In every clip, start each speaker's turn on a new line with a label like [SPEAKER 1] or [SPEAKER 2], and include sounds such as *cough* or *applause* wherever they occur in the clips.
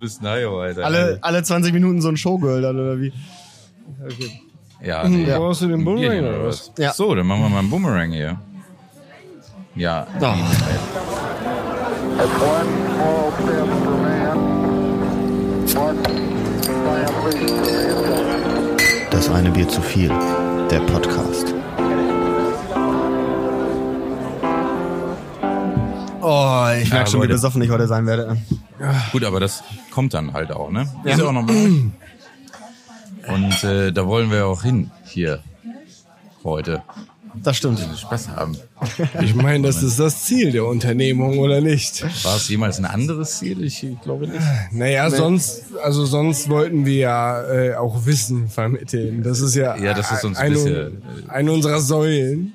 [SPEAKER 1] bist Nayo, Alter.
[SPEAKER 2] Alle, alle 20 Minuten so ein Showgirl dann, oder wie? Okay.
[SPEAKER 1] ja, nee.
[SPEAKER 3] Ja. Brauchst du den
[SPEAKER 1] Ein Bierchen
[SPEAKER 3] Boomerang oder was?
[SPEAKER 2] Ja.
[SPEAKER 1] So, dann machen wir mal einen Boomerang hier. Ja.
[SPEAKER 4] That's one small step for man, one giant leap for mankind.
[SPEAKER 5] Das eine Bier zu viel. Der Podcast.
[SPEAKER 2] Oh, ich merke
[SPEAKER 1] Ja,
[SPEAKER 2] schon, wie
[SPEAKER 1] Leute.
[SPEAKER 2] besoffen ich heute sein werde.
[SPEAKER 1] Gut, aber das kommt dann halt auch, ne? Ist ja auch noch möglich. Und äh, da wollen wir auch hin, hier, heute.
[SPEAKER 2] Das stimmt.
[SPEAKER 1] Spaß
[SPEAKER 3] *laughs*
[SPEAKER 1] haben.
[SPEAKER 3] Ich meine, das ist das Ziel der Unternehmung, oder nicht?
[SPEAKER 1] War es jemals ein anderes Ziel? Ich glaube nicht.
[SPEAKER 3] Naja, sonst, also sonst wollten wir ja äh, auch Wissen vermitteln. Das ist ja,
[SPEAKER 1] Ja, das ist uns ein
[SPEAKER 3] eine,
[SPEAKER 1] bisschen, äh,
[SPEAKER 3] eine
[SPEAKER 1] *laughs*
[SPEAKER 3] unserer Säulen.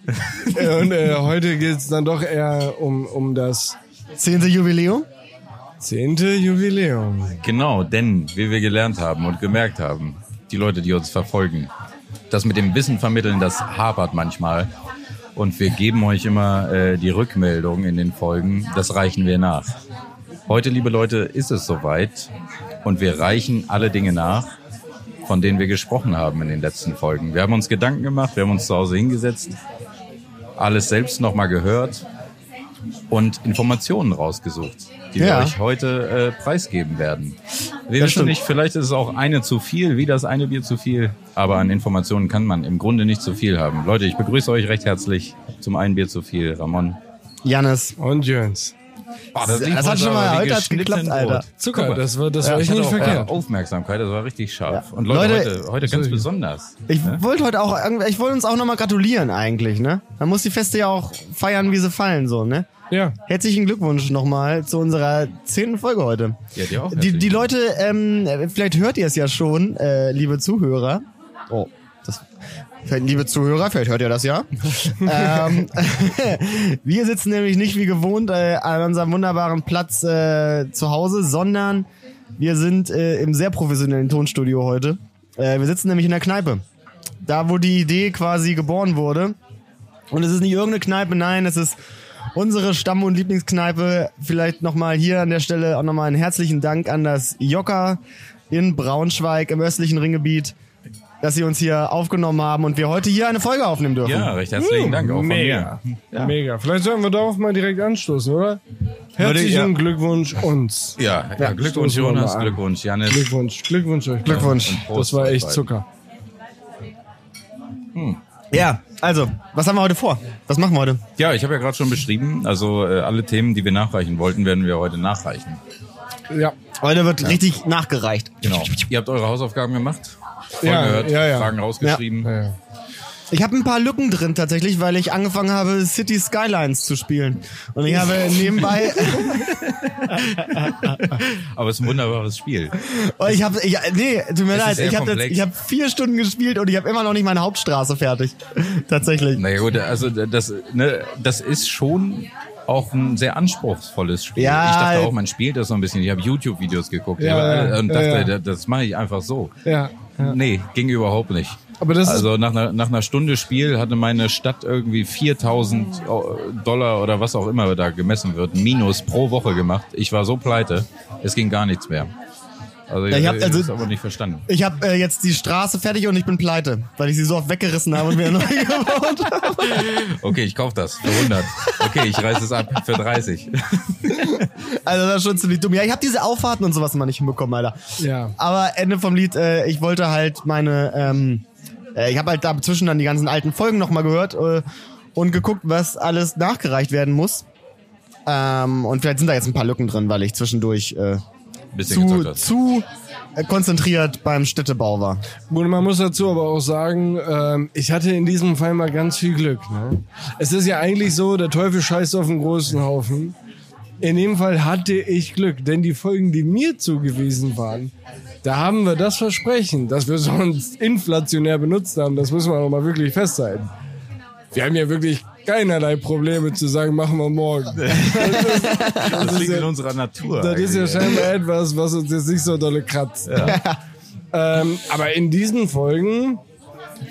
[SPEAKER 3] Äh, Und äh, heute geht's dann doch eher um, um das
[SPEAKER 2] Zehnte Jubiläum?
[SPEAKER 3] zehnte Jubiläum.
[SPEAKER 1] Genau, denn wie wir gelernt haben und gemerkt haben, die Leute, die uns verfolgen, das mit dem Wissen vermitteln, das hapert manchmal. Und wir geben euch immer äh, die Rückmeldung in den Folgen. Das reichen wir nach. Heute, liebe Leute, ist es soweit. Und wir reichen alle Dinge nach, von denen wir gesprochen haben in den letzten Folgen. Wir haben uns Gedanken gemacht, wir haben uns zu Hause hingesetzt, alles selbst nochmal gehört und Informationen rausgesucht, die wir
[SPEAKER 2] Ja.
[SPEAKER 1] euch heute äh, preisgeben werden. Wir wissen
[SPEAKER 2] stimmt.
[SPEAKER 1] nicht, vielleicht ist es auch eine zu viel, wie das eine Bier zu viel, aber an Informationen kann man im Grunde nicht zu viel haben. Leute, ich begrüße euch recht herzlich zum einen Bier zu viel, Ramon.
[SPEAKER 2] Janis.
[SPEAKER 3] Und Jöns.
[SPEAKER 2] das lief hat heute schon mal- aber wie heute hat's geschnitten geklappt, Alter. Brot.
[SPEAKER 3] Zucker, das war, das
[SPEAKER 1] Ja,
[SPEAKER 3] war
[SPEAKER 1] ich
[SPEAKER 3] echt
[SPEAKER 1] hatte
[SPEAKER 3] nicht
[SPEAKER 1] auch eure
[SPEAKER 3] verkehrt.
[SPEAKER 1] Aufmerksamkeit, das war richtig scharf.
[SPEAKER 2] Ja.
[SPEAKER 1] Und Leute,
[SPEAKER 2] Leute,
[SPEAKER 1] heute, heute ganz besonders. ne?
[SPEAKER 2] Ich wollte heute auch, irgendwie- ich wollte uns auch nochmal gratulieren eigentlich, ne? Man muss die Feste ja auch feiern, wie sie fallen, so, ne?
[SPEAKER 3] Ja.
[SPEAKER 2] Herzlichen Glückwunsch nochmal zu unserer zehnten Folge heute.
[SPEAKER 1] Ja, dir auch
[SPEAKER 2] Die,
[SPEAKER 1] herzlichen
[SPEAKER 2] die Leute, ähm, vielleicht hört ihr es ja schon, äh, liebe Zuhörer. Oh, das. Vielleicht, liebe Zuhörer, vielleicht hört ihr das
[SPEAKER 1] *laughs*
[SPEAKER 2] ja. ähm, *laughs* wir sitzen nämlich nicht wie gewohnt äh, an unserem wunderbaren Platz äh, zu Hause, sondern wir sind äh, im sehr professionellen Tonstudio heute. Äh, wir sitzen nämlich in der Kneipe. Da, wo die Idee quasi geboren wurde. Und es ist nicht irgendeine Kneipe, nein, es ist unsere Stamm- und Lieblingskneipe. Vielleicht nochmal hier an der Stelle auch nochmal einen herzlichen Dank an das Jokka in Braunschweig im östlichen Ringgebiet, dass sie uns hier aufgenommen haben und wir heute hier eine Folge aufnehmen dürfen.
[SPEAKER 1] Ja, recht herzlichen Dank auch von
[SPEAKER 3] Hm, Mega.
[SPEAKER 1] mir.
[SPEAKER 3] Mega. Vielleicht sollten wir darauf mal direkt anstoßen, oder? Herzlichen
[SPEAKER 1] ja.
[SPEAKER 3] Glückwunsch uns.
[SPEAKER 1] Ja, ja, Glückwunsch,
[SPEAKER 3] stoßen wir mal
[SPEAKER 1] Jonas,
[SPEAKER 3] an.
[SPEAKER 1] Glückwunsch, Janis.
[SPEAKER 3] Glückwunsch, Glückwunsch euch.
[SPEAKER 2] Glückwunsch.
[SPEAKER 3] Das war echt Zucker.
[SPEAKER 2] Ja, also, was haben wir heute vor? Was machen wir heute?
[SPEAKER 1] Ja, ich habe ja gerade schon beschrieben, also äh, alle Themen, die wir nachreichen wollten, werden wir heute nachreichen.
[SPEAKER 3] Ja.
[SPEAKER 2] Heute wird richtig nachgereicht.
[SPEAKER 1] Genau. Ihr habt eure Hausaufgaben gemacht, Folgen
[SPEAKER 3] Ja,
[SPEAKER 1] gehört,
[SPEAKER 3] ja, ja.
[SPEAKER 1] Fragen rausgeschrieben.
[SPEAKER 3] ja.
[SPEAKER 2] Ich habe ein paar Lücken drin tatsächlich, weil ich angefangen habe, City Skylines zu spielen. Und ich habe nebenbei,
[SPEAKER 1] Aber es ist ein wunderbares Spiel.
[SPEAKER 2] oh, ich habe, ich, nee, tut mir
[SPEAKER 1] Es ist
[SPEAKER 2] leid,
[SPEAKER 1] sehr
[SPEAKER 2] ich habe
[SPEAKER 1] komplex.
[SPEAKER 2] ich habe vier Stunden gespielt und ich habe immer noch nicht meine Hauptstraße fertig. *laughs* Tatsächlich.
[SPEAKER 1] Naja gut, also das, ne, das ist schon auch ein sehr anspruchsvolles Spiel.
[SPEAKER 2] Ja,
[SPEAKER 1] ich dachte
[SPEAKER 2] äh,
[SPEAKER 1] auch, man spielt das so ein bisschen. Ich habe YouTube-Videos geguckt
[SPEAKER 3] Ja,
[SPEAKER 1] überall äh,
[SPEAKER 3] ja,
[SPEAKER 1] und
[SPEAKER 3] ja,
[SPEAKER 1] dachte,
[SPEAKER 3] ja.
[SPEAKER 1] da- das mache ich einfach so.
[SPEAKER 3] Ja, ja.
[SPEAKER 1] Nee, ging überhaupt nicht.
[SPEAKER 3] Aber das
[SPEAKER 1] also nach einer, nach einer Stunde Spiel hatte meine Stadt irgendwie 4000 Dollar oder was auch immer da gemessen wird, Minus pro Woche gemacht. Ich war so pleite, es ging gar nichts mehr. Also ich,
[SPEAKER 2] ich hab-
[SPEAKER 1] habe
[SPEAKER 2] also-
[SPEAKER 1] es aber nicht verstanden.
[SPEAKER 2] Ich habe äh, jetzt die Straße fertig und ich bin pleite, weil ich sie so oft weggerissen habe und wieder *laughs* neu gebaut habe.
[SPEAKER 1] Okay, ich kaufe das für 100. Okay, ich reiß es ab für
[SPEAKER 3] *laughs*
[SPEAKER 1] 30.
[SPEAKER 2] Also das ist schon ziemlich dumm. Ja, ich habe diese Auffahrten und sowas mal nicht hinbekommen, Alter.
[SPEAKER 3] ist, ja.
[SPEAKER 2] Aber Ende vom Lied, äh, ich wollte halt meine, ähm, äh, ich habe halt dazwischen dann die ganzen alten Folgen nochmal gehört äh, und geguckt, was alles nachgereicht werden muss. Ähm, und vielleicht sind da jetzt ein paar Lücken drin, weil ich zwischendurch äh,
[SPEAKER 1] Bisschen gezockt
[SPEAKER 2] zu,
[SPEAKER 1] hast.
[SPEAKER 2] zu äh, konzentriert beim Städtebau war.
[SPEAKER 3] Gut, man muss dazu aber auch sagen, ähm, ich hatte in diesem Fall mal ganz viel Glück. Ne? Es ist ja eigentlich so, der Teufel scheißt auf den großen Haufen. In dem Fall hatte ich Glück, denn die Folgen, die mir zugewiesen waren, da haben wir das Versprechen, das wir *laughs* sonst inflationär benutzt haben, das müssen wir noch mal wirklich festhalten. Wir haben ja wirklich keinerlei Probleme zu sagen, machen wir morgen.
[SPEAKER 1] Das liegt
[SPEAKER 3] ja-
[SPEAKER 1] in unserer Natur.
[SPEAKER 3] Das ist ja
[SPEAKER 1] eigentlich.
[SPEAKER 3] scheinbar etwas, was uns jetzt nicht so dolle kratzt. ähm, aber in diesen Folgen,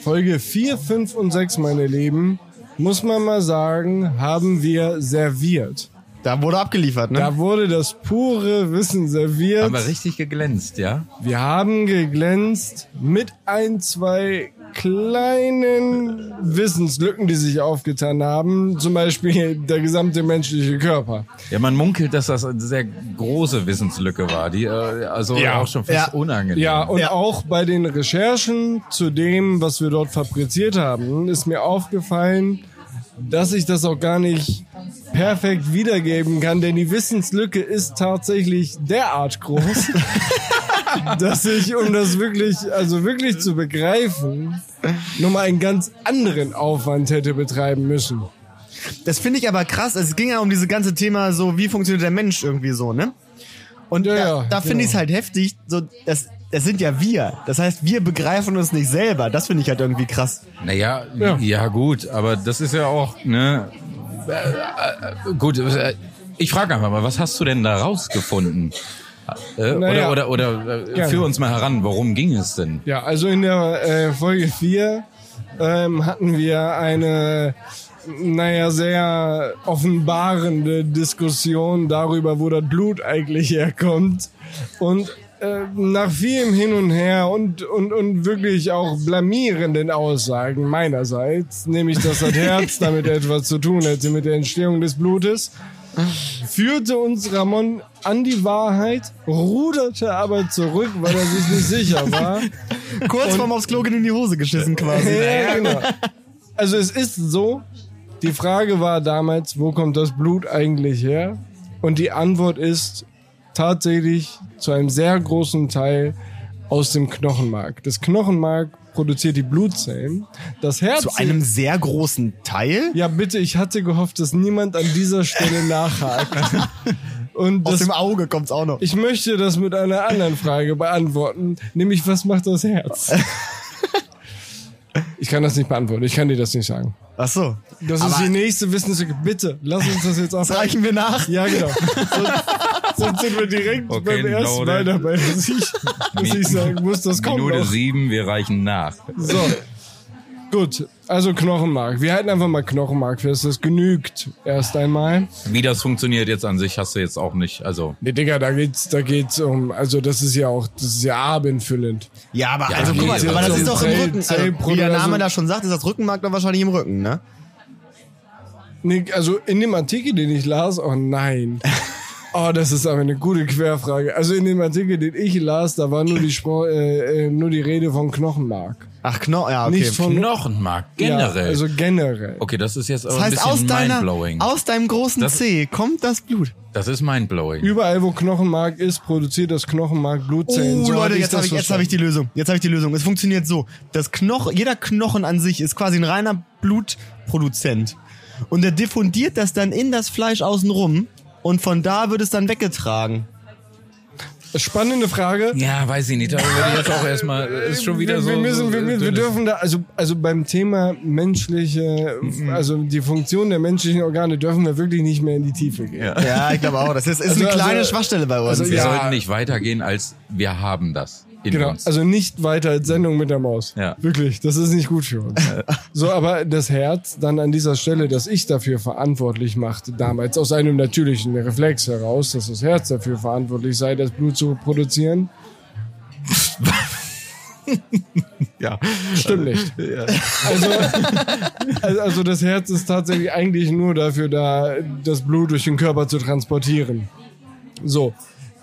[SPEAKER 3] Folge 4, 5 und 6, meine Lieben, muss man mal sagen, haben wir serviert.
[SPEAKER 2] Da wurde abgeliefert, ne?
[SPEAKER 3] Da wurde das pure Wissen serviert.
[SPEAKER 1] Haben wir richtig geglänzt, ja?
[SPEAKER 3] Wir haben geglänzt mit ein, zwei kleinen Wissenslücken, die sich aufgetan haben. Zum Beispiel der gesamte menschliche Körper.
[SPEAKER 1] Ja, man munkelt, dass das eine sehr große Wissenslücke war, die äh, also
[SPEAKER 3] Ja.
[SPEAKER 1] auch schon fast
[SPEAKER 2] Ja.
[SPEAKER 1] unangenehm.
[SPEAKER 3] Ja, und
[SPEAKER 2] Ja.
[SPEAKER 3] auch bei den Recherchen zu dem, was wir dort fabriziert haben, ist mir aufgefallen, dass ich das auch gar nicht perfekt wiedergeben kann, denn die Wissenslücke ist tatsächlich derart groß, dass ich, um das wirklich, also wirklich zu begreifen, nochmal einen ganz anderen Aufwand hätte betreiben müssen.
[SPEAKER 2] Das finde ich aber krass. Also es ging ja um dieses ganze Thema so, wie funktioniert der Mensch irgendwie so, ne? Und
[SPEAKER 3] Ja,
[SPEAKER 2] da,
[SPEAKER 3] ja,
[SPEAKER 2] da finde
[SPEAKER 3] genau.
[SPEAKER 2] ich es halt heftig. So, das, das sind ja wir. Das heißt, wir begreifen uns nicht selber. Das finde ich halt irgendwie krass.
[SPEAKER 1] Naja,
[SPEAKER 3] Ja.
[SPEAKER 1] ja. ja gut, aber das ist ja auch, ne? Äh, äh, gut, äh, ich frage einfach mal, was hast du denn da rausgefunden? Äh,
[SPEAKER 3] Naja.
[SPEAKER 1] Oder, oder, oder äh,
[SPEAKER 3] Gerne.
[SPEAKER 1] führ uns mal heran, worum ging es denn?
[SPEAKER 3] Ja, also in der äh, Folge 4 ähm, hatten wir eine, naja, sehr offenbarende Diskussion darüber, wo das Blut eigentlich herkommt. Und äh, nach vielem Hin und Her und, und, und wirklich auch blamierenden Aussagen meinerseits, nämlich dass das Herz damit etwas zu tun hätte mit der Entstehung des Blutes, führte uns Ramon an die Wahrheit, ruderte aber zurück, weil er sich nicht sicher war.
[SPEAKER 2] Kurz vorm aufs Klo gehen in die Hose geschissen *laughs* quasi.
[SPEAKER 3] Ja, genau. Also es ist so, die Frage war damals, wo kommt das Blut eigentlich her? Und die Antwort ist tatsächlich zu einem sehr großen Teil aus dem Knochenmark. Das Knochenmark produziert die Blutzellen. Das Herz.
[SPEAKER 2] Zu einem sehr großen Teil?
[SPEAKER 3] ja, bitte, ich hatte gehofft, dass niemand an
[SPEAKER 2] *laughs*
[SPEAKER 3] dieser Stelle nachhakt. Und
[SPEAKER 2] Aus
[SPEAKER 3] das,
[SPEAKER 2] dem Auge kommt's auch noch.
[SPEAKER 3] ich möchte das mit einer anderen Frage beantworten, nämlich was macht
[SPEAKER 2] *laughs*
[SPEAKER 3] das Herz? Ich kann das nicht beantworten, ich kann dir das nicht sagen.
[SPEAKER 2] Ach so.
[SPEAKER 3] Das ist die nächste Wissenslücke. Bitte, lass uns das jetzt
[SPEAKER 2] Das
[SPEAKER 3] auch.
[SPEAKER 2] reichen wir nach.
[SPEAKER 3] Ja, genau. Sonst, sonst sind wir direkt
[SPEAKER 1] Okay,
[SPEAKER 3] beim ersten
[SPEAKER 1] no,
[SPEAKER 3] Mal
[SPEAKER 1] ne?
[SPEAKER 3] dabei, dass ich, dass ich sagen muss, das kommt
[SPEAKER 1] Minute
[SPEAKER 3] noch.
[SPEAKER 1] sieben, wir reichen nach.
[SPEAKER 3] So. Gut, also Knochenmark. Wir halten einfach mal Knochenmark fest. Das genügt erst einmal.
[SPEAKER 1] Wie das funktioniert jetzt an sich, hast du jetzt auch nicht. Also,
[SPEAKER 3] Nee, Digga, da geht's, da geht's um, also das ist ja auch, das ist ja abendfüllend.
[SPEAKER 2] Ja, aber
[SPEAKER 1] Ja,
[SPEAKER 2] also guck mal,
[SPEAKER 1] nee,
[SPEAKER 2] aber das
[SPEAKER 1] also
[SPEAKER 2] ist doch im
[SPEAKER 3] Zell-
[SPEAKER 2] Rücken. Also,
[SPEAKER 3] Zellprodu-
[SPEAKER 2] wie der
[SPEAKER 3] also-
[SPEAKER 2] Name da schon sagt, ist das Rückenmark doch wahrscheinlich im Rücken, ne?
[SPEAKER 3] Nee, also in dem Artikel, den ich las, oh nein.
[SPEAKER 1] *laughs*
[SPEAKER 3] Oh, das ist aber eine gute Querfrage. Also in dem Artikel, den ich las, da war nur die, Spro äh, äh, nur die Rede von Knochenmark.
[SPEAKER 2] Ach, Knochen, ja, okay.
[SPEAKER 3] Nicht von
[SPEAKER 1] Knochenmark generell.
[SPEAKER 3] Ja, also generell.
[SPEAKER 1] okay, das ist jetzt aber
[SPEAKER 2] das heißt,
[SPEAKER 1] ein
[SPEAKER 2] aus,
[SPEAKER 1] bisschen
[SPEAKER 2] deiner,
[SPEAKER 1] mindblowing.
[SPEAKER 2] aus deinem großen
[SPEAKER 1] Das-
[SPEAKER 2] Zeh kommt das Blut.
[SPEAKER 1] das ist mindblowing.
[SPEAKER 3] Überall, wo Knochenmark ist, produziert das Knochenmark Blutzellen.
[SPEAKER 2] Oh,
[SPEAKER 3] So hatte
[SPEAKER 2] Leute, jetzt
[SPEAKER 3] das
[SPEAKER 2] habe ich, jetzt hab ich die Lösung. Jetzt habe ich die Lösung. Es funktioniert so. Das Knochen, jeder Knochen an sich ist quasi ein reiner Blutproduzent. Und der diffundiert das dann in das Fleisch außenrum. Und von da wird es dann weggetragen.
[SPEAKER 3] verstanden. Spannende Frage.
[SPEAKER 1] Ja, weiß ich nicht. Da würde ich jetzt auch erstmal. Ist schon wieder
[SPEAKER 3] wir,
[SPEAKER 1] so.
[SPEAKER 3] wir müssen, wir,
[SPEAKER 1] so-
[SPEAKER 3] wir, wir dürfen da, also, also beim Thema menschliche,
[SPEAKER 1] Mhm.
[SPEAKER 3] also die Funktion der menschlichen Organe dürfen wir wirklich nicht mehr in die Tiefe gehen.
[SPEAKER 1] Ja.
[SPEAKER 2] Ja, ich glaube auch. Das ist, ist
[SPEAKER 3] Also-
[SPEAKER 2] eine kleine
[SPEAKER 3] also-
[SPEAKER 2] Schwachstelle bei uns.
[SPEAKER 3] also
[SPEAKER 1] Wir
[SPEAKER 3] Ja.
[SPEAKER 1] sollten nicht weitergehen, als wir haben das in
[SPEAKER 3] Genau,
[SPEAKER 1] uns.
[SPEAKER 3] also nicht weiter als Sendung mit der Maus.
[SPEAKER 1] Ja.
[SPEAKER 3] Wirklich, das ist nicht gut für uns. so, aber das Herz dann an dieser Stelle, das ich dafür verantwortlich machte, damals aus einem natürlichen Reflex heraus, dass das Herz dafür verantwortlich sei, das Blut zu produzieren,
[SPEAKER 1] ja.
[SPEAKER 3] stimmt nicht. Also, also- also das Herz ist tatsächlich eigentlich nur dafür da, das Blut durch den Körper zu transportieren. So.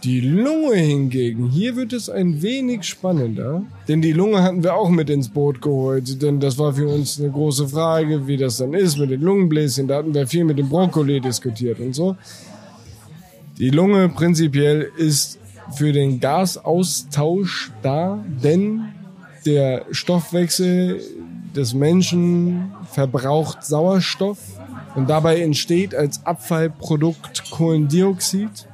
[SPEAKER 3] Die Lunge hingegen, hier wird es ein wenig spannender, denn die Lunge hatten wir auch mit ins Boot geholt, denn das war für uns eine große Frage, wie das dann ist mit den Lungenbläschen, da hatten wir viel mit dem Brokkoli diskutiert und so. Die Lunge prinzipiell ist für den Gasaustausch da, denn der Stoffwechsel des Menschen verbraucht Sauerstoff und dabei entsteht als Abfallprodukt Kohlendioxid.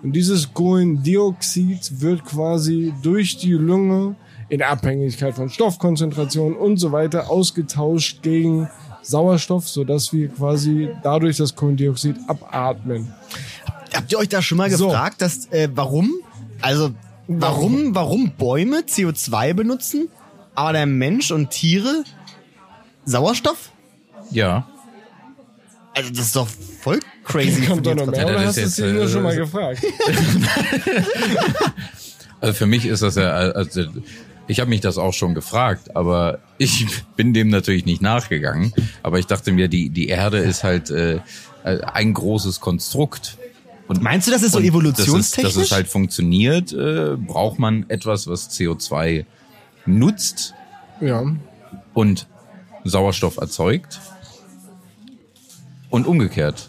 [SPEAKER 3] Und dieses Kohlendioxid wird quasi durch die Lunge in Abhängigkeit von Stoffkonzentration und so weiter ausgetauscht gegen Sauerstoff, sodass wir quasi dadurch das Kohlendioxid abatmen.
[SPEAKER 2] Habt ihr euch da schon mal
[SPEAKER 3] So.
[SPEAKER 2] gefragt, dass, äh, warum? Also, warum, warum Bäume CO2 benutzen, aber der Mensch und Tiere Sauerstoff?
[SPEAKER 1] ja.
[SPEAKER 2] Also, das ist doch voll crazy
[SPEAKER 3] Kommt da
[SPEAKER 2] von dir
[SPEAKER 3] noch
[SPEAKER 2] jetzt
[SPEAKER 3] mehr?
[SPEAKER 1] Ja,
[SPEAKER 3] Oder
[SPEAKER 1] das
[SPEAKER 3] hast du
[SPEAKER 1] ist
[SPEAKER 3] es
[SPEAKER 1] jetzt,
[SPEAKER 3] nur
[SPEAKER 1] äh,
[SPEAKER 3] schon mal
[SPEAKER 1] das-
[SPEAKER 3] gefragt?
[SPEAKER 1] Also für mich ist das ja, also ich habe mich das auch schon gefragt, aber ich *laughs* bin dem natürlich nicht nachgegangen. Aber ich dachte mir, die, die Erde ist halt äh, ein großes Konstrukt. Und
[SPEAKER 2] Meinst du, das ist so
[SPEAKER 1] und
[SPEAKER 2] evolutionstechnisch?
[SPEAKER 1] Dass es, dass es halt funktioniert, äh, braucht man etwas, was CO2 nutzt
[SPEAKER 3] ja.
[SPEAKER 1] und Sauerstoff erzeugt. Und umgekehrt.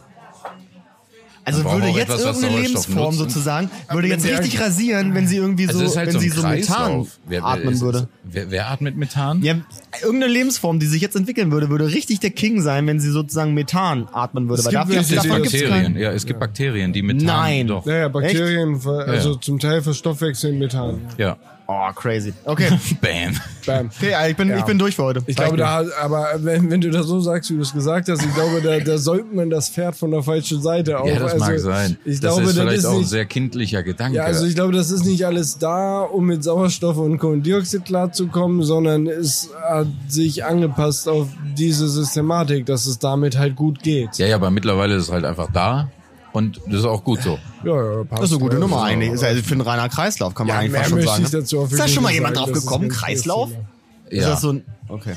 [SPEAKER 2] Also
[SPEAKER 1] brauchen
[SPEAKER 2] würde
[SPEAKER 1] wir auch
[SPEAKER 2] jetzt
[SPEAKER 1] etwas, was
[SPEAKER 2] irgendeine
[SPEAKER 1] Sauerstoff
[SPEAKER 2] Lebensform
[SPEAKER 1] nutzen.
[SPEAKER 2] sozusagen, würde jetzt
[SPEAKER 3] wenn sie
[SPEAKER 2] richtig rasieren, wenn sie irgendwie
[SPEAKER 1] Also
[SPEAKER 2] so,
[SPEAKER 1] es ist halt
[SPEAKER 2] wenn
[SPEAKER 1] so ein
[SPEAKER 2] sie so Methan
[SPEAKER 1] Kreislauf. Wer- wer-
[SPEAKER 2] atmen
[SPEAKER 1] ist-
[SPEAKER 2] würde.
[SPEAKER 1] Wer, wer atmet Methan?
[SPEAKER 2] Ja, irgendeine Lebensform, die sich jetzt entwickeln würde, würde richtig der King sein, wenn sie sozusagen Methan atmen würde.
[SPEAKER 3] Es
[SPEAKER 2] Weil
[SPEAKER 3] gibt
[SPEAKER 2] dafür,
[SPEAKER 3] welche, die
[SPEAKER 2] davon gibt's
[SPEAKER 1] Bakterien.
[SPEAKER 2] keinen.
[SPEAKER 1] Ja, es gibt Bakterien, die Methan.
[SPEAKER 2] Nein.
[SPEAKER 1] Doch.
[SPEAKER 3] Naja, Bakterien, ver- also
[SPEAKER 1] Ja.
[SPEAKER 3] zum Teil verstoffwechseln Methan.
[SPEAKER 1] Ja.
[SPEAKER 2] Oh, crazy. Okay. *laughs*
[SPEAKER 1] Bam.
[SPEAKER 3] Bam.
[SPEAKER 2] Okay, ich bin, ich bin durch für heute.
[SPEAKER 3] Ich glaube, da, aber wenn, wenn du das so sagst, wie du es gesagt hast, ich glaube, da, da säumt man das Pferd von der falschen Seite auf.
[SPEAKER 1] Ja, das
[SPEAKER 3] also,
[SPEAKER 1] mag sein.
[SPEAKER 3] Ich
[SPEAKER 1] das
[SPEAKER 3] glaube,
[SPEAKER 1] ist vielleicht
[SPEAKER 3] das ist
[SPEAKER 1] auch ein
[SPEAKER 3] nicht,
[SPEAKER 1] sehr kindlicher Gedanke.
[SPEAKER 3] ja, also ich glaube, das ist nicht alles da, um mit Sauerstoff und Kohlendioxid klarzukommen, sondern es hat sich angepasst auf diese Systematik, dass es damit halt gut geht.
[SPEAKER 1] ja, ja, aber mittlerweile ist es halt einfach da und das ist auch gut so.
[SPEAKER 3] Ja, ja, passt.
[SPEAKER 2] Das ist eine gute
[SPEAKER 3] Ja,
[SPEAKER 2] Nummer
[SPEAKER 3] so.
[SPEAKER 2] eigentlich. Ist ja also für einen reiner Kreislauf, kann man
[SPEAKER 3] Ja,
[SPEAKER 2] einfach
[SPEAKER 3] mehr
[SPEAKER 2] schon
[SPEAKER 3] möchte
[SPEAKER 2] sagen.
[SPEAKER 3] ich
[SPEAKER 2] ne?
[SPEAKER 3] dazu auf
[SPEAKER 2] ist da
[SPEAKER 3] jeden
[SPEAKER 2] schon mal
[SPEAKER 3] Fall
[SPEAKER 2] jemand
[SPEAKER 3] sagen,
[SPEAKER 2] drauf
[SPEAKER 3] das ist
[SPEAKER 2] gekommen?
[SPEAKER 3] ganz
[SPEAKER 2] Kreislauf?
[SPEAKER 3] lustig.
[SPEAKER 1] Ja,
[SPEAKER 2] Ist das so ein, okay.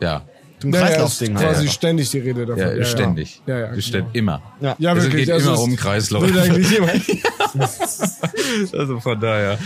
[SPEAKER 1] ja,
[SPEAKER 2] Ein
[SPEAKER 3] Ja, ja, ist
[SPEAKER 2] Kreislaufding. halt.
[SPEAKER 3] quasi
[SPEAKER 2] ja.
[SPEAKER 3] ständig die Rede davon.
[SPEAKER 1] halt ja, ständig.
[SPEAKER 3] Ja, ja,
[SPEAKER 1] das
[SPEAKER 3] genau.
[SPEAKER 1] steht immer.
[SPEAKER 2] Ja.
[SPEAKER 3] Ja,
[SPEAKER 1] es
[SPEAKER 3] wirklich,
[SPEAKER 1] geht
[SPEAKER 3] also
[SPEAKER 1] immer
[SPEAKER 3] es
[SPEAKER 1] um Kreislauf.
[SPEAKER 3] Will eigentlich jemand.
[SPEAKER 1] *laughs* Also von daher.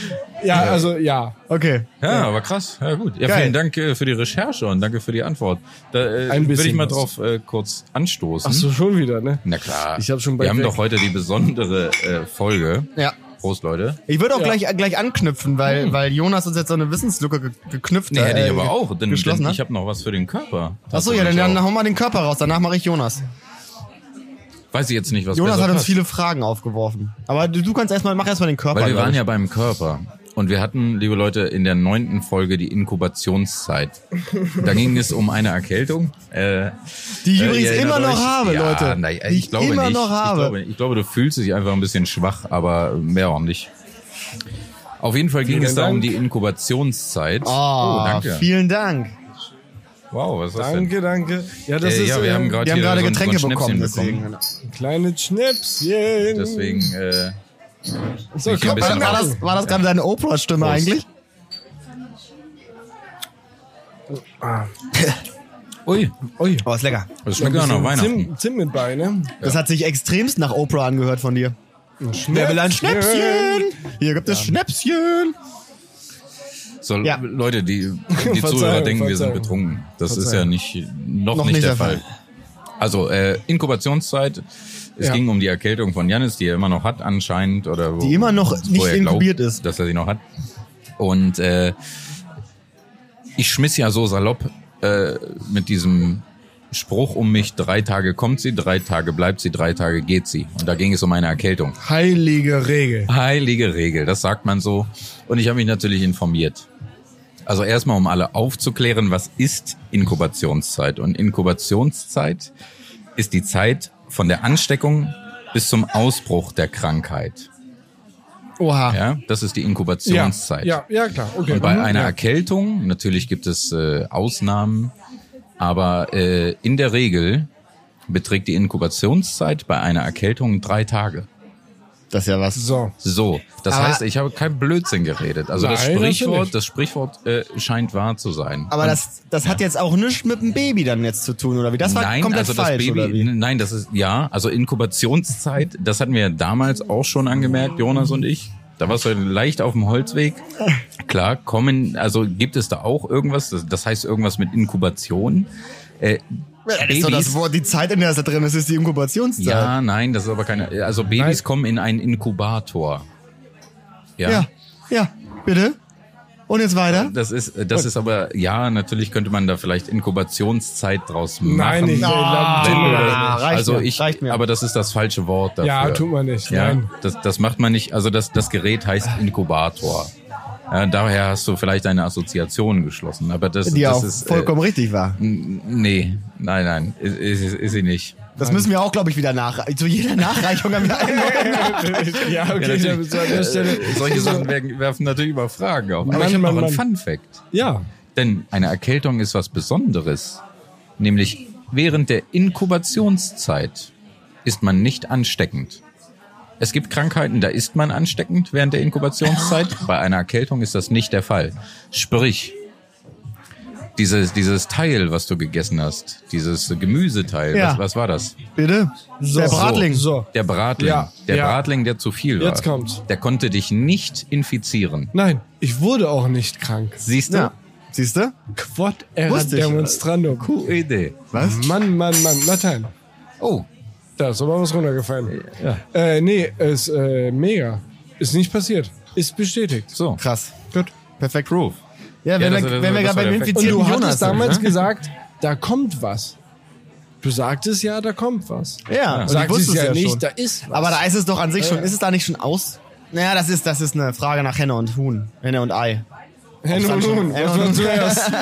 [SPEAKER 3] Ja, also ja.
[SPEAKER 2] Okay.
[SPEAKER 1] Ja, aber krass. Ja, gut. Ja,
[SPEAKER 2] Geil.
[SPEAKER 1] vielen Dank äh, für die Recherche und danke für die Antwort. Da äh, würde
[SPEAKER 3] Ein
[SPEAKER 1] ich
[SPEAKER 3] bisschen
[SPEAKER 1] mal
[SPEAKER 3] was.
[SPEAKER 1] drauf äh, kurz anstoßen.
[SPEAKER 3] Ach so, schon wieder, ne?
[SPEAKER 1] Na klar.
[SPEAKER 3] Ich hab schon bei
[SPEAKER 1] Wir haben
[SPEAKER 3] weg.
[SPEAKER 1] doch heute die besondere äh, Folge.
[SPEAKER 2] Ja.
[SPEAKER 1] Prost, Leute.
[SPEAKER 2] Ich würde auch gleich, äh, gleich anknüpfen, weil,
[SPEAKER 3] Hm.
[SPEAKER 2] weil Jonas uns jetzt so eine Wissenslücke ge geknüpft
[SPEAKER 1] Nee,
[SPEAKER 2] hat.
[SPEAKER 1] hätte ich
[SPEAKER 2] äh,
[SPEAKER 1] aber
[SPEAKER 2] ge-
[SPEAKER 1] auch, denn,
[SPEAKER 2] geschlossen
[SPEAKER 1] denn
[SPEAKER 2] hat.
[SPEAKER 1] ich habe noch was für den Körper.
[SPEAKER 2] Achso, ja, dann,
[SPEAKER 1] Tatsächlich
[SPEAKER 2] dann
[SPEAKER 1] auch.
[SPEAKER 2] hau mal den Körper raus, danach mache ich Jonas.
[SPEAKER 1] Weiß ich jetzt nicht, was
[SPEAKER 2] Jonas
[SPEAKER 1] besser
[SPEAKER 2] hat uns
[SPEAKER 1] passt.
[SPEAKER 2] viele Fragen aufgeworfen. Aber du, du kannst erstmal, mach erstmal den Körper.
[SPEAKER 1] Weil wir
[SPEAKER 2] glaub
[SPEAKER 1] waren
[SPEAKER 2] ich.
[SPEAKER 1] ja beim Körper. Und wir hatten, liebe Leute, in der neunten Folge die Inkubationszeit. Da ging es um eine Erkältung. Äh,
[SPEAKER 2] die ich
[SPEAKER 1] äh,
[SPEAKER 2] übrigens
[SPEAKER 1] ihr erinnert
[SPEAKER 2] immer noch
[SPEAKER 1] euch-
[SPEAKER 2] habe,
[SPEAKER 1] ja,
[SPEAKER 2] Leute.
[SPEAKER 1] Na, ja,
[SPEAKER 2] die
[SPEAKER 1] ich glaube
[SPEAKER 2] immer
[SPEAKER 1] nicht.
[SPEAKER 2] noch habe.
[SPEAKER 1] Ich glaube, ich glaube, du fühlst dich einfach ein bisschen schwach, aber mehr auch nicht. Auf jeden Fall ging
[SPEAKER 3] Vielen
[SPEAKER 1] es da um
[SPEAKER 3] Dank.
[SPEAKER 1] die Inkubationszeit.
[SPEAKER 2] oh,
[SPEAKER 1] danke.
[SPEAKER 2] vielen Dank.
[SPEAKER 1] wow, was ist das denn?
[SPEAKER 3] Danke, danke. Ja, das
[SPEAKER 1] Äh,
[SPEAKER 3] ist
[SPEAKER 1] ja, wir
[SPEAKER 3] äh,
[SPEAKER 1] haben gerade
[SPEAKER 2] Wir haben
[SPEAKER 1] hier
[SPEAKER 2] gerade
[SPEAKER 1] so ein- so ein
[SPEAKER 2] Getränke bekommen,
[SPEAKER 1] Schnäpschen
[SPEAKER 2] deswegen.
[SPEAKER 3] ein kleines Schnäpschen.
[SPEAKER 1] Deswegen, äh,
[SPEAKER 3] so,
[SPEAKER 1] ich hier ein
[SPEAKER 3] komm,
[SPEAKER 1] bisschen
[SPEAKER 2] War
[SPEAKER 1] raus.
[SPEAKER 2] das, war das gerade deine Oprah-Stimme
[SPEAKER 1] Prost.
[SPEAKER 2] eigentlich?
[SPEAKER 1] ui, ui,
[SPEAKER 2] Oh, ist lecker.
[SPEAKER 1] äh, das schmeckt auch noch Weihnachten.
[SPEAKER 3] Zimt, Zimt mit bei, ne?
[SPEAKER 2] Das hat sich extremst nach Oprah angehört von dir.
[SPEAKER 3] Wer
[SPEAKER 2] will ein Schnäpschen? Hier gibt es Schnäpschen.
[SPEAKER 1] So,
[SPEAKER 2] Ja.
[SPEAKER 1] Leute, die, die Zuhörer
[SPEAKER 3] Verzeihung,
[SPEAKER 1] denken, wir sind
[SPEAKER 3] Verzeihung.
[SPEAKER 1] betrunken. Das ist ja
[SPEAKER 3] Verzeihung.
[SPEAKER 1] nicht, noch, nicht, der Fall. Also, äh, Inkubationszeit. Es
[SPEAKER 3] Ja.
[SPEAKER 1] ging um die Erkältung von Janis, die er immer noch hat anscheinend. Oder wo-
[SPEAKER 2] Die immer noch
[SPEAKER 1] wo er
[SPEAKER 2] nicht
[SPEAKER 1] glaubt,
[SPEAKER 2] inkubiert ist.
[SPEAKER 1] Dass er sie noch hat. Und äh, ich schmiss ja so salopp äh, mit diesem Spruch um mich, drei Tage kommt sie, drei Tage bleibt sie, drei Tage geht sie. Und da ging es um eine Erkältung.
[SPEAKER 3] Heilige Regel.
[SPEAKER 1] Heilige Regel, das sagt man so. Und ich habe mich natürlich informiert. Also erstmal, um alle aufzuklären, was ist Inkubationszeit? Und Inkubationszeit ist die Zeit von der Ansteckung bis zum Ausbruch der Krankheit.
[SPEAKER 2] Oha.
[SPEAKER 1] Ja, das ist die
[SPEAKER 3] Ja,
[SPEAKER 1] Inkubationszeit.
[SPEAKER 3] ja, ja, klar. Okay.
[SPEAKER 1] Und bei
[SPEAKER 3] Mhm,
[SPEAKER 1] einer
[SPEAKER 3] ja.
[SPEAKER 1] Erkältung, natürlich gibt es äh, Ausnahmen, aber äh, in der Regel beträgt die Inkubationszeit bei einer Erkältung drei Tage.
[SPEAKER 2] Das ist ja
[SPEAKER 1] *laughs*
[SPEAKER 2] was.
[SPEAKER 3] So.
[SPEAKER 1] So, das
[SPEAKER 2] Aber-
[SPEAKER 1] heißt, ich habe kein Blödsinn geredet. Also das
[SPEAKER 3] Nein, das
[SPEAKER 1] Sprichwort,
[SPEAKER 3] nicht.
[SPEAKER 1] das Sprichwort äh, scheint wahr zu sein.
[SPEAKER 2] Aber
[SPEAKER 1] Und-
[SPEAKER 2] das, das hat jetzt auch nichts mit dem Baby dann jetzt zu tun, oder wie? Das war
[SPEAKER 1] nein,
[SPEAKER 2] komplett
[SPEAKER 1] also das
[SPEAKER 2] falsch,
[SPEAKER 1] Baby,
[SPEAKER 2] oder wie?
[SPEAKER 1] nein, das ist ja, also Inkubationszeit, das hatten wir ja damals auch schon angemerkt, Jonas und ich. Da warst du leicht auf dem Holzweg. Klar, kommen, also gibt es da auch irgendwas, das, das heißt irgendwas mit Inkubation. Äh,
[SPEAKER 2] Das ist doch das Wort, die Zeit, in der es da drin ist, ist die Inkubationszeit.
[SPEAKER 1] Ja, nein, das ist aber keine. Also Babys
[SPEAKER 3] Nein.
[SPEAKER 1] kommen in einen Inkubator. Ja.
[SPEAKER 2] ja. Ja, bitte. Und jetzt weiter.
[SPEAKER 1] Das ist, äh, das ist aber, ja, natürlich könnte man da vielleicht Inkubationszeit draus machen.
[SPEAKER 3] Nein, ich
[SPEAKER 2] Ah,
[SPEAKER 3] glaub, tut
[SPEAKER 1] Wenn
[SPEAKER 3] man
[SPEAKER 1] du das-
[SPEAKER 2] Ah, reicht
[SPEAKER 1] also
[SPEAKER 2] mir,
[SPEAKER 1] ich,
[SPEAKER 2] reicht mir.
[SPEAKER 1] aber das ist das falsche Wort dafür.
[SPEAKER 3] Ja, tut man nicht,
[SPEAKER 1] Ja,
[SPEAKER 3] nein. Ah.
[SPEAKER 1] das, das macht man nicht. Also das, das Gerät heißt Inkubator. Ja, daher hast du vielleicht eine Assoziation geschlossen. Aber das,
[SPEAKER 2] die
[SPEAKER 1] das
[SPEAKER 2] auch
[SPEAKER 1] ist
[SPEAKER 2] vollkommen richtig war.
[SPEAKER 1] Äh, n- nee, nein, nein, ist, ist, ist sie nicht.
[SPEAKER 2] Das müssen wir auch, glaube ich, wieder nachreichen. Zu jeder Nachreichung haben wir einen neuen Namen.
[SPEAKER 3] nicht. ja, okay,
[SPEAKER 1] natürlich.
[SPEAKER 3] dann so an der Stelle.
[SPEAKER 1] Äh,
[SPEAKER 3] *laughs*
[SPEAKER 1] solche Sachen werden, werfen natürlich immer Fragen auf. Aber
[SPEAKER 3] Mann,
[SPEAKER 1] ich habe noch
[SPEAKER 3] Mann,
[SPEAKER 1] einen
[SPEAKER 3] Mann.
[SPEAKER 1] Fun Fact.
[SPEAKER 3] Ja.
[SPEAKER 1] Denn eine Erkältung ist was Besonderes, nämlich während der Inkubationszeit ist man nicht ansteckend. Es gibt Krankheiten, da ist man ansteckend während der
[SPEAKER 3] *laughs*
[SPEAKER 1] Inkubationszeit. Bei einer Erkältung ist das nicht der Fall. Sprich, dieses, dieses Teil, was du gegessen hast, dieses Gemüseteil,
[SPEAKER 2] Ja.
[SPEAKER 1] was, was war das?
[SPEAKER 2] Bitte?
[SPEAKER 3] So.
[SPEAKER 2] Der Bratling.
[SPEAKER 3] So.
[SPEAKER 1] Der Bratling.
[SPEAKER 3] Ja,
[SPEAKER 1] der
[SPEAKER 3] ja.
[SPEAKER 1] Bratling, der zu viel war.
[SPEAKER 3] Jetzt kommt's.
[SPEAKER 1] Der konnte dich nicht infizieren.
[SPEAKER 3] Nein, ich wurde auch nicht krank.
[SPEAKER 1] Siehst du?
[SPEAKER 2] Ja. Siehst du?
[SPEAKER 3] Quod
[SPEAKER 2] Wusste
[SPEAKER 3] erat
[SPEAKER 2] ich.
[SPEAKER 3] demonstrando.
[SPEAKER 1] Gute Idee.
[SPEAKER 2] Was?
[SPEAKER 3] Mann, Mann, Mann. Latein.
[SPEAKER 1] Oh,
[SPEAKER 3] Da ist aber was runtergefallen.
[SPEAKER 1] Ja.
[SPEAKER 3] Äh, nee, ist äh, mega. Ist nicht passiert. Ist bestätigt.
[SPEAKER 1] so.
[SPEAKER 2] Krass.
[SPEAKER 3] Gut.
[SPEAKER 1] Perfekt Groove.
[SPEAKER 2] Ja,
[SPEAKER 1] Ja,
[SPEAKER 2] wenn
[SPEAKER 1] das-
[SPEAKER 2] wir,
[SPEAKER 1] das-
[SPEAKER 2] wenn wir
[SPEAKER 1] das
[SPEAKER 2] gerade
[SPEAKER 1] war
[SPEAKER 2] beim
[SPEAKER 1] der Effekt.
[SPEAKER 3] Und
[SPEAKER 2] infizierten
[SPEAKER 3] du
[SPEAKER 2] Jonas
[SPEAKER 3] hattest
[SPEAKER 2] sind,
[SPEAKER 3] damals
[SPEAKER 2] ne?
[SPEAKER 3] gesagt, da kommt was. Du sagtest ja, da kommt was.
[SPEAKER 2] Ja, und ich
[SPEAKER 3] Sagtest
[SPEAKER 2] wusste es ja
[SPEAKER 3] nicht,
[SPEAKER 2] schon.
[SPEAKER 3] da ist was.
[SPEAKER 2] Aber da ist es doch an sich schon, ist es da nicht schon aus? Naja, das ist, das ist eine Frage nach Henne und Huhn. Henne und Ei.
[SPEAKER 3] Hey, nun, nun,
[SPEAKER 2] Hey,
[SPEAKER 3] was
[SPEAKER 2] nun,
[SPEAKER 3] war
[SPEAKER 2] nun.
[SPEAKER 3] zuerst?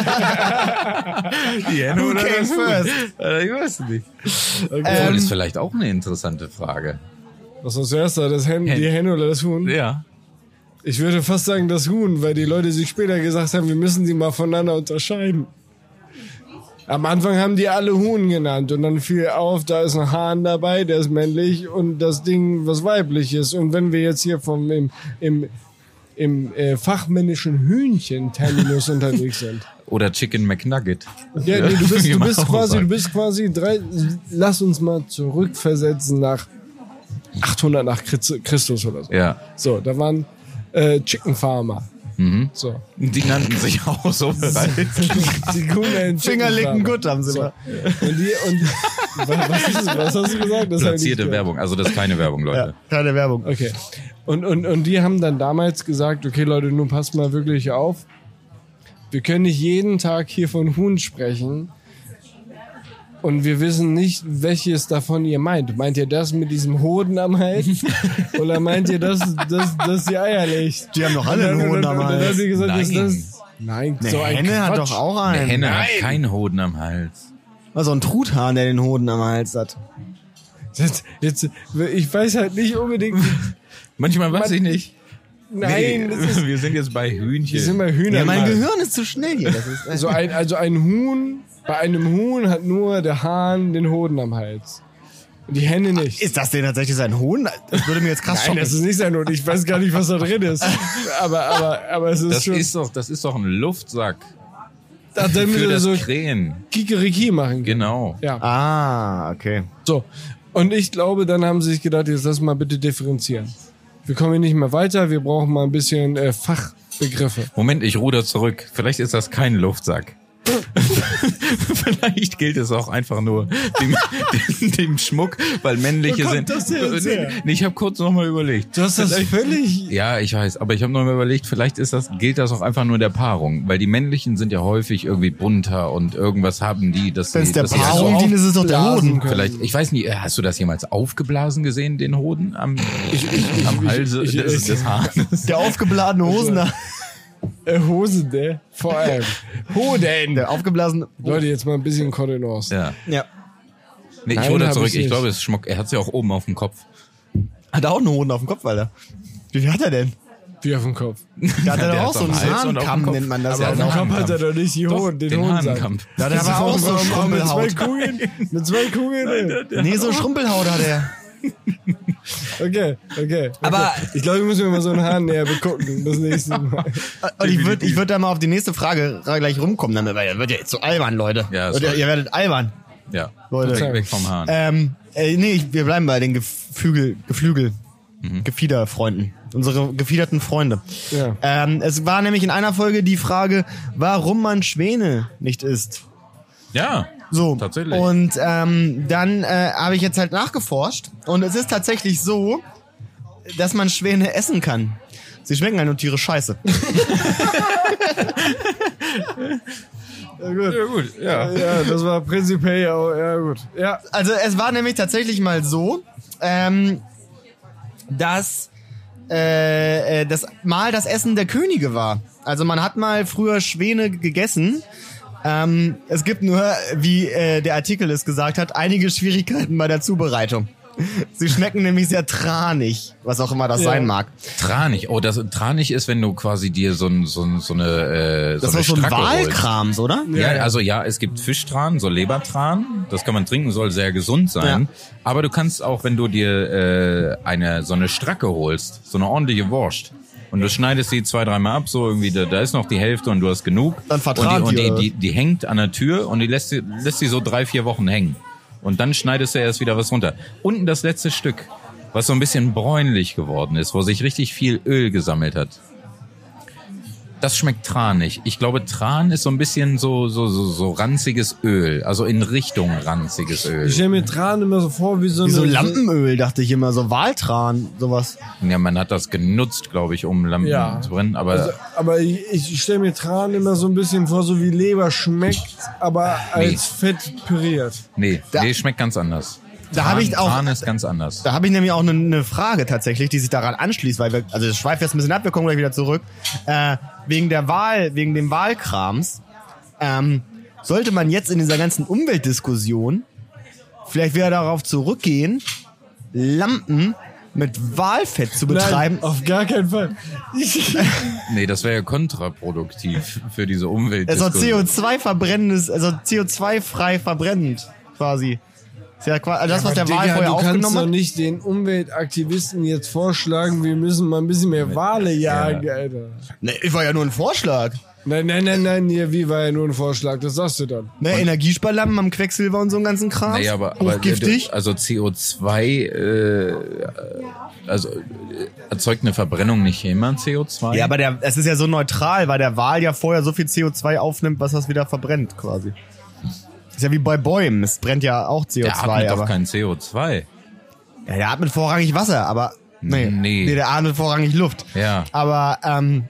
[SPEAKER 1] Die Henne
[SPEAKER 2] Who
[SPEAKER 1] oder
[SPEAKER 2] came
[SPEAKER 1] das Huhn?
[SPEAKER 2] first?
[SPEAKER 1] Äh, Ich weiß nicht. Obwohl,
[SPEAKER 2] Ähm,
[SPEAKER 1] ist vielleicht auch eine interessante Frage.
[SPEAKER 3] Was war zuerst da? Das Hen,
[SPEAKER 1] Hen.
[SPEAKER 3] die Henne oder das Huhn?
[SPEAKER 1] Ja.
[SPEAKER 3] Ich würde fast sagen, das Huhn, weil die Leute sich später gesagt haben, wir müssen sie mal voneinander unterscheiden. Am Anfang haben die alle Huhn genannt und dann fiel auf, da ist ein Hahn dabei, der ist männlich und das Ding, was weiblich ist. Und wenn wir jetzt hier vom im, im, im äh, fachmännischen Hühnchen-Terminus unterwegs sind.
[SPEAKER 1] Oder Chicken McNugget.
[SPEAKER 3] Ja, nee, du bist,
[SPEAKER 1] Wie
[SPEAKER 3] du
[SPEAKER 1] man
[SPEAKER 3] bist
[SPEAKER 1] auch
[SPEAKER 3] quasi,
[SPEAKER 1] sagt.
[SPEAKER 3] du bist quasi drei, lass uns mal zurückversetzen nach 800 nach Christ- Christus oder so.
[SPEAKER 1] Ja.
[SPEAKER 3] So, da waren äh, Chicken Farmer.
[SPEAKER 1] Mhm.
[SPEAKER 3] So.
[SPEAKER 1] Die nannten sich *laughs* auch so bereits.
[SPEAKER 3] Die Kunden in Chicken
[SPEAKER 2] Fingerlicken
[SPEAKER 3] Farmer.
[SPEAKER 2] gut haben sie mal.
[SPEAKER 3] Und die, und *laughs* wa- was, ist, was hast du gesagt? Das hab ich nicht
[SPEAKER 1] Platzierte
[SPEAKER 3] gehört.
[SPEAKER 1] Werbung. Also das ist keine Werbung,
[SPEAKER 2] Ja,
[SPEAKER 1] Leute.
[SPEAKER 2] keine Werbung.
[SPEAKER 3] Okay. Und, und, und die haben dann damals gesagt, okay Leute, nun passt mal wirklich auf. Wir können nicht jeden Tag hier von Huhn sprechen. Und wir wissen nicht, welches davon ihr meint. Meint ihr das mit diesem Hoden
[SPEAKER 1] *laughs*
[SPEAKER 3] am Hals? Oder meint ihr das, das, das die Eier legt?
[SPEAKER 2] Die haben doch alle einen
[SPEAKER 3] genau.
[SPEAKER 2] Hoden am
[SPEAKER 3] Dann haben
[SPEAKER 2] Hals.
[SPEAKER 3] die gesagt, Nein.
[SPEAKER 1] Nein.
[SPEAKER 3] das, nein,
[SPEAKER 2] Eine
[SPEAKER 3] so ein
[SPEAKER 2] Henne hat
[SPEAKER 3] Quatsch.
[SPEAKER 2] doch auch
[SPEAKER 1] Eine
[SPEAKER 2] einen.
[SPEAKER 1] Henne hat keinen Hoden am Hals.
[SPEAKER 2] Also ein Truthahn, der den Hoden am Hals hat.
[SPEAKER 3] Jetzt, jetzt, ich weiß halt
[SPEAKER 2] *laughs*
[SPEAKER 3] nicht unbedingt.
[SPEAKER 1] Manchmal weiß ich nicht.
[SPEAKER 3] Nein, das ist,
[SPEAKER 1] wir sind jetzt bei Hühnchen.
[SPEAKER 3] wir sind mal Hühner.
[SPEAKER 2] Ja, mein
[SPEAKER 3] Mann.
[SPEAKER 2] Gehirn ist zu schnell hier. Das ist,
[SPEAKER 3] So ein, also ein Huhn, bei einem Huhn hat nur der Hahn den Hoden am Hals. Und die Henne nicht.
[SPEAKER 2] ist das denn tatsächlich sein Hohn? Das würde mir jetzt krass
[SPEAKER 3] Nein, das
[SPEAKER 2] schocken.
[SPEAKER 3] ist nicht sein Hoden. Ich weiß gar nicht, was da
[SPEAKER 2] *laughs*
[SPEAKER 3] drin ist. Aber, aber, aber es ist
[SPEAKER 1] das,
[SPEAKER 3] schon.
[SPEAKER 1] ist doch, das ist doch ein Luftsack
[SPEAKER 3] da, damit
[SPEAKER 1] für
[SPEAKER 3] er
[SPEAKER 1] das
[SPEAKER 3] so
[SPEAKER 1] Krähen.
[SPEAKER 3] Kikeriki machen kann.
[SPEAKER 1] Genau.
[SPEAKER 3] Ja.
[SPEAKER 2] Ah, okay.
[SPEAKER 3] So. Und ich glaube, dann haben sie sich gedacht, jetzt lass mal bitte differenzieren. Wir kommen hier nicht mehr weiter, wir brauchen mal ein bisschen äh, Fachbegriffe.
[SPEAKER 1] Moment, ich ruder zurück. Vielleicht ist das kein Luftsack. *laughs* Vielleicht gilt es auch einfach nur dem, dem, dem Schmuck, weil männliche
[SPEAKER 3] Wo
[SPEAKER 1] sind.
[SPEAKER 3] kommt das denn jetzt her?
[SPEAKER 1] Nee, ich habe kurz nochmal überlegt.
[SPEAKER 3] Du hast das völlig.
[SPEAKER 1] Ja, ich weiß, aber ich habe nochmal überlegt, vielleicht ist das, gilt das auch einfach nur der Paarung, weil die männlichen sind ja häufig irgendwie bunter und irgendwas haben die, dass
[SPEAKER 2] Wenn es
[SPEAKER 1] sie-
[SPEAKER 2] der
[SPEAKER 1] dass sie
[SPEAKER 2] Paarung dient, ist es doch der
[SPEAKER 3] aufblasen
[SPEAKER 2] Hoden.
[SPEAKER 3] können.
[SPEAKER 1] Vielleicht, ich weiß nicht, äh, hast du das jemals aufgeblasen gesehen, den Hoden am, am Halse
[SPEAKER 3] ich-
[SPEAKER 1] des,
[SPEAKER 3] ich-
[SPEAKER 1] des Hahnes?
[SPEAKER 2] Der aufgebladene
[SPEAKER 1] *laughs*
[SPEAKER 2] Hosen.
[SPEAKER 3] Äh, Hosen, ne? Vor allem. Hoden.
[SPEAKER 2] Der aufgeblasene.
[SPEAKER 3] Leute, jetzt mal ein bisschen Kontenance.
[SPEAKER 1] Ja.
[SPEAKER 2] Ja.
[SPEAKER 1] Nee, ich
[SPEAKER 3] Nein,
[SPEAKER 1] hole
[SPEAKER 3] hab
[SPEAKER 1] das zurück.
[SPEAKER 3] ich
[SPEAKER 1] Ich,
[SPEAKER 3] nicht.
[SPEAKER 1] glaube, es ist Schmuck. Er hat sie auch oben auf dem Kopf.
[SPEAKER 2] Hat er auch einen Hoden auf dem Kopf, Alter. Wie viel hat er denn?
[SPEAKER 3] Wie auf dem Kopf.
[SPEAKER 2] Da hat er doch
[SPEAKER 1] Der hat
[SPEAKER 2] auch so einen
[SPEAKER 1] am Hals und auf dem
[SPEAKER 2] Hahnkamm,
[SPEAKER 1] Kopf.
[SPEAKER 2] nennt man das
[SPEAKER 1] Aber
[SPEAKER 2] ja.
[SPEAKER 1] auf dem
[SPEAKER 2] Genau.
[SPEAKER 1] Kopf- Hahnenkampf.
[SPEAKER 3] er doch nicht die
[SPEAKER 1] Doch,
[SPEAKER 3] Hoden, den,
[SPEAKER 1] den
[SPEAKER 3] Hoden
[SPEAKER 1] Hahnenkampf.
[SPEAKER 2] Da hat er aber auch so
[SPEAKER 3] mit zwei
[SPEAKER 2] Schrumpelhaut.
[SPEAKER 3] Kugeln. Mit zwei Kugeln. ey.
[SPEAKER 2] Nee, so Schrumpelhaut hat er.
[SPEAKER 1] *laughs*
[SPEAKER 3] Okay, okay.
[SPEAKER 2] Aber-
[SPEAKER 3] okay. ich glaube, wir müssen mal so einen Hahn näher begucken. Das
[SPEAKER 2] *laughs*
[SPEAKER 3] nächste Mal.
[SPEAKER 2] Und ich würde ich würd da mal auf die nächste Frage ra- gleich rumkommen, damit, weil ihr wird ja jetzt so albern, Leute.
[SPEAKER 1] Ja,
[SPEAKER 2] Wird
[SPEAKER 1] sorry.
[SPEAKER 2] ihr, ihr werdet albern,
[SPEAKER 1] Ja.
[SPEAKER 2] Leute.
[SPEAKER 1] Weg, weg vom Hahn.
[SPEAKER 2] Ähm, äh, nee, ich, wir bleiben bei den Geflügel, Geflügel, Gefiederfreunden. Unsere gefiederten Freunde.
[SPEAKER 3] Ja.
[SPEAKER 2] Ähm, es war nämlich in einer Folge die Frage, warum man Schwäne nicht isst.
[SPEAKER 1] ja.
[SPEAKER 2] So.
[SPEAKER 1] Tatsächlich.
[SPEAKER 2] Und ähm, dann äh, habe ich jetzt halt nachgeforscht und es ist tatsächlich so, dass man Schwäne essen kann. Sie schmecken halt nur Tiere scheiße.
[SPEAKER 3] Ja, gut.
[SPEAKER 1] Ja, gut, ja.
[SPEAKER 3] Ja, das war prinzipiell ja auch, ja gut. Ja,
[SPEAKER 2] Also es war nämlich tatsächlich mal so, ähm, dass äh, äh, das mal das Essen der Könige war. Also man hat mal früher Schwäne gegessen. Ähm, es gibt nur, wie äh, der Artikel es gesagt hat, einige Schwierigkeiten bei der Zubereitung. Sie schmecken nämlich sehr tranig, was auch immer das
[SPEAKER 3] Ja.
[SPEAKER 2] sein mag.
[SPEAKER 1] Tranich. Oh, das Tranich ist, wenn du quasi dir so, ein- so, ein- so eine äh, so
[SPEAKER 2] Das
[SPEAKER 1] eine
[SPEAKER 2] ist doch so ein
[SPEAKER 1] Stracke holst.
[SPEAKER 2] Wahlkrams, oder?
[SPEAKER 1] Ja,
[SPEAKER 3] ja.
[SPEAKER 1] also ja, es gibt Fischtran, so Lebertran, das kann man trinken, soll sehr gesund sein. Aber du kannst auch, wenn du dir äh, eine so eine Stracke holst, so eine ordentliche Wurst und du schneidest sie zwei, dreimal ab, so irgendwie, da, da ist noch die Hälfte und du hast genug.
[SPEAKER 2] Dann vertragt
[SPEAKER 1] und die,
[SPEAKER 2] ihr.
[SPEAKER 1] und die, die, die hängt an der Tür und die lässt sie, lässt sie so drei, vier Wochen hängen. Und dann schneidest du erst wieder was runter. Unten das letzte Stück, was so ein bisschen bräunlich geworden ist, wo sich richtig viel Öl gesammelt hat. Das schmeckt Tran nicht. Ich glaube, Tran ist so ein bisschen so, so, so, so ranziges Öl. Also in Richtung ranziges Öl.
[SPEAKER 3] Ich stelle mir Tran immer so vor wie so
[SPEAKER 2] Wie
[SPEAKER 3] eine...
[SPEAKER 2] so Lampenöl, dachte ich immer, so Waltran, sowas.
[SPEAKER 1] Ja, man hat das genutzt, glaube ich, um Lampen
[SPEAKER 3] Ja.
[SPEAKER 1] zu brennen. Aber
[SPEAKER 3] Also, aber ich, ich stelle mir Tran immer so ein bisschen vor, so wie Leber schmeckt, aber als Fett püriert.
[SPEAKER 1] nee,
[SPEAKER 2] Da-
[SPEAKER 1] nee, schmeckt ganz anders.
[SPEAKER 2] Da
[SPEAKER 1] Tran-
[SPEAKER 2] habe ich auch-
[SPEAKER 1] Tran ist ganz anders.
[SPEAKER 2] Da habe ich nämlich auch eine ne Frage tatsächlich, die sich daran anschließt, weil wir, also ich schweife jetzt ein bisschen ab, wir kommen gleich wieder zurück. Äh, wegen der Wahl, wegen dem Wahlkrams, ähm, sollte man jetzt in dieser ganzen Umweltdiskussion vielleicht wieder darauf zurückgehen, Lampen mit Walfett zu betreiben.
[SPEAKER 3] Nein, auf gar keinen Fall.
[SPEAKER 1] Nee, das wäre ja kontraproduktiv für diese Umwelt.
[SPEAKER 2] Also CO2 verbrennendes, also CO2 frei verbrennend quasi. Ist ja qua- also das, was der Wahl
[SPEAKER 3] Digga,
[SPEAKER 2] vorher
[SPEAKER 3] du kannst
[SPEAKER 2] aufgenommen
[SPEAKER 3] doch
[SPEAKER 2] hat.
[SPEAKER 3] nicht den Umweltaktivisten jetzt vorschlagen, wir müssen mal ein bisschen mehr Wale jagen, Alter.
[SPEAKER 2] Nee, Ne, ich war ja nur ein Vorschlag.
[SPEAKER 3] Nein, nein, nein, nein, hier, wie war ja nur ein Vorschlag, das sagst du dann.
[SPEAKER 2] Ne, Energiesparlampen am Quecksilber und so einen ganzen Kram.
[SPEAKER 1] Naja, aber, aber
[SPEAKER 2] Hochgiftig.
[SPEAKER 1] also CO2 äh, also äh, erzeugt eine Verbrennung nicht immer CO2?
[SPEAKER 2] ja, aber der, es ist ja so neutral, weil der Wal ja vorher so viel CO2 aufnimmt, was das wieder verbrennt quasi. Ist ja wie bei Bäumen, es brennt ja auch CO2.
[SPEAKER 1] der atmet
[SPEAKER 2] aber,
[SPEAKER 1] doch kein CO2.
[SPEAKER 2] ja, der atmet vorrangig Wasser, aber nee,
[SPEAKER 1] Nee.
[SPEAKER 2] nee, der atmet vorrangig Luft.
[SPEAKER 1] Ja.
[SPEAKER 2] Aber ähm,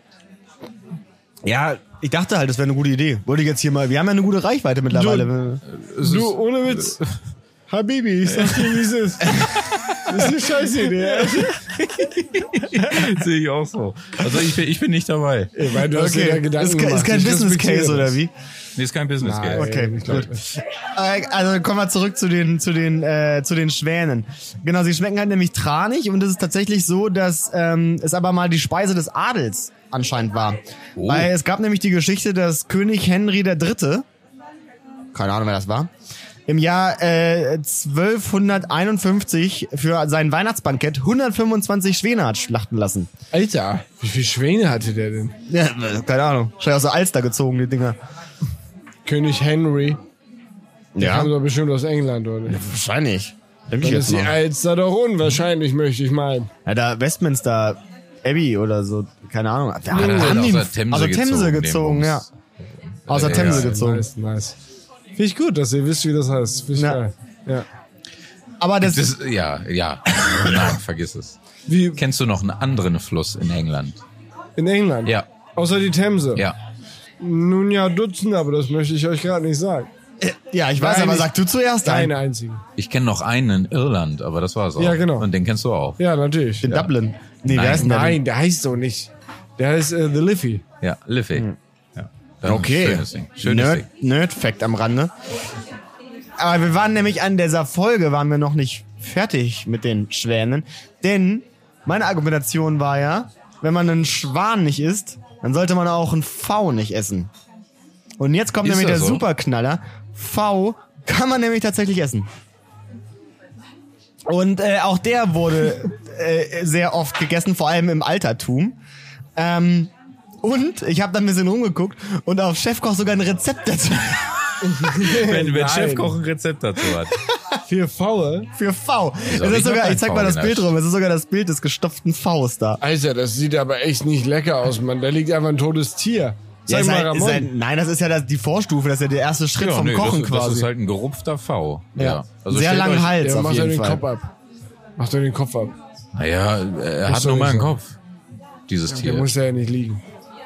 [SPEAKER 2] ja, ich dachte halt, das wäre eine gute Idee. Wollte ich jetzt hier mal, wir haben ja eine gute Reichweite mittlerweile.
[SPEAKER 3] Du, ohne Witz. Habibi, ich sag dir, wie es
[SPEAKER 2] *laughs*
[SPEAKER 3] ist. Das ist eine scheiße Idee.
[SPEAKER 1] *laughs* Sehe ich auch so. Also ich bin, ich bin nicht dabei.
[SPEAKER 3] Ey, weil du hast dir da Gedanken
[SPEAKER 2] ist, kein- ist
[SPEAKER 3] gemacht.
[SPEAKER 2] kein
[SPEAKER 3] Ich
[SPEAKER 2] Business Case
[SPEAKER 3] respektiere
[SPEAKER 2] oder
[SPEAKER 3] das.
[SPEAKER 2] wie?
[SPEAKER 1] Nee, ist kein Business Case.
[SPEAKER 3] Nein.
[SPEAKER 2] Okay,
[SPEAKER 3] ich glaub
[SPEAKER 2] gut. Äh, Also kommen wir zurück zu den, zu den, äh, zu den Schwänen. Genau, sie schmecken halt nämlich tranig und es ist tatsächlich so, dass ähm, es aber mal die Speise des Adels anscheinend war.
[SPEAKER 1] Oh.
[SPEAKER 2] Weil es gab nämlich die Geschichte, dass König Henry III., keine Ahnung, wer das war, im Jahr äh, 1251 für sein Weihnachtsbankett 125 Schwäne hat schlachten lassen.
[SPEAKER 3] Alter, wie viel Schwäne hatte der denn?
[SPEAKER 2] Ja, äh, keine Ahnung. Wahrscheinlich aus der Alster gezogen, die Dinger.
[SPEAKER 3] König Henry.
[SPEAKER 2] Ja,
[SPEAKER 3] Kam doch bestimmt aus England, oder?
[SPEAKER 2] wahrscheinlich. Denk ich
[SPEAKER 3] Dann
[SPEAKER 2] jetzt
[SPEAKER 3] ist die
[SPEAKER 2] mal.
[SPEAKER 3] Alster doch unwahrscheinlich, möchte ich meinen.
[SPEAKER 2] Ja, da Westminster Abbey oder so, keine Ahnung. Da haben
[SPEAKER 1] Hat
[SPEAKER 2] die-
[SPEAKER 1] aus
[SPEAKER 3] Also
[SPEAKER 1] der Themse
[SPEAKER 2] aus der Themse
[SPEAKER 1] gezogen,
[SPEAKER 2] gezogen,
[SPEAKER 1] den
[SPEAKER 2] ja.
[SPEAKER 1] Bums.
[SPEAKER 2] Aus der
[SPEAKER 1] Ja,
[SPEAKER 2] Themse
[SPEAKER 1] ja.
[SPEAKER 2] gezogen.
[SPEAKER 3] Nice, nice. Finde ich gut, dass ihr wisst, wie das heißt. Finde ich
[SPEAKER 2] Ja.
[SPEAKER 3] geil. Ja.
[SPEAKER 2] Aber das,
[SPEAKER 1] Das, ja, ja. *laughs* Nein, vergiss es.
[SPEAKER 3] Wie
[SPEAKER 1] Kennst du noch einen anderen Fluss in England?
[SPEAKER 3] in England.
[SPEAKER 1] Ja.
[SPEAKER 3] Außer die Themse.
[SPEAKER 1] Ja.
[SPEAKER 3] Nun ja, Dutzend, aber das möchte ich euch gerade nicht sagen.
[SPEAKER 2] äh, ja, ich weiß,
[SPEAKER 3] Nein,
[SPEAKER 2] aber
[SPEAKER 3] ich-
[SPEAKER 2] sag du zuerst
[SPEAKER 3] Keine
[SPEAKER 2] einen.
[SPEAKER 3] einzige.
[SPEAKER 1] Ich kenne noch einen in Irland, aber das war's auch.
[SPEAKER 3] Ja, genau.
[SPEAKER 1] Und den kennst du auch.
[SPEAKER 3] Ja, natürlich.
[SPEAKER 2] In Dublin. Nee,
[SPEAKER 1] Nein,
[SPEAKER 2] wer ist denn der
[SPEAKER 3] Nein, der heißt so nicht. Der heißt äh, The Liffey.
[SPEAKER 1] Ja, Liffey.
[SPEAKER 3] Hm.
[SPEAKER 1] Ja.
[SPEAKER 2] denn? Okay.
[SPEAKER 1] Schönes Ding. Schönes
[SPEAKER 2] Nerd,
[SPEAKER 1] Ding.
[SPEAKER 2] Nerd-Fact am Rande. Aber wir waren nämlich an dieser Folge, waren wir noch nicht fertig mit den Schwänen. Denn meine Argumentation war ja, wenn man einen Schwan nicht isst, dann sollte man auch einen V nicht essen. Und jetzt kommt
[SPEAKER 1] Ist
[SPEAKER 2] nämlich der
[SPEAKER 1] das so?
[SPEAKER 2] Superknaller. V kann man nämlich tatsächlich essen. Und äh, auch der wurde äh, sehr oft gegessen, vor allem im Altertum. Ähm, und ich habe dann ein bisschen rumgeguckt und auf Chefkoch sogar ein Rezept dazu *laughs*
[SPEAKER 1] Wenn, wenn
[SPEAKER 3] Nein.
[SPEAKER 1] Chefkoch ein Rezept dazu hat.
[SPEAKER 3] Für Faul.
[SPEAKER 2] für V. Es
[SPEAKER 1] hab ich
[SPEAKER 2] ist sogar,
[SPEAKER 1] noch
[SPEAKER 2] ich zeig
[SPEAKER 1] kein
[SPEAKER 2] mal
[SPEAKER 1] V
[SPEAKER 2] das
[SPEAKER 1] genascht?
[SPEAKER 2] Bild rum, es ist sogar das Bild des gestopften Vs da.
[SPEAKER 3] Alter, das sieht aber echt nicht lecker aus, Mann. Da liegt einfach ein totes Tier.
[SPEAKER 2] Ja,
[SPEAKER 3] Sag
[SPEAKER 2] ist
[SPEAKER 3] mal,
[SPEAKER 2] halt, ist
[SPEAKER 3] Ramon.
[SPEAKER 2] halt, nein, das ist ja das, die Vorstufe, das ist ja der erste Schritt vom
[SPEAKER 1] nö,
[SPEAKER 2] Kochen
[SPEAKER 1] das,
[SPEAKER 2] quasi.
[SPEAKER 1] Das ist halt ein gerupfter V. Ja. Also
[SPEAKER 2] Sehr
[SPEAKER 1] stellt
[SPEAKER 2] langen
[SPEAKER 1] euch-
[SPEAKER 2] Hals
[SPEAKER 3] ja,
[SPEAKER 2] auf
[SPEAKER 3] mach doch
[SPEAKER 2] jeden
[SPEAKER 3] den
[SPEAKER 2] Fall.
[SPEAKER 3] Kopf ab. Mach doch den Kopf ab.
[SPEAKER 1] Naja, äh, er hat
[SPEAKER 3] soll
[SPEAKER 1] nur mal
[SPEAKER 3] ich
[SPEAKER 1] einen
[SPEAKER 3] sagen?
[SPEAKER 1] Kopf. Dieses
[SPEAKER 3] Der
[SPEAKER 1] Tier.
[SPEAKER 3] muss ja nicht liegen.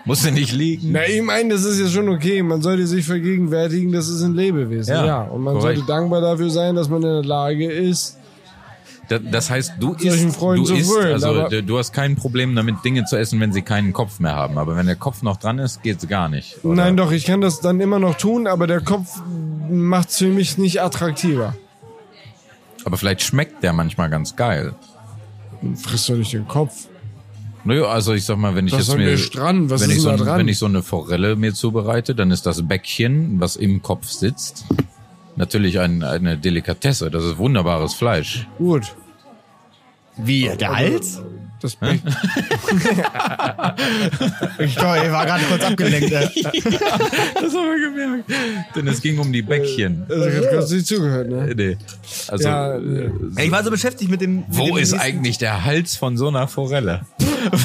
[SPEAKER 1] Muss er nicht liegen?
[SPEAKER 3] Na, ich meine, das ist ja schon okay. Man sollte sich vergegenwärtigen, das ist ein Lebewesen. Ja.
[SPEAKER 1] Ja,
[SPEAKER 3] Und man
[SPEAKER 1] korrekt.
[SPEAKER 3] sollte dankbar dafür sein, dass man in der Lage ist.
[SPEAKER 1] Da- Das heißt, du
[SPEAKER 3] Solchen
[SPEAKER 1] isst,
[SPEAKER 3] Freunden
[SPEAKER 1] du
[SPEAKER 3] zu
[SPEAKER 1] isst
[SPEAKER 3] frönen,
[SPEAKER 1] also
[SPEAKER 3] aber-
[SPEAKER 1] du, du hast kein Problem damit, Dinge zu essen, wenn sie keinen Kopf mehr haben. Aber wenn der Kopf noch dran ist, geht's gar nicht. oder?
[SPEAKER 3] Nein, doch, ich kann das dann immer noch tun, aber der Kopf macht's für mich nicht attraktiver.
[SPEAKER 1] Aber vielleicht schmeckt der manchmal ganz geil.
[SPEAKER 3] Frisst doch nicht den Kopf.
[SPEAKER 1] Naja, also ich sag mal, wenn ich
[SPEAKER 3] Was
[SPEAKER 1] jetzt
[SPEAKER 3] soll
[SPEAKER 1] mir
[SPEAKER 3] der Strand? Was
[SPEAKER 1] wenn
[SPEAKER 3] ist
[SPEAKER 1] ich so
[SPEAKER 3] denn da
[SPEAKER 1] ein-
[SPEAKER 3] dran?
[SPEAKER 1] wenn ich so eine Forelle mir zubereite, dann ist das Bäckchen, was im Kopf sitzt, natürlich ein, eine Delikatesse. Das ist wunderbares
[SPEAKER 3] *laughs*
[SPEAKER 1] Fleisch.
[SPEAKER 3] Gut.
[SPEAKER 2] Wie, der Hals?
[SPEAKER 3] Das Beck.
[SPEAKER 2] Ich glaub, ich war gerade kurz abgelenkt. äh. ey.
[SPEAKER 1] Das haben wir gemerkt. Denn es ging um die Bäckchen.
[SPEAKER 3] Also, ich hab grad nicht zugehört, ne?
[SPEAKER 1] Nee. Also,
[SPEAKER 3] Ja,
[SPEAKER 1] äh,
[SPEAKER 3] äh,
[SPEAKER 2] Ey, ich war so beschäftigt mit dem. mit
[SPEAKER 1] wo
[SPEAKER 2] dem
[SPEAKER 1] ist
[SPEAKER 2] nächsten-
[SPEAKER 1] eigentlich der Hals von so einer Forelle? Ah.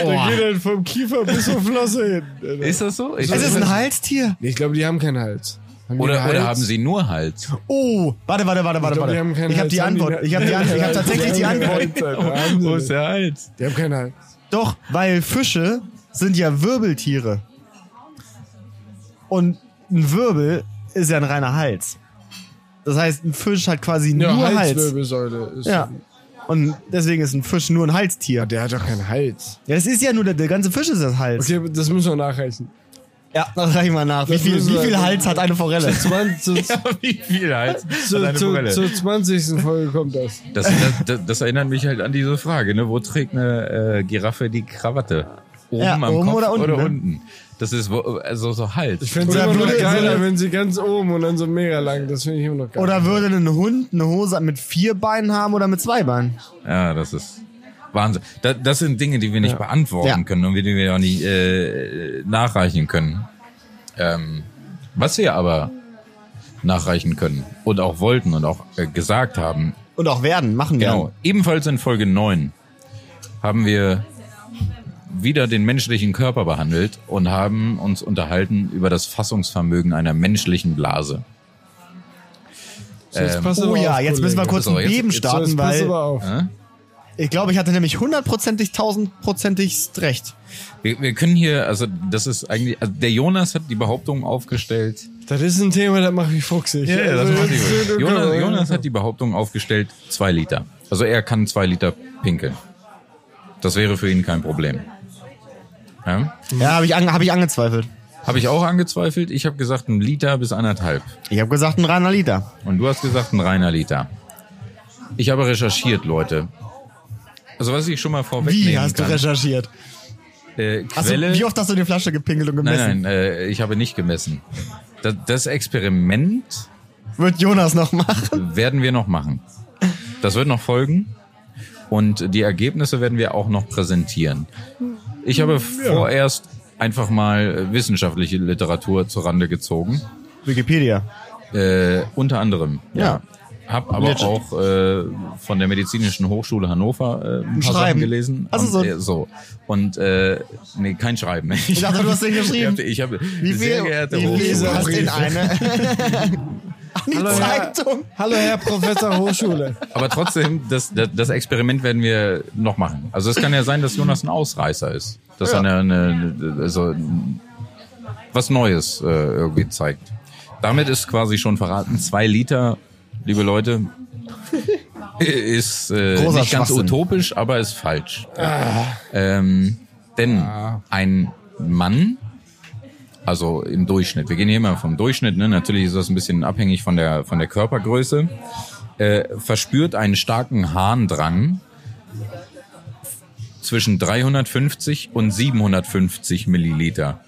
[SPEAKER 3] Da
[SPEAKER 1] Oh.
[SPEAKER 3] geht halt vom Kiefer bis zur Flosse hin. Alter.
[SPEAKER 1] Ist das so? Ich
[SPEAKER 2] Es ist ein Halstier.
[SPEAKER 3] Nee, Ich glaube, die haben keinen Hals. Haben die einen
[SPEAKER 1] oder,
[SPEAKER 3] Hals?
[SPEAKER 1] oder haben sie nur
[SPEAKER 2] *laughs*
[SPEAKER 1] Hals?
[SPEAKER 2] Oh, warte, warte, warte, warte,
[SPEAKER 3] Ich glaub,
[SPEAKER 2] warte.
[SPEAKER 3] die haben keinen
[SPEAKER 2] Ich habe
[SPEAKER 3] Hals.
[SPEAKER 2] die
[SPEAKER 3] Haben
[SPEAKER 2] Antwort. Ich habe die Antwort. Ich
[SPEAKER 3] *laughs*
[SPEAKER 2] habe tatsächlich die Antwort.
[SPEAKER 1] Wo
[SPEAKER 3] Antwort.
[SPEAKER 1] ist der Hals?
[SPEAKER 3] Die haben keinen Hals.
[SPEAKER 2] Doch, weil Fische sind ja Wirbeltiere. Und ein Wirbel ist ja ein reiner Hals. Das heißt, ein Fisch hat quasi
[SPEAKER 3] Ja,
[SPEAKER 2] nur Hals.
[SPEAKER 3] Halswirbelsäule ist.
[SPEAKER 2] Ja. Und deswegen ist ein Fisch nur ein Halstier.
[SPEAKER 3] Der hat doch keinen Hals.
[SPEAKER 2] Ja, das ist ja nur der, der ganze Fisch ist das Hals.
[SPEAKER 3] Okay, das müssen wir nachreichen.
[SPEAKER 2] Ja, das reichen wir nach. Wie
[SPEAKER 3] Das
[SPEAKER 2] viel,
[SPEAKER 3] müssen
[SPEAKER 2] wie
[SPEAKER 3] wir-
[SPEAKER 2] viel Hals hat eine Forelle?
[SPEAKER 3] 20, zu,
[SPEAKER 1] *laughs* Wie viel Hals?
[SPEAKER 2] *laughs*
[SPEAKER 1] hat
[SPEAKER 3] zu,
[SPEAKER 1] eine
[SPEAKER 3] zu,
[SPEAKER 1] Forelle?
[SPEAKER 3] zur 20. Folge kommt das.
[SPEAKER 1] Das, das, das, das erinnert mich halt an diese Frage, ne? Wo trägt eine äh, Giraffe die Krawatte? Oben
[SPEAKER 2] Ja,
[SPEAKER 1] am
[SPEAKER 2] oben
[SPEAKER 1] Kopf
[SPEAKER 2] oder unten, ne?
[SPEAKER 1] unten? Das ist wo, also so halt.
[SPEAKER 3] Ich fände es
[SPEAKER 2] Oder
[SPEAKER 3] immer noch
[SPEAKER 2] würde-
[SPEAKER 3] geiler,
[SPEAKER 2] würde-
[SPEAKER 3] wenn sie ganz oben und dann so mega lang. Das finde ich immer noch geil.
[SPEAKER 2] Oder würde ein Hund eine Hose mit vier Beinen haben oder mit zwei Beinen?
[SPEAKER 1] ja, das ist Wahnsinn. Das, das sind Dinge, die wir nicht beantworten
[SPEAKER 2] Ja.
[SPEAKER 1] können und die wir auch nicht äh, nachreichen können. Ähm, was wir aber nachreichen können und auch wollten und auch äh, gesagt haben,
[SPEAKER 2] Und auch werden, machen werden.
[SPEAKER 1] Genau. Ebenfalls in Folge 9 haben wir wieder den menschlichen Körper behandelt und haben uns unterhalten über das Fassungsvermögen einer menschlichen Blase.
[SPEAKER 3] So, jetzt pass
[SPEAKER 2] Oh
[SPEAKER 3] aber
[SPEAKER 2] ja,
[SPEAKER 3] auf,
[SPEAKER 2] jetzt müssen wir
[SPEAKER 3] Kollege.
[SPEAKER 2] kurz
[SPEAKER 1] So,
[SPEAKER 2] ein
[SPEAKER 1] jetzt-
[SPEAKER 2] Beben
[SPEAKER 1] jetzt
[SPEAKER 3] So,
[SPEAKER 2] starten,
[SPEAKER 3] jetzt pass
[SPEAKER 2] weil
[SPEAKER 3] aber auf.
[SPEAKER 2] ich glaube, ich hatte nämlich hundertprozentig, tausendprozentig recht.
[SPEAKER 1] Wir, wir können hier, also das ist eigentlich, also der Jonas hat die Behauptung aufgestellt.
[SPEAKER 3] Das ist ein Thema, das mache ich fuchsig.
[SPEAKER 1] Ja, das
[SPEAKER 3] Also,
[SPEAKER 1] macht die
[SPEAKER 3] jetzt-
[SPEAKER 1] gut. Jonas, Jonas hat die Behauptung aufgestellt, zwei Liter. Also er kann zwei Liter pinkeln. Das wäre für ihn kein Problem. Ja?
[SPEAKER 2] Ja, habe ich, ange hab ich angezweifelt.
[SPEAKER 1] Habe ich auch angezweifelt. Ich habe gesagt, ein Liter bis anderthalb.
[SPEAKER 2] Ich habe gesagt, ein reiner Liter.
[SPEAKER 1] Und du hast gesagt, ein reiner Liter. Ich habe recherchiert, Leute. Also was ich schon mal vorwegnehmen
[SPEAKER 2] Wie hast du
[SPEAKER 1] kann.
[SPEAKER 2] recherchiert?
[SPEAKER 1] äh,
[SPEAKER 2] Hast du,
[SPEAKER 1] Quelle,
[SPEAKER 2] wie oft hast du die Flasche gepinkelt und gemessen?
[SPEAKER 1] Nein, nein, äh, ich habe nicht gemessen. Das, das
[SPEAKER 2] *laughs*
[SPEAKER 1] Experiment
[SPEAKER 2] Wird Jonas noch machen?
[SPEAKER 1] werden wir noch machen. Das wird noch folgen. Und die Ergebnisse werden wir auch noch präsentieren. Ich habe vorerst einfach mal wissenschaftliche Literatur zurande gezogen.
[SPEAKER 2] *laughs* Wikipedia.
[SPEAKER 1] Äh, unter anderem, ja.
[SPEAKER 2] Ja.
[SPEAKER 1] Hab aber
[SPEAKER 2] Legend.
[SPEAKER 1] auch äh, von der Medizinischen Hochschule Hannover äh, ein paar Sachen
[SPEAKER 2] Schreiben.
[SPEAKER 1] gelesen.
[SPEAKER 2] Also
[SPEAKER 1] und,
[SPEAKER 2] so-
[SPEAKER 1] Äh, so. Und, äh, nee, kein Schreiben. *laughs* Ich
[SPEAKER 2] dachte, du hast den geschrieben.
[SPEAKER 1] Ich habe,
[SPEAKER 2] Wie
[SPEAKER 1] sehr
[SPEAKER 2] viel?
[SPEAKER 1] geehrte
[SPEAKER 2] Wie viel
[SPEAKER 1] Hochschule.
[SPEAKER 2] passt in eine? An die
[SPEAKER 3] Herr-
[SPEAKER 2] Zeitung.
[SPEAKER 3] Hallo, Herr Professor Hochschule.
[SPEAKER 1] Aber trotzdem, das, das, das Experiment werden wir noch machen. Also es kann ja sein, dass Jonas ein Ausreißer ist. Dass
[SPEAKER 2] Ja.
[SPEAKER 1] er eine, eine, also was Neues äh, irgendwie zeigt. Damit ist quasi schon verraten, zwei Liter, liebe Leute, *laughs* ist äh,
[SPEAKER 2] Großer
[SPEAKER 1] nicht ganz
[SPEAKER 2] Schwachsinn.
[SPEAKER 1] utopisch, aber ist falsch. Ähm, denn ein Mann also im Durchschnitt. Wir gehen hier immer vom Durchschnitt. Ne? Natürlich ist das ein bisschen abhängig von der, von der Körpergröße. Äh, verspürt einen starken Harndrang zwischen 350 und 750 Milliliter.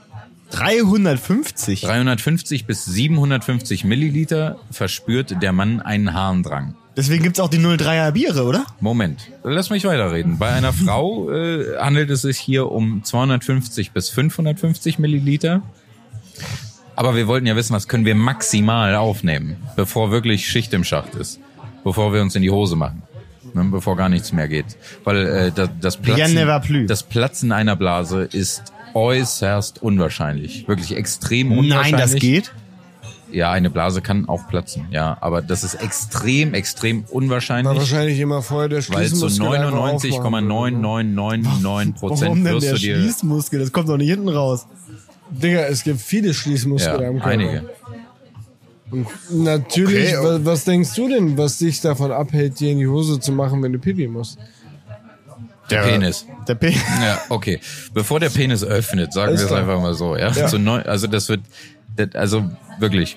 [SPEAKER 2] 350.
[SPEAKER 1] 350 bis 750 Milliliter verspürt der Mann einen Harndrang.
[SPEAKER 2] Deswegen gibt's auch die 03er Biere, oder?
[SPEAKER 1] Moment, lass mich weiterreden. Bei einer Frau äh, handelt es sich hier um 250 bis 550 Milliliter. Aber wir wollten ja wissen, was können wir maximal aufnehmen, bevor wirklich Schicht im Schacht ist. Bevor wir uns in die Hose machen. Ne, bevor gar nichts mehr geht. Weil äh, das, das, Platzen,
[SPEAKER 2] ne va plus.
[SPEAKER 1] das Platzen einer Blase ist äußerst unwahrscheinlich. Wirklich extrem unwahrscheinlich.
[SPEAKER 2] Nein, das geht.
[SPEAKER 1] Ja, eine Blase kann auch platzen. Ja, aber das ist extrem, extrem
[SPEAKER 3] War
[SPEAKER 1] unwahrscheinlich.
[SPEAKER 3] wahrscheinlich immer vorher der
[SPEAKER 1] Weil zu
[SPEAKER 3] Schlüsselmuskel einfach aufmachen würde,
[SPEAKER 1] 99,99999
[SPEAKER 2] Warum
[SPEAKER 1] Prozent
[SPEAKER 2] denn
[SPEAKER 1] wirst
[SPEAKER 2] der
[SPEAKER 1] du dir
[SPEAKER 2] Schließmuskel? Das kommt doch nicht hinten raus.
[SPEAKER 3] ne? Digga, es gibt viele
[SPEAKER 1] ja,
[SPEAKER 3] Schließmuskeln am Körper.
[SPEAKER 1] einige.
[SPEAKER 3] Natürlich,
[SPEAKER 2] Okay.
[SPEAKER 3] was, was denkst du denn, was dich davon abhält, dir in die Hose zu machen, wenn du Pipi musst?
[SPEAKER 1] Der Penis.
[SPEAKER 2] Der P.
[SPEAKER 1] Ja, okay. Bevor der Penis öffnet, sagen wir
[SPEAKER 3] Ist
[SPEAKER 1] es
[SPEAKER 3] doch-
[SPEAKER 1] einfach mal so. Ja, Zu neun, also das wird, das, also wirklich.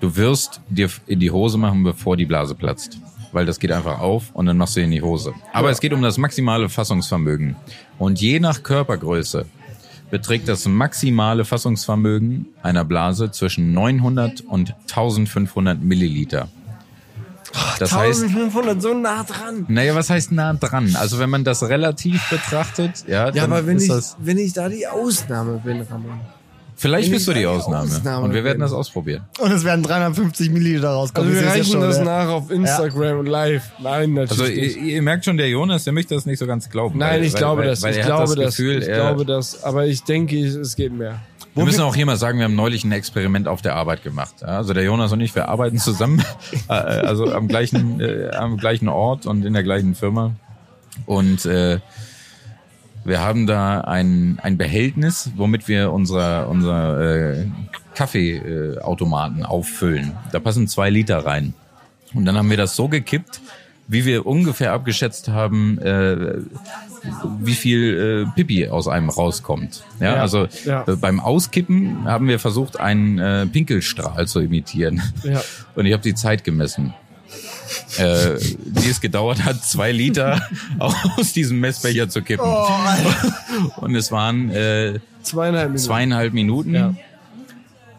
[SPEAKER 1] Du wirst dir in die Hose machen, bevor die Blase platzt. Weil das geht einfach auf und dann machst du in die Hose. Aber es geht um das maximale Fassungsvermögen. Und je nach Körpergröße beträgt das maximale Fassungsvermögen einer Blase zwischen 900 und 1500 Milliliter. Das heißt,
[SPEAKER 3] 1500, so nah dran.
[SPEAKER 1] naja, was heißt nah dran? Also wenn man das relativ betrachtet, ja,
[SPEAKER 3] Ja,
[SPEAKER 1] dann
[SPEAKER 3] aber wenn
[SPEAKER 1] ist
[SPEAKER 3] ich,
[SPEAKER 1] das...
[SPEAKER 3] wenn ich da die Ausnahme bin, Ramon.
[SPEAKER 1] Vielleicht
[SPEAKER 3] wenn
[SPEAKER 1] bist
[SPEAKER 3] ich
[SPEAKER 1] du die
[SPEAKER 3] eine
[SPEAKER 1] Ausnahme.
[SPEAKER 3] Ausnahme
[SPEAKER 1] Und wir werden
[SPEAKER 3] bin.
[SPEAKER 1] das ausprobieren.
[SPEAKER 2] *laughs* Und es werden 350 Milliliter rauskommen.
[SPEAKER 3] Also wir
[SPEAKER 2] sehe es jetzt schon,
[SPEAKER 3] reichen das
[SPEAKER 2] äh,
[SPEAKER 3] nach auf Instagram und live. Nein, natürlich
[SPEAKER 1] Also ihr,
[SPEAKER 3] nicht.
[SPEAKER 1] ihr merkt schon, der Jonas, der möchte das nicht so ganz glauben.
[SPEAKER 3] Nein,
[SPEAKER 1] weil-
[SPEAKER 3] ich
[SPEAKER 1] weil-
[SPEAKER 3] glaube
[SPEAKER 1] weil,
[SPEAKER 3] das.
[SPEAKER 1] Weil
[SPEAKER 3] Ich
[SPEAKER 1] er hat
[SPEAKER 3] glaube
[SPEAKER 1] das
[SPEAKER 3] das.
[SPEAKER 1] Gefühl,
[SPEAKER 3] Ich
[SPEAKER 1] er,
[SPEAKER 3] glaube das. Aber ich denke, ich- es geht mehr.
[SPEAKER 1] wir müssen auch hier mal sagen, wir haben neulich ein Experiment auf der Arbeit gemacht. Ja, Also der Jonas und ich, wir arbeiten zusammen, *laughs* äh, also am gleichen, äh, am gleichen Ort und in der gleichen Firma. Und äh, wir haben da ein, ein Behältnis, womit wir unser, unser äh, Kaffeeautomaten auffüllen. Da passen zwei Liter rein. Und dann haben wir das so gekippt, wie wir ungefähr abgeschätzt haben, äh, wie viel äh, Pipi aus einem rauskommt. Ja,
[SPEAKER 3] Ja,
[SPEAKER 1] also
[SPEAKER 3] ja.
[SPEAKER 1] äh, beim Auskippen haben wir versucht, einen äh, Pinkelstrahl zu imitieren.
[SPEAKER 3] Ja.
[SPEAKER 1] Und ich habe die Zeit gemessen. Äh, die es gedauert hat, zwei Liter aus diesem Messbecher zu kippen.
[SPEAKER 3] Oh.
[SPEAKER 1] Und es waren äh,
[SPEAKER 3] Zweieinhalb Minuten.
[SPEAKER 1] zweieinhalb Minuten.
[SPEAKER 3] Ja.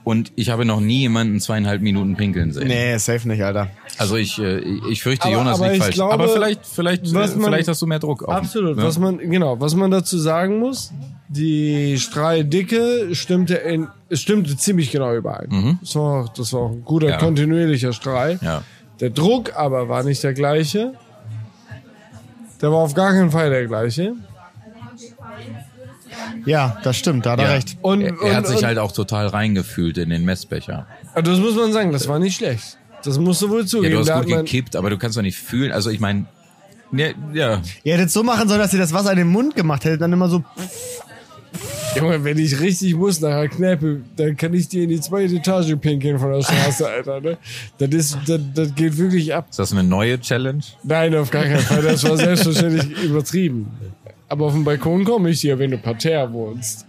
[SPEAKER 1] Und ich habe noch nie jemanden zweieinhalb Minuten pinkeln sehen.
[SPEAKER 2] Nee, safe nicht, Alter.
[SPEAKER 1] Also ich, äh, ich fürchte
[SPEAKER 3] Aber-
[SPEAKER 1] Jonas
[SPEAKER 3] aber
[SPEAKER 1] liegt
[SPEAKER 3] ich
[SPEAKER 1] falsch.
[SPEAKER 3] glaube,
[SPEAKER 1] aber vielleicht, vielleicht, äh,
[SPEAKER 3] was man-
[SPEAKER 1] vielleicht hast du mehr Druck. Auf,
[SPEAKER 3] Absolut.
[SPEAKER 1] ne?
[SPEAKER 3] Was man, genau, was man dazu sagen muss, die Strahldicke stimmte, in, es stimmte ziemlich genau überein. Das, war, auch- das war auch ein guter,
[SPEAKER 1] Mhm. Ja.
[SPEAKER 3] kontinuierlicher Strahl.
[SPEAKER 1] ja.
[SPEAKER 3] Der Druck aber war nicht der gleiche. Der war auf gar keinen Fall der gleiche.
[SPEAKER 2] Ja, das stimmt, da hat
[SPEAKER 1] Ja.
[SPEAKER 2] er recht.
[SPEAKER 3] Und,
[SPEAKER 1] er, er hat
[SPEAKER 3] und,
[SPEAKER 1] sich
[SPEAKER 3] und,
[SPEAKER 1] halt auch total reingefühlt in den Messbecher.
[SPEAKER 3] Aber das muss man sagen, das war nicht schlecht. Das musst du wohl
[SPEAKER 1] Ja,
[SPEAKER 3] zugeben.
[SPEAKER 1] du hast
[SPEAKER 3] Da
[SPEAKER 1] gut
[SPEAKER 3] hat man-
[SPEAKER 1] gekippt, aber du kannst doch nicht fühlen. Also ich meine, ja, ja,
[SPEAKER 2] Ihr hättet so machen sollen, dass ihr das Wasser in den Mund gemacht hättet, dann immer so.
[SPEAKER 3] Junge, wenn ich richtig muss nach einer Kneipe, dann kann ich dir in die zweite Etage pinkeln von
[SPEAKER 1] *laughs*
[SPEAKER 3] der Straße, Alter. Ne? Das, ist, das, das geht wirklich ab.
[SPEAKER 1] ist das eine neue Challenge?
[SPEAKER 3] Nein, auf gar keinen Fall. Das war
[SPEAKER 1] *laughs*
[SPEAKER 3] selbstverständlich übertrieben. Aber auf dem Balkon komme ich dir, wenn du parterre wohnst.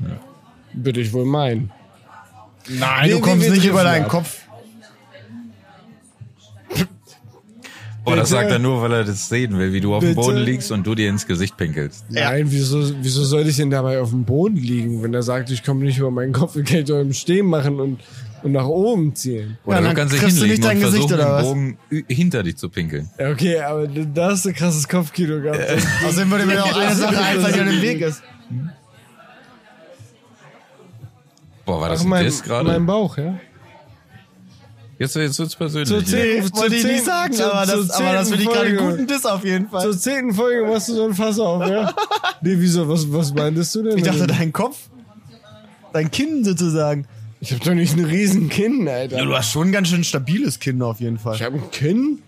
[SPEAKER 3] Würde ich wohl meinen.
[SPEAKER 2] Nein,
[SPEAKER 3] wir-
[SPEAKER 2] du kommst
[SPEAKER 3] wir
[SPEAKER 2] nicht über
[SPEAKER 3] driften
[SPEAKER 2] deinen
[SPEAKER 3] ab.
[SPEAKER 2] Kopf.
[SPEAKER 1] Oh, das
[SPEAKER 3] Bitte?
[SPEAKER 1] sagt er nur, weil er das sehen will, wie du auf dem
[SPEAKER 3] Bitte?
[SPEAKER 1] Boden liegst und du dir ins Gesicht pinkelst.
[SPEAKER 2] Ja.
[SPEAKER 3] Nein, wieso, wieso sollte ich denn dabei auf dem Boden liegen, wenn er sagt, ich komme nicht über meinen Kopf, ich kann ich doch im Stehen machen und, und nach oben ziehen?
[SPEAKER 1] Oder
[SPEAKER 2] dann
[SPEAKER 1] du kannst dich
[SPEAKER 2] kriegst du
[SPEAKER 1] hinlegen und
[SPEAKER 2] nicht dein Gesicht,
[SPEAKER 1] versuchen,
[SPEAKER 2] oder
[SPEAKER 1] den
[SPEAKER 2] was?
[SPEAKER 1] Bogen ü- hinter dich zu pinkeln.
[SPEAKER 3] Ja, Okay, aber da hast du krasses Kopfkino gehabt. Also,
[SPEAKER 2] Außerdem würde mir auch eine Sache einfallen, die an dem Weg
[SPEAKER 3] *laughs*
[SPEAKER 2] ist.
[SPEAKER 1] Boah, war das
[SPEAKER 3] Ach,
[SPEAKER 1] ein
[SPEAKER 3] mein,
[SPEAKER 1] Diss
[SPEAKER 3] mein
[SPEAKER 1] Also, gerade?
[SPEAKER 3] Bauch, ja?
[SPEAKER 1] Jetzt, jetzt wird's persönlich.
[SPEAKER 3] Zur
[SPEAKER 1] hier.
[SPEAKER 3] Zeh- zur
[SPEAKER 2] Wollte ich nicht
[SPEAKER 3] zehnten-
[SPEAKER 2] sagen,
[SPEAKER 3] zur-
[SPEAKER 2] aber das,
[SPEAKER 3] zur
[SPEAKER 2] aber das finde ich
[SPEAKER 3] zehnten
[SPEAKER 2] gerade einen
[SPEAKER 3] Folge.
[SPEAKER 2] guten Diss auf jeden Fall.
[SPEAKER 3] Zur zehnten Folge machst du so ein Fass auf,
[SPEAKER 1] *laughs*
[SPEAKER 3] ja? Nee, wieso? Was, was meintest du denn?
[SPEAKER 2] Ich dachte, dein Kopf. Dein Kinn sozusagen.
[SPEAKER 3] ich hab doch nicht ein riesen Kinn, Alter.
[SPEAKER 2] hast schon ein ganz schön stabiles Kinn auf jeden Fall.
[SPEAKER 3] Ich hab ein Kinn?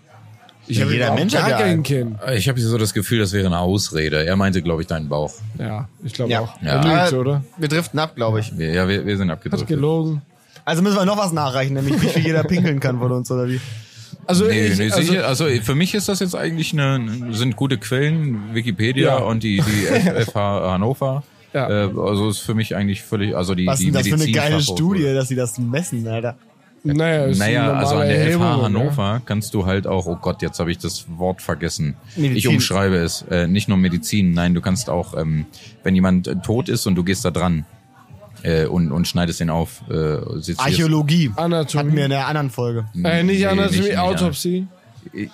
[SPEAKER 3] Ich hab
[SPEAKER 2] jeder
[SPEAKER 3] überhaupt
[SPEAKER 2] Mensch
[SPEAKER 3] gar
[SPEAKER 2] hat ja
[SPEAKER 3] kein
[SPEAKER 2] einen.
[SPEAKER 3] Kinn.
[SPEAKER 1] Ich habe hier so das Gefühl, das wäre eine Ausrede. Er meinte, glaube ich, deinen Bauch.
[SPEAKER 3] Ja, ich glaube
[SPEAKER 2] Ja.
[SPEAKER 3] auch.
[SPEAKER 1] Ja. Ah.
[SPEAKER 3] Er lügt, oder?
[SPEAKER 2] Wir driften ab, glaube ich.
[SPEAKER 1] Wir, ja, wir, wir sind
[SPEAKER 3] Hat
[SPEAKER 1] abgedrückt.
[SPEAKER 3] gelogen.
[SPEAKER 2] Also müssen wir noch was nachreichen, nämlich wie
[SPEAKER 1] *laughs*
[SPEAKER 2] viel jeder pinkeln kann von uns oder wie.
[SPEAKER 3] Also,
[SPEAKER 1] Nee,
[SPEAKER 3] ich,
[SPEAKER 1] nee,
[SPEAKER 3] also
[SPEAKER 1] sicher. Also für mich ist das jetzt eigentlich eine, ne, sind gute Quellen, Wikipedia
[SPEAKER 3] Ja.
[SPEAKER 1] und die, die FH Hannover.
[SPEAKER 3] Ja.
[SPEAKER 1] Äh, also ist für mich eigentlich völlig, also die,
[SPEAKER 2] Was
[SPEAKER 1] die
[SPEAKER 2] ist denn das für eine
[SPEAKER 1] Medizin-
[SPEAKER 2] geile
[SPEAKER 1] Fachhochschule.
[SPEAKER 2] Studie, dass sie das messen, Alter?
[SPEAKER 3] naja, ist
[SPEAKER 1] Naja,
[SPEAKER 3] eine
[SPEAKER 1] also an
[SPEAKER 3] normale
[SPEAKER 1] der
[SPEAKER 3] Erhebung,
[SPEAKER 1] FH
[SPEAKER 3] ne?
[SPEAKER 1] Hannover kannst du halt auch, oh Gott, jetzt habe ich das Wort vergessen. Ich
[SPEAKER 2] Medizin.
[SPEAKER 1] umschreibe es. Äh, nicht nur Medizin, nein, du kannst auch, ähm, wenn jemand äh, tot ist und du gehst da dran äh, und, und schneidest ihn auf. Äh, sezierst-
[SPEAKER 2] Archäologie.
[SPEAKER 3] Anatomie.
[SPEAKER 2] Hatten wir in der anderen Folge.
[SPEAKER 1] Mhm.
[SPEAKER 3] Äh, nicht
[SPEAKER 1] Nee,
[SPEAKER 3] Anatomie,
[SPEAKER 1] nicht- nicht
[SPEAKER 3] Autopsie.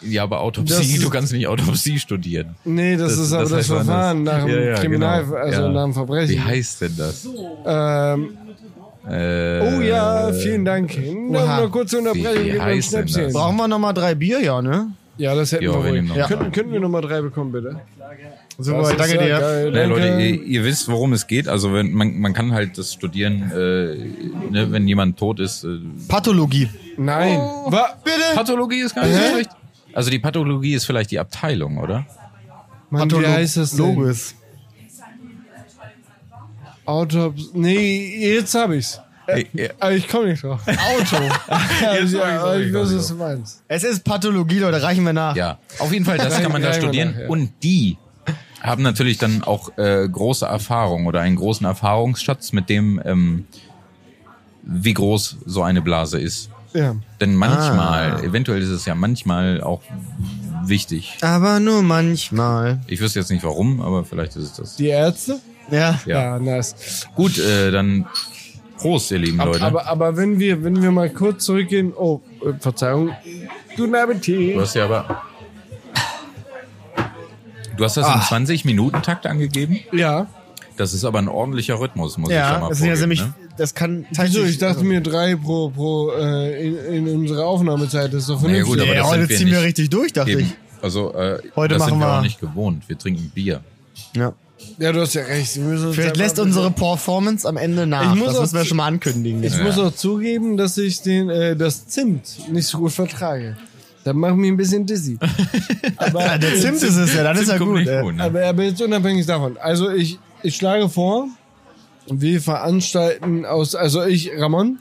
[SPEAKER 1] Ja, aber
[SPEAKER 3] Das
[SPEAKER 1] Autopsie,
[SPEAKER 3] ist-
[SPEAKER 1] du kannst nicht Autopsie studieren.
[SPEAKER 3] Nee, das, ist aber das,
[SPEAKER 1] heißt anders.
[SPEAKER 3] Verfahren nach dem
[SPEAKER 1] Ja, ja,
[SPEAKER 3] Kriminal,
[SPEAKER 1] genau.
[SPEAKER 3] also
[SPEAKER 1] Ja.
[SPEAKER 3] nach dem Verbrechen.
[SPEAKER 1] Wie heißt denn das?
[SPEAKER 3] ähm,
[SPEAKER 1] Äh,
[SPEAKER 3] oh ja, vielen Dank.
[SPEAKER 2] Oha.
[SPEAKER 3] Noch eine kurze Unterbrechung.
[SPEAKER 1] Wie- wie
[SPEAKER 3] gib mir einen
[SPEAKER 1] heißt
[SPEAKER 3] Schnaps
[SPEAKER 1] denn das?
[SPEAKER 3] hin.
[SPEAKER 2] Brauchen wir nochmal drei Bier, ja, ne?
[SPEAKER 3] Ja, das hätten
[SPEAKER 1] Ja, wir
[SPEAKER 3] wir
[SPEAKER 1] nehmen
[SPEAKER 3] ruhig.
[SPEAKER 1] noch
[SPEAKER 3] Ja.
[SPEAKER 1] drei.
[SPEAKER 3] Könnten, könnten wir Nummer drei bekommen, bitte?
[SPEAKER 2] Super,
[SPEAKER 3] Das ist
[SPEAKER 2] danke
[SPEAKER 3] ja
[SPEAKER 2] dir.
[SPEAKER 3] Geil,
[SPEAKER 1] Ne,
[SPEAKER 3] danke.
[SPEAKER 1] Leute, ihr, ihr wisst, worum es geht. Also wenn man, man kann halt das studieren, äh, ne, wenn jemand tot ist. Äh,
[SPEAKER 2] Pathologie.
[SPEAKER 3] Nein. Wa
[SPEAKER 2] Bitte?
[SPEAKER 1] Pathologie ist gar nicht so schlecht. Also die Pathologie ist vielleicht die Abteilung, oder?
[SPEAKER 3] Mann, wie heißt das denn?
[SPEAKER 2] Logis.
[SPEAKER 3] Autops. Nee, jetzt hab ich's. Äh,
[SPEAKER 1] Äh, *laughs* ja.
[SPEAKER 3] Aber ich komme nicht drauf. Auto.
[SPEAKER 1] Jetzt hab ich's auch
[SPEAKER 3] *laughs* ja, ich
[SPEAKER 1] nicht
[SPEAKER 3] weiß,
[SPEAKER 1] drauf.
[SPEAKER 3] was du meinst.
[SPEAKER 2] Es ist Pathologie, Leute, reichen wir nach.
[SPEAKER 1] Ja, auf jeden Fall, das kann man da
[SPEAKER 3] Gleich mal
[SPEAKER 1] studieren.
[SPEAKER 3] nach, ja.
[SPEAKER 1] Und die haben natürlich dann auch äh, große Erfahrung oder einen großen Erfahrungsschatz mit dem, ähm, wie groß so eine Blase ist.
[SPEAKER 3] Ja.
[SPEAKER 1] Denn manchmal,
[SPEAKER 3] Ah.
[SPEAKER 1] eventuell ist es ja manchmal auch wichtig.
[SPEAKER 2] Aber nur manchmal.
[SPEAKER 1] Ich wüsste jetzt nicht warum, aber vielleicht ist es das.
[SPEAKER 3] Die Ärzte? Ah,
[SPEAKER 2] Ja.
[SPEAKER 1] Ja.
[SPEAKER 3] nice.
[SPEAKER 1] Gut, äh, dann Prost, ihr lieben Leute.
[SPEAKER 3] Aber, aber wenn, wir, wenn wir mal kurz zurückgehen. Oh, äh, Verzeihung. Guten Appetit.
[SPEAKER 1] du hast ja aber. Du hast das
[SPEAKER 2] Ah.
[SPEAKER 1] in 20-Minuten-Takt angegeben.
[SPEAKER 3] Ja.
[SPEAKER 1] Das ist aber ein ordentlicher Rhythmus, muss ich schon
[SPEAKER 2] Ja,
[SPEAKER 1] mal
[SPEAKER 2] das sind ja
[SPEAKER 1] vorgeben,
[SPEAKER 2] nämlich,
[SPEAKER 1] ne?
[SPEAKER 2] das kann
[SPEAKER 3] Wieso? Also, Ich dachte mir drei pro, pro äh, in, in unserer Aufnahmezeit. Das ist doch
[SPEAKER 1] ja,
[SPEAKER 3] vernünftig.
[SPEAKER 1] gut, aber
[SPEAKER 2] ja,
[SPEAKER 1] das
[SPEAKER 2] heute
[SPEAKER 1] sind wir
[SPEAKER 2] ziehen wir
[SPEAKER 1] nicht.
[SPEAKER 2] richtig durch, dachte
[SPEAKER 1] Eben.
[SPEAKER 2] ich.
[SPEAKER 1] Also, äh,
[SPEAKER 2] Heute
[SPEAKER 1] das sind
[SPEAKER 2] machen
[SPEAKER 1] wir auch
[SPEAKER 2] wir-
[SPEAKER 1] nicht gewohnt. Wir trinken Bier.
[SPEAKER 2] Ja.
[SPEAKER 3] ja, du hast ja recht. Wir müssen uns
[SPEAKER 2] Vielleicht
[SPEAKER 3] einfach-
[SPEAKER 2] lässt unsere Performance am Ende nach.
[SPEAKER 3] Ich muss
[SPEAKER 2] das
[SPEAKER 3] auch
[SPEAKER 2] müssen wir
[SPEAKER 3] zu-
[SPEAKER 2] schon mal ankündigen.
[SPEAKER 3] Ich muss auch zugeben, dass ich den, äh, das Zimt nicht so gut vertrage. Das macht mich ein bisschen
[SPEAKER 2] *laughs*
[SPEAKER 3] dizzy.
[SPEAKER 2] Ja, der
[SPEAKER 3] *laughs*
[SPEAKER 2] Zimt ist es ja, dann ist
[SPEAKER 1] Zimt
[SPEAKER 2] er
[SPEAKER 1] kommt
[SPEAKER 2] gut.
[SPEAKER 1] nicht
[SPEAKER 2] äh.
[SPEAKER 1] gut, ne?
[SPEAKER 3] Aber, aber jetzt unabhängig davon. Also ich, ich schlage vor, wir veranstalten aus, also ich, Ramon,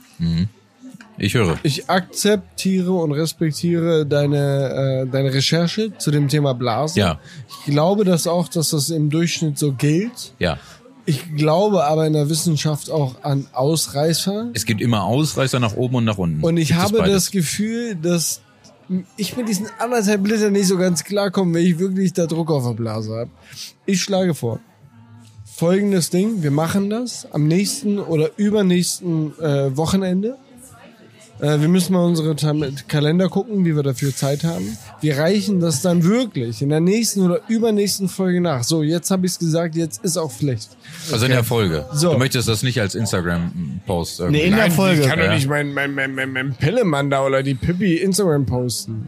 [SPEAKER 1] Ich höre.
[SPEAKER 3] ich akzeptiere und respektiere deine, äh, deine Recherche zu dem Thema Blasen.
[SPEAKER 1] Ja.
[SPEAKER 3] Ich glaube das auch, dass das im Durchschnitt so gilt.
[SPEAKER 1] Ja.
[SPEAKER 3] Ich glaube aber in der Wissenschaft auch an Ausreißer.
[SPEAKER 1] Es gibt immer Ausreißer nach oben und nach unten.
[SPEAKER 3] Und ich
[SPEAKER 1] Gibt es
[SPEAKER 3] habe
[SPEAKER 1] beides.
[SPEAKER 3] das Gefühl, dass ich mit diesen anderthalb Litern nicht so ganz klarkomme, wenn ich wirklich da Druck auf der Blase habe. Ich schlage vor. Folgendes Ding, wir machen das am nächsten oder übernächsten äh, Wochenende. Äh, wir müssen mal unsere Tam- Kalender gucken, wie wir dafür Zeit haben. Wir reichen das dann wirklich in der nächsten oder übernächsten Folge nach. So, jetzt habe ich es gesagt, jetzt ist auch Pflicht.
[SPEAKER 1] Also in der Folge.
[SPEAKER 3] So.
[SPEAKER 1] Du möchtest das nicht als Instagram-Post irgendwie.
[SPEAKER 2] Nee, in der
[SPEAKER 1] Nein.
[SPEAKER 2] Folge.
[SPEAKER 3] Ich kann
[SPEAKER 1] Ja.
[SPEAKER 3] doch nicht meinen mein, mein, mein, mein Pillemann da oder die Pippi Instagram posten.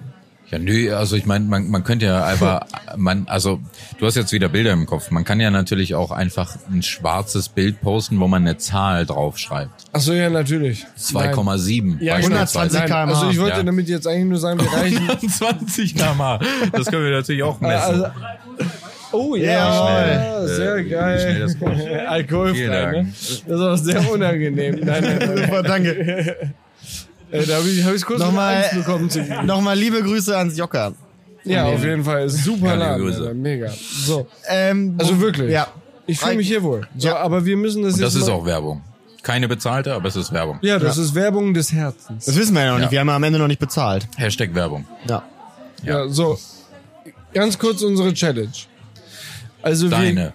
[SPEAKER 1] Ja, nö, also ich meine, man, man könnte ja einfach, man, also du hast jetzt wieder Bilder im Kopf. Man kann ja natürlich auch einfach ein schwarzes Bild posten, wo man eine Zahl draufschreibt.
[SPEAKER 3] Ach so, ja, natürlich.
[SPEAKER 1] 2,7. beispielsweise. *laughs*
[SPEAKER 3] Ja,
[SPEAKER 2] 120
[SPEAKER 3] Nein,
[SPEAKER 2] km/h.
[SPEAKER 3] also ich wollte
[SPEAKER 1] Ja.
[SPEAKER 3] damit jetzt eigentlich nur sagen, wir
[SPEAKER 1] *laughs*
[SPEAKER 3] reichen.
[SPEAKER 1] 120 km/h. Das können wir natürlich auch messen.
[SPEAKER 3] also, oh ja,
[SPEAKER 2] Ja,
[SPEAKER 3] sehr
[SPEAKER 1] Äh, wie schnell
[SPEAKER 3] geil.
[SPEAKER 1] das kommt.
[SPEAKER 3] Alkoholfrei,
[SPEAKER 1] Vielen
[SPEAKER 3] ne?
[SPEAKER 1] Dank.
[SPEAKER 3] Das ist auch sehr unangenehm. Nein, nein, nein.
[SPEAKER 2] Super, danke.
[SPEAKER 3] *laughs* Äh, da habe ich, hab ich kurz
[SPEAKER 2] Nochmal-
[SPEAKER 3] Angst bekommen zu gehen.
[SPEAKER 2] Nochmal liebe Grüße ans Jocker.
[SPEAKER 3] Ja, auf jeden Fall. Super
[SPEAKER 1] Ja, liebe
[SPEAKER 3] Laden,
[SPEAKER 1] Grüße.
[SPEAKER 3] Alter. Mega. So,
[SPEAKER 2] Ähm,
[SPEAKER 3] also wirklich.
[SPEAKER 2] Ja.
[SPEAKER 3] Ich fühle mich hier wohl. So,
[SPEAKER 2] Ja.
[SPEAKER 3] Aber wir müssen das
[SPEAKER 1] Und
[SPEAKER 3] jetzt.
[SPEAKER 1] das ist
[SPEAKER 3] mal-
[SPEAKER 1] auch Werbung. Keine bezahlte, aber es ist Werbung.
[SPEAKER 3] Ja, das ist Werbung des Herzens.
[SPEAKER 2] Das wissen wir ja noch nicht. Wir haben ja am Ende noch nicht bezahlt.
[SPEAKER 1] Hashtag Werbung.
[SPEAKER 2] Ja.
[SPEAKER 3] Ja, so. Ganz kurz unsere Challenge. Also wir,
[SPEAKER 1] Deine.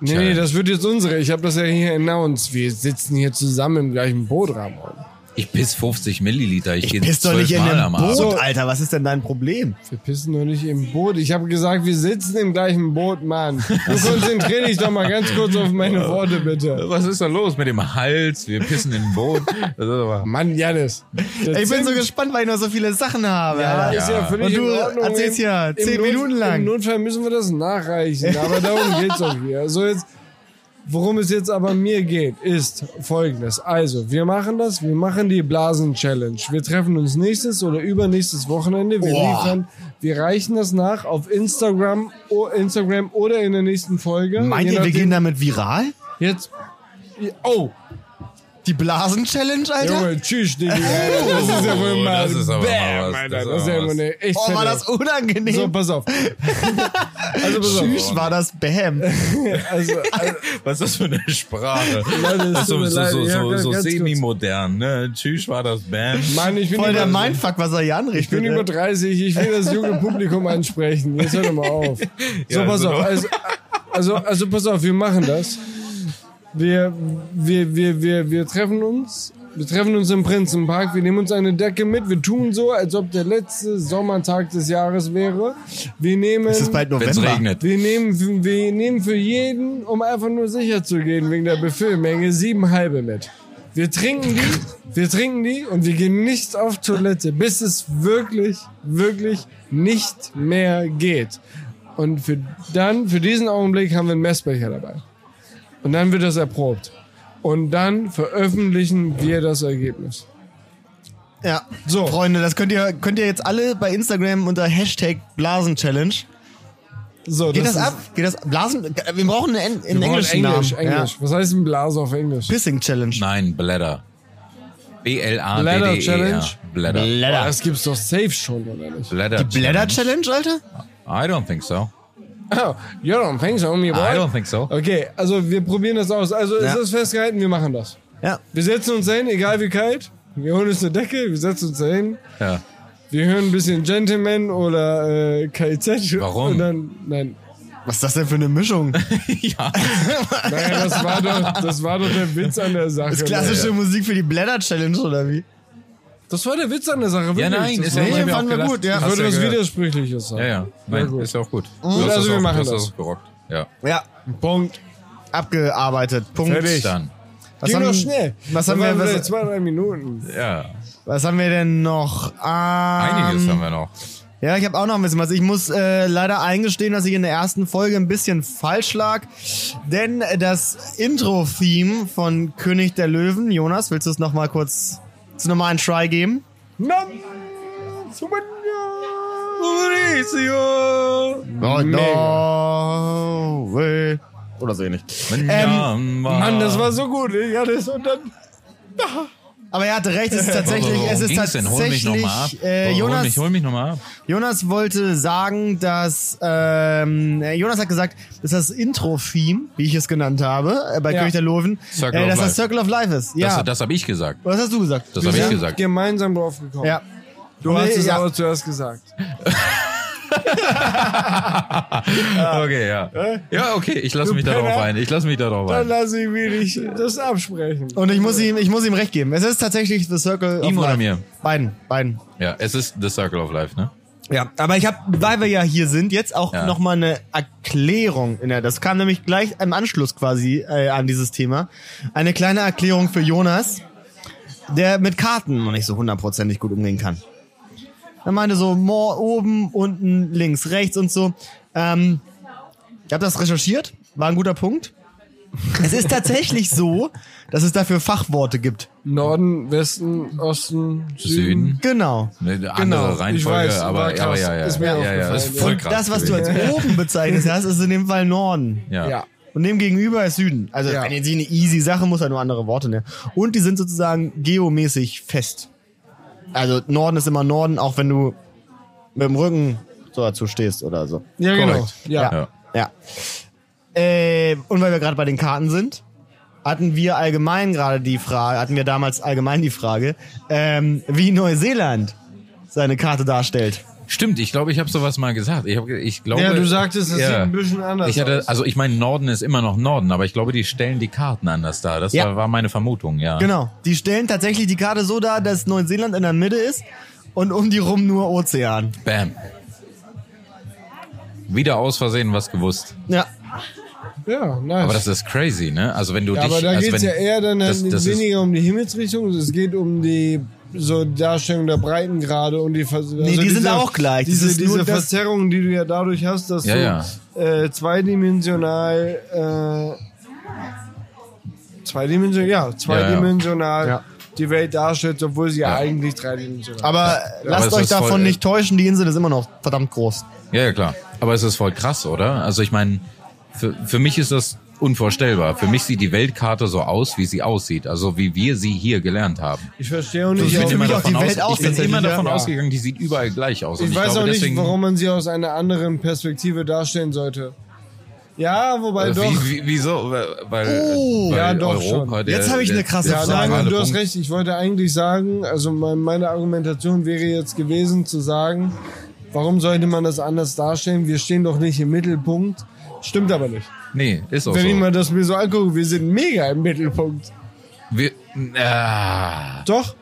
[SPEAKER 3] Nee, nee, das wird jetzt unsere. Ich habe das ja hier announced. Wir sitzen hier zusammen im gleichen Boot, Ramon.
[SPEAKER 1] Ich piss 50 Milliliter. Ich,
[SPEAKER 2] Ich
[SPEAKER 1] geh
[SPEAKER 2] piss doch nicht in
[SPEAKER 1] zwölfmal am
[SPEAKER 2] einem
[SPEAKER 1] Abend.
[SPEAKER 2] Boot,
[SPEAKER 3] So.
[SPEAKER 2] Alter. Was ist denn dein Problem?
[SPEAKER 3] Wir pissen doch nicht im Boot. Ich habe gesagt, wir sitzen im gleichen Boot, Mann. Du konzentrier dich doch mal ganz kurz auf meine Worte, bitte.
[SPEAKER 1] Was ist da los mit dem Hals? Wir pissen in ein Boot. Das ist aber
[SPEAKER 3] Mann, Janis. der
[SPEAKER 2] Ich bin so
[SPEAKER 3] Zimt-
[SPEAKER 2] gespannt, weil ich noch so viele Sachen habe.
[SPEAKER 3] Ja,
[SPEAKER 2] Alter.
[SPEAKER 3] ist ja
[SPEAKER 1] Ja.
[SPEAKER 3] völlig
[SPEAKER 2] Und du
[SPEAKER 3] in Ordnung.
[SPEAKER 2] erzählst
[SPEAKER 3] Im-
[SPEAKER 2] ja
[SPEAKER 3] im
[SPEAKER 2] zehn
[SPEAKER 3] Not-
[SPEAKER 2] Minuten lang.
[SPEAKER 3] Im Notfall müssen wir das nachreichen, aber darum geht's auch hier. So jetzt, worum es jetzt aber mir geht, ist folgendes. Also, wir machen das, wir machen die Blasen-Challenge. Wir treffen uns nächstes oder übernächstes Wochenende. Wir
[SPEAKER 2] Boah.
[SPEAKER 3] liefern, wir reichen das nach auf Instagram, o- Instagram oder in der nächsten Folge.
[SPEAKER 2] Meint
[SPEAKER 3] Je
[SPEAKER 2] ihr, wir
[SPEAKER 3] nachdem.
[SPEAKER 2] gehen damit viral?
[SPEAKER 3] Jetzt. Oh,
[SPEAKER 2] Die Blasen-Challenge, Alter?
[SPEAKER 3] Junge, tschüss, Digga. Alter, Das ist ja wohl
[SPEAKER 1] Oh,
[SPEAKER 3] mal.
[SPEAKER 1] das ist aber mal
[SPEAKER 3] Bam,
[SPEAKER 1] was,
[SPEAKER 3] Alter.
[SPEAKER 1] das ist
[SPEAKER 3] Das ist
[SPEAKER 1] aber
[SPEAKER 3] ja wohl
[SPEAKER 1] was.
[SPEAKER 3] eine echt
[SPEAKER 2] Oh, war
[SPEAKER 3] fette-
[SPEAKER 2] das
[SPEAKER 3] So,
[SPEAKER 2] unangenehm.
[SPEAKER 3] pass auf. Also, pass auf.
[SPEAKER 2] Tschüss, war das Bam.
[SPEAKER 3] Also,
[SPEAKER 2] *laughs*
[SPEAKER 3] also,
[SPEAKER 1] Was ist das für eine Sprache?
[SPEAKER 3] Leute,
[SPEAKER 1] Das
[SPEAKER 3] es
[SPEAKER 1] ist so,
[SPEAKER 3] tut mir
[SPEAKER 1] so,
[SPEAKER 3] leid,
[SPEAKER 1] so,
[SPEAKER 3] ich hab
[SPEAKER 1] so,
[SPEAKER 3] ganz
[SPEAKER 1] so
[SPEAKER 3] kurz-
[SPEAKER 1] semi-modern. Ne? Tschüss, war das Bam.
[SPEAKER 3] Mann, ich bin,
[SPEAKER 2] Voll
[SPEAKER 3] über,
[SPEAKER 2] der Mindfuck, was er hier anrichtet. ne?
[SPEAKER 3] ich bin über 30, ich will das junge Publikum ansprechen. Jetzt hör doch mal *laughs* auf. So,
[SPEAKER 1] Ja,
[SPEAKER 3] pass
[SPEAKER 1] also
[SPEAKER 3] auf.
[SPEAKER 1] doch.
[SPEAKER 3] Also, also, also, pass auf, wir machen das. Wir, wir, wir, wir, wir treffen uns. Wir treffen uns im Prinzenpark, wir nehmen uns eine Decke mit, wir tun so, als ob der letzte Sommertag des Jahres wäre. Wir nehmen,
[SPEAKER 2] Es ist bald
[SPEAKER 1] Wenn es
[SPEAKER 2] November.
[SPEAKER 1] regnet.
[SPEAKER 3] wir nehmen, wir nehmen für jeden, um einfach nur sicher zu gehen, wegen der Befüllmenge, sieben halbe mit. Wir trinken die, wir trinken die und wir gehen nicht auf Toilette, bis es wirklich, wirklich nicht mehr geht. Und für dann, für diesen Augenblick haben wir einen Messbecher dabei. Und dann wird das erprobt. Und dann veröffentlichen wir das Ergebnis.
[SPEAKER 2] Ja.
[SPEAKER 3] So.
[SPEAKER 2] Freunde, das könnt ihr, könnt ihr jetzt alle bei Instagram unter Hashtag Blasen-Challenge.
[SPEAKER 3] So,
[SPEAKER 2] Geht das,
[SPEAKER 3] ist-
[SPEAKER 2] ab? Geht das Blasen? Wir brauchen einen, einen
[SPEAKER 3] Wir brauchen
[SPEAKER 2] englischen
[SPEAKER 3] Englisch,
[SPEAKER 2] Namen.
[SPEAKER 3] Englisch.
[SPEAKER 2] Ja.
[SPEAKER 3] Was heißt ein Blase auf Englisch?
[SPEAKER 2] Pissing-Challenge.
[SPEAKER 1] Nein, Blätter.
[SPEAKER 3] Bladder
[SPEAKER 1] B-L-A-D-D-E-R.
[SPEAKER 3] Challenge?
[SPEAKER 1] E Blätter.
[SPEAKER 3] Oh,
[SPEAKER 2] Blätter.
[SPEAKER 3] das gibt's doch safe schon, oder nicht?
[SPEAKER 1] Blätter.
[SPEAKER 2] Die Blätter-Challenge, Alter?
[SPEAKER 1] I don't think so.
[SPEAKER 3] Oh, you don't think so, me boy?
[SPEAKER 1] I don't think Ah, so.
[SPEAKER 3] Okay, also wir probieren das aus. Also
[SPEAKER 2] Ja.
[SPEAKER 3] es ist festgehalten, wir machen das.
[SPEAKER 2] Ja.
[SPEAKER 3] Wir setzen uns hin, egal wie kalt. Wir holen uns eine Decke, wir setzen uns da hin,
[SPEAKER 1] Ja.
[SPEAKER 3] wir hören ein bisschen Gentleman oder äh, KIZ.
[SPEAKER 1] Warum?
[SPEAKER 3] Und dann, nein.
[SPEAKER 2] Was ist das denn für eine
[SPEAKER 3] *laughs*
[SPEAKER 2] Mischung?
[SPEAKER 1] *laughs* ja.
[SPEAKER 3] Naja, das war doch, das war doch der Witz an der Sache.
[SPEAKER 2] Das ist klassische Musik für die Blätter-Challenge oder wie?
[SPEAKER 3] Das war der Witz an der Sache, wirklich.
[SPEAKER 1] Ja, nein,
[SPEAKER 3] das
[SPEAKER 1] ist
[SPEAKER 3] war,
[SPEAKER 1] ja
[SPEAKER 2] Nee,
[SPEAKER 1] ich hab mir
[SPEAKER 2] fanden
[SPEAKER 1] auch
[SPEAKER 2] wir
[SPEAKER 1] gedacht,
[SPEAKER 2] gut, ja.
[SPEAKER 1] hast
[SPEAKER 3] Ich würde
[SPEAKER 1] ja
[SPEAKER 3] was
[SPEAKER 1] gehört.
[SPEAKER 3] Widersprüchliches sagen.
[SPEAKER 1] Ja, ja.
[SPEAKER 3] Sehr
[SPEAKER 1] Nein,
[SPEAKER 3] gut.
[SPEAKER 1] ist ja auch gut. Du
[SPEAKER 3] Also,
[SPEAKER 1] hast das
[SPEAKER 3] wir
[SPEAKER 1] auch,
[SPEAKER 3] machen
[SPEAKER 1] du hast
[SPEAKER 3] das.
[SPEAKER 1] auch gerockt. Ja.
[SPEAKER 2] Ja.
[SPEAKER 3] Punkt.
[SPEAKER 2] Abgearbeitet. Punkt.
[SPEAKER 3] Fertig.
[SPEAKER 1] Dann.
[SPEAKER 2] Was
[SPEAKER 3] Ging
[SPEAKER 2] haben,
[SPEAKER 3] doch schnell.
[SPEAKER 2] Was
[SPEAKER 3] Da
[SPEAKER 2] haben, wir,
[SPEAKER 3] waren
[SPEAKER 2] was,
[SPEAKER 3] vielleicht zwei, drei Minuten.
[SPEAKER 1] Ja.
[SPEAKER 2] was haben wir denn noch? Ähm,
[SPEAKER 1] Einiges haben wir noch.
[SPEAKER 2] Ja, ich habe auch noch ein bisschen was. Ich muss äh, leider eingestehen, dass ich in der ersten Folge ein bisschen falsch lag. Denn äh, das Intro-Theme von König der Löwen, Jonas, willst du es nochmal kurz, willst du nochmal einen Try geben?
[SPEAKER 3] Nam! Super! Mauricio!
[SPEAKER 2] Oh,
[SPEAKER 3] Mega.
[SPEAKER 2] no way. Oder so ähnlich.
[SPEAKER 1] Ähm,
[SPEAKER 3] Mann, das war so gut. Ich hatte es und dann.
[SPEAKER 2] Aber er hatte
[SPEAKER 1] *laughs*
[SPEAKER 2] recht, es ist tatsächlich, es ist
[SPEAKER 1] denn? Hol mich
[SPEAKER 2] tatsächlich,
[SPEAKER 1] nochmal ab.
[SPEAKER 2] äh,
[SPEAKER 1] hol
[SPEAKER 2] Jonas,
[SPEAKER 1] mich, hol mich nochmal ab.
[SPEAKER 2] Jonas wollte sagen, dass ähm, äh, Jonas hat gesagt, dass das Intro-Theme, wie ich es genannt habe, äh, bei
[SPEAKER 3] Ja.
[SPEAKER 2] König der Löwen,
[SPEAKER 1] Circle
[SPEAKER 2] äh,
[SPEAKER 1] of
[SPEAKER 2] dass das
[SPEAKER 1] Life.
[SPEAKER 2] Circle of Life ist. Ja.
[SPEAKER 1] Das, das habe ich gesagt.
[SPEAKER 2] Was hast du gesagt?
[SPEAKER 1] Das habe
[SPEAKER 3] Wir
[SPEAKER 1] ich
[SPEAKER 3] sind
[SPEAKER 1] gesagt.
[SPEAKER 3] Gemeinsam drauf gekommen.
[SPEAKER 2] ja.
[SPEAKER 3] Du hast
[SPEAKER 2] Nee,
[SPEAKER 3] es
[SPEAKER 2] ja.
[SPEAKER 3] aber zuerst gesagt.
[SPEAKER 1] Okay, ja. Ja, okay, ich lasse mich
[SPEAKER 3] Ah. Penner.
[SPEAKER 1] darauf ein. Ich lasse mich darauf
[SPEAKER 3] Dann
[SPEAKER 1] ein.
[SPEAKER 3] lasse ich mir nicht das absprechen.
[SPEAKER 2] Und ich muss ihm, ich muss ihm recht geben. Es ist tatsächlich The Circle of
[SPEAKER 1] Ihm oder
[SPEAKER 2] Life.
[SPEAKER 1] mir?
[SPEAKER 2] Beiden, beiden.
[SPEAKER 1] Ja, es ist The Circle of Life, ne?
[SPEAKER 2] Ja, aber ich habe, weil wir ja hier sind, jetzt auch
[SPEAKER 1] Ja.
[SPEAKER 2] noch nochmal eine Erklärung. In der, das kam nämlich gleich im Anschluss quasi äh, an dieses Thema. Eine kleine Erklärung für Jonas, der mit Karten noch nicht so hundertprozentig gut umgehen kann. Er meinte so, more oben, unten, links, rechts und so. Ähm, ich habe das recherchiert, war ein guter Punkt. Es ist tatsächlich so, dass es dafür Fachworte gibt.
[SPEAKER 3] Norden, Westen, Osten, Süden.
[SPEAKER 1] Süden.
[SPEAKER 2] Genau.
[SPEAKER 1] Eine andere Reihenfolge,
[SPEAKER 3] Hm. ich weiß, war
[SPEAKER 1] aber,
[SPEAKER 3] krass.
[SPEAKER 1] aber ja, ja,
[SPEAKER 3] Ist mir
[SPEAKER 1] ja, ja, ja,
[SPEAKER 3] aufgefallen,
[SPEAKER 1] ist
[SPEAKER 3] ja.
[SPEAKER 1] voll
[SPEAKER 3] Und
[SPEAKER 1] krass.
[SPEAKER 2] Das, was du als
[SPEAKER 1] gewesen.
[SPEAKER 2] oben bezeichnet hast, ist in dem Fall Norden.
[SPEAKER 1] ja.
[SPEAKER 3] Ja.
[SPEAKER 2] Und dem gegenüber ist Süden. Also
[SPEAKER 3] Ja.
[SPEAKER 2] wenn ihr sie eine easy Sache muss er nur andere Worte nennen. Und die sind sozusagen geomäßig fest. Also Norden ist immer Norden, auch wenn du mit dem Rücken so dazu stehst oder so.
[SPEAKER 3] Ja, genau.
[SPEAKER 1] Korrekt.
[SPEAKER 3] Ja.
[SPEAKER 1] Ja.
[SPEAKER 2] Ja. Äh, und weil wir gerade bei den Karten sind, hatten wir allgemein gerade die Frage, hatten wir damals allgemein die Frage, ähm, wie Neuseeland seine Karte darstellt.
[SPEAKER 1] Stimmt, ich glaube, ich habe sowas mal gesagt. Ich, hab, ge- ich glaube,
[SPEAKER 3] Ja, du sagtest, es sieht ein bisschen anders
[SPEAKER 1] Ich hatte,
[SPEAKER 3] aus.
[SPEAKER 1] also ich meine, Norden ist immer noch Norden, aber ich glaube, die stellen die Karten anders dar. Das
[SPEAKER 2] Ja.
[SPEAKER 1] war, war meine Vermutung, ja.
[SPEAKER 2] Genau. Die stellen tatsächlich die Karte so dar, dass Neuseeland in der Mitte ist und um die rum nur Ozean.
[SPEAKER 1] Bam. Wieder aus Versehen was gewusst.
[SPEAKER 2] Ja.
[SPEAKER 3] Ja, nice.
[SPEAKER 1] Aber das ist crazy, ne? Also wenn du
[SPEAKER 3] Ja,
[SPEAKER 1] dich,
[SPEAKER 3] aber da
[SPEAKER 1] also
[SPEAKER 3] geht's
[SPEAKER 1] wenn,
[SPEAKER 3] ja eher dann
[SPEAKER 1] das,
[SPEAKER 3] halt
[SPEAKER 1] das ist,
[SPEAKER 3] weniger um die Himmelsrichtung, es geht um die so Darstellung der Breitengrade und die Ver also
[SPEAKER 2] die sind auch gleich. Das
[SPEAKER 3] Diese,
[SPEAKER 2] ist nur
[SPEAKER 3] diese
[SPEAKER 2] das-
[SPEAKER 3] Verzerrungen, die du ja dadurch hast, dass
[SPEAKER 1] Ja,
[SPEAKER 3] du Äh, zweidimensional äh, zweidimensional, ja, zweidimensional
[SPEAKER 2] Ja.
[SPEAKER 3] die Welt darstellt, obwohl sie ja,
[SPEAKER 1] Ja.
[SPEAKER 3] eigentlich dreidimensional ist.
[SPEAKER 2] Aber lasst
[SPEAKER 1] es
[SPEAKER 2] euch
[SPEAKER 1] ist voll-
[SPEAKER 2] davon nicht täuschen, die Insel ist immer noch verdammt groß.
[SPEAKER 1] ja, ja klar. Aber es ist voll krass, oder? Also ich meine, für, für mich ist das unvorstellbar. Für mich sieht die Weltkarte so aus, wie sie aussieht, also wie wir sie hier gelernt haben.
[SPEAKER 3] Also Ich verstehe auch nicht,
[SPEAKER 2] Ich
[SPEAKER 1] Ich
[SPEAKER 2] bin
[SPEAKER 1] bin
[SPEAKER 3] warum-
[SPEAKER 2] immer
[SPEAKER 1] immer
[SPEAKER 2] auch die
[SPEAKER 1] davon,
[SPEAKER 2] Welt
[SPEAKER 1] aus,
[SPEAKER 2] auch
[SPEAKER 1] ich bin
[SPEAKER 2] tatsächlich,
[SPEAKER 1] immer davon
[SPEAKER 2] ja.
[SPEAKER 1] ausgegangen, die sieht überall gleich aus. Und
[SPEAKER 3] Ich weiß
[SPEAKER 1] glaube,
[SPEAKER 3] auch nicht,
[SPEAKER 1] deswegen,
[SPEAKER 3] warum man sie aus einer anderen Perspektive darstellen sollte. Ja, wobei
[SPEAKER 1] Äh,
[SPEAKER 3] doch.
[SPEAKER 1] Wie, wie, wieso? Weil, weil, äh,
[SPEAKER 2] Oh.
[SPEAKER 1] weil
[SPEAKER 3] Ja, doch
[SPEAKER 1] Europa,
[SPEAKER 3] schon.
[SPEAKER 1] der,
[SPEAKER 2] Jetzt hab ich eine
[SPEAKER 1] der-
[SPEAKER 2] krasse
[SPEAKER 1] der
[SPEAKER 3] Ja,
[SPEAKER 2] Frage.
[SPEAKER 3] nein,
[SPEAKER 1] zentrale
[SPEAKER 3] du hast
[SPEAKER 1] Punkt-
[SPEAKER 3] recht. Ich wollte eigentlich sagen, also mein- meine Argumentation wäre jetzt gewesen zu sagen, warum sollte man das anders darstellen? Wir stehen doch nicht im Mittelpunkt. Stimmt aber nicht.
[SPEAKER 1] Nee, ist auch
[SPEAKER 3] Wenn ich
[SPEAKER 1] so.
[SPEAKER 3] mal das mir so angucke, wir sind mega im Mittelpunkt.
[SPEAKER 1] Wir, ah,
[SPEAKER 3] Doch.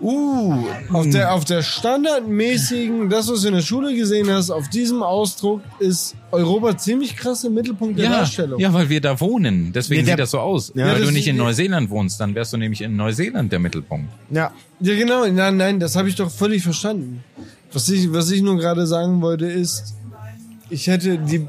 [SPEAKER 2] Uh,
[SPEAKER 1] Hm.
[SPEAKER 3] Auf der, auf der standardmäßigen, das, was du in der Schule gesehen hast, auf diesem Ausdruck ist Europa ziemlich krass im Mittelpunkt der
[SPEAKER 1] ja,
[SPEAKER 3] Darstellung.
[SPEAKER 1] ja, weil wir da wohnen. Deswegen
[SPEAKER 2] Nee, der-
[SPEAKER 1] sieht das so aus.
[SPEAKER 2] Ja,
[SPEAKER 1] weil
[SPEAKER 3] das
[SPEAKER 1] du nicht
[SPEAKER 3] ist-
[SPEAKER 1] in Neuseeland wohnst, dann wärst du nämlich in Neuseeland der Mittelpunkt.
[SPEAKER 2] ja.
[SPEAKER 3] Ja, genau. Nein, nein, das habe ich doch völlig verstanden. Was ich, was ich nur gerade sagen wollte, ist, ich hätte die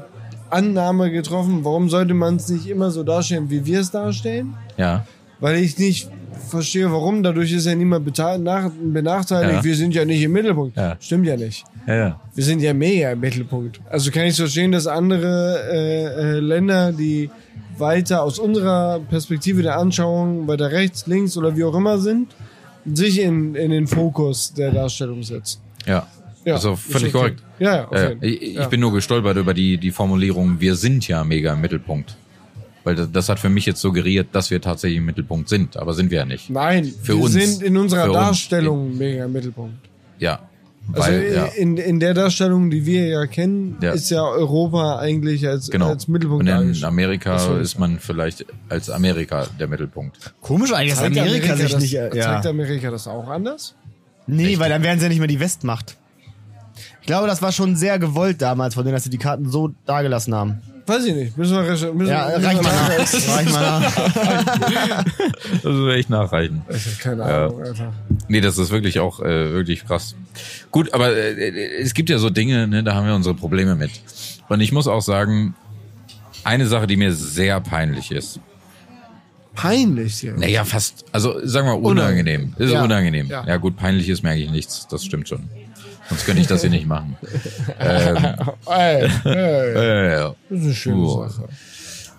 [SPEAKER 3] Annahme getroffen, warum sollte man es nicht immer so darstellen, wie wir es darstellen?
[SPEAKER 1] Ja.
[SPEAKER 3] Weil ich nicht verstehe, warum. Dadurch ist ja niemand beta- nach- benachteiligt.
[SPEAKER 1] Ja.
[SPEAKER 3] Wir sind ja nicht im Mittelpunkt.
[SPEAKER 1] Ja.
[SPEAKER 3] Stimmt ja nicht.
[SPEAKER 1] Ja, ja.
[SPEAKER 3] Wir sind ja mega im Mittelpunkt. Also kann ich verstehen, dass andere äh, äh, Länder, die weiter aus unserer Perspektive der Anschauung, weiter rechts, links oder wie auch immer sind, sich in, in den Fokus der Darstellung setzen.
[SPEAKER 1] ja.
[SPEAKER 3] Ja,
[SPEAKER 1] also
[SPEAKER 3] ist
[SPEAKER 1] völlig
[SPEAKER 3] okay.
[SPEAKER 1] korrekt.
[SPEAKER 3] Ja, ja, auf
[SPEAKER 1] Ja,
[SPEAKER 3] jeden.
[SPEAKER 1] ich, ich
[SPEAKER 3] Ja.
[SPEAKER 1] bin nur gestolpert über die, die Formulierung, wir sind ja mega im Mittelpunkt. Weil das, das hat für mich jetzt suggeriert, dass wir tatsächlich im Mittelpunkt sind, aber sind wir ja nicht.
[SPEAKER 3] Nein,
[SPEAKER 1] Für
[SPEAKER 3] wir
[SPEAKER 1] uns.
[SPEAKER 3] sind in unserer
[SPEAKER 1] Für uns.
[SPEAKER 3] Darstellung mega im Mittelpunkt.
[SPEAKER 1] Ja.
[SPEAKER 3] Also
[SPEAKER 1] Weil, ja.
[SPEAKER 3] in, in der Darstellung, die wir ja kennen,
[SPEAKER 1] Ja.
[SPEAKER 3] ist ja Europa eigentlich als,
[SPEAKER 1] Genau.
[SPEAKER 3] als Mittelpunkt
[SPEAKER 1] Und in
[SPEAKER 3] dargestellt. Ach so.
[SPEAKER 1] Amerika ist man vielleicht als Amerika der Mittelpunkt.
[SPEAKER 2] Komisch eigentlich, dass
[SPEAKER 3] Zeigt
[SPEAKER 2] Amerika, sich
[SPEAKER 3] das,
[SPEAKER 2] nicht... äh, Ja.
[SPEAKER 3] Zeigt Amerika das auch anders?
[SPEAKER 2] Nee, weil dann wären sie ja nicht mehr die Westmacht. Ich glaube, das war schon sehr gewollt damals von denen, dass sie die Karten so dagelassen haben.
[SPEAKER 3] Weiß ich nicht. Müssen wir recherchieren. Müssen
[SPEAKER 2] Ja,
[SPEAKER 3] wir-
[SPEAKER 2] äh,
[SPEAKER 3] müssen
[SPEAKER 2] reicht
[SPEAKER 3] wir
[SPEAKER 2] mal nach.
[SPEAKER 3] nachher-
[SPEAKER 2] *laughs* Reicht mal nach.
[SPEAKER 1] Das will ich nachreichen.
[SPEAKER 3] Keine
[SPEAKER 1] Ja.
[SPEAKER 3] Ahnung, Alter.
[SPEAKER 1] Nee, das ist wirklich auch äh, wirklich krass. Gut, aber äh, es gibt ja so Dinge, ne, da haben wir unsere Probleme mit. Und ich muss auch sagen, eine Sache, die mir sehr peinlich ist.
[SPEAKER 3] Peinlich hier.
[SPEAKER 1] Naja, fast, also sagen wir unangenehm. Ist
[SPEAKER 3] Ja.
[SPEAKER 1] unangenehm.
[SPEAKER 3] Ja.
[SPEAKER 1] Ja. gut, peinlich ist mir eigentlich nichts, das stimmt schon. Sonst könnte ich das hier nicht
[SPEAKER 3] *laughs*
[SPEAKER 1] machen. Ähm,
[SPEAKER 2] *laughs*
[SPEAKER 3] Ey, ey.
[SPEAKER 1] Äh,
[SPEAKER 3] Das ist eine schöne
[SPEAKER 1] Boah.
[SPEAKER 3] Sache.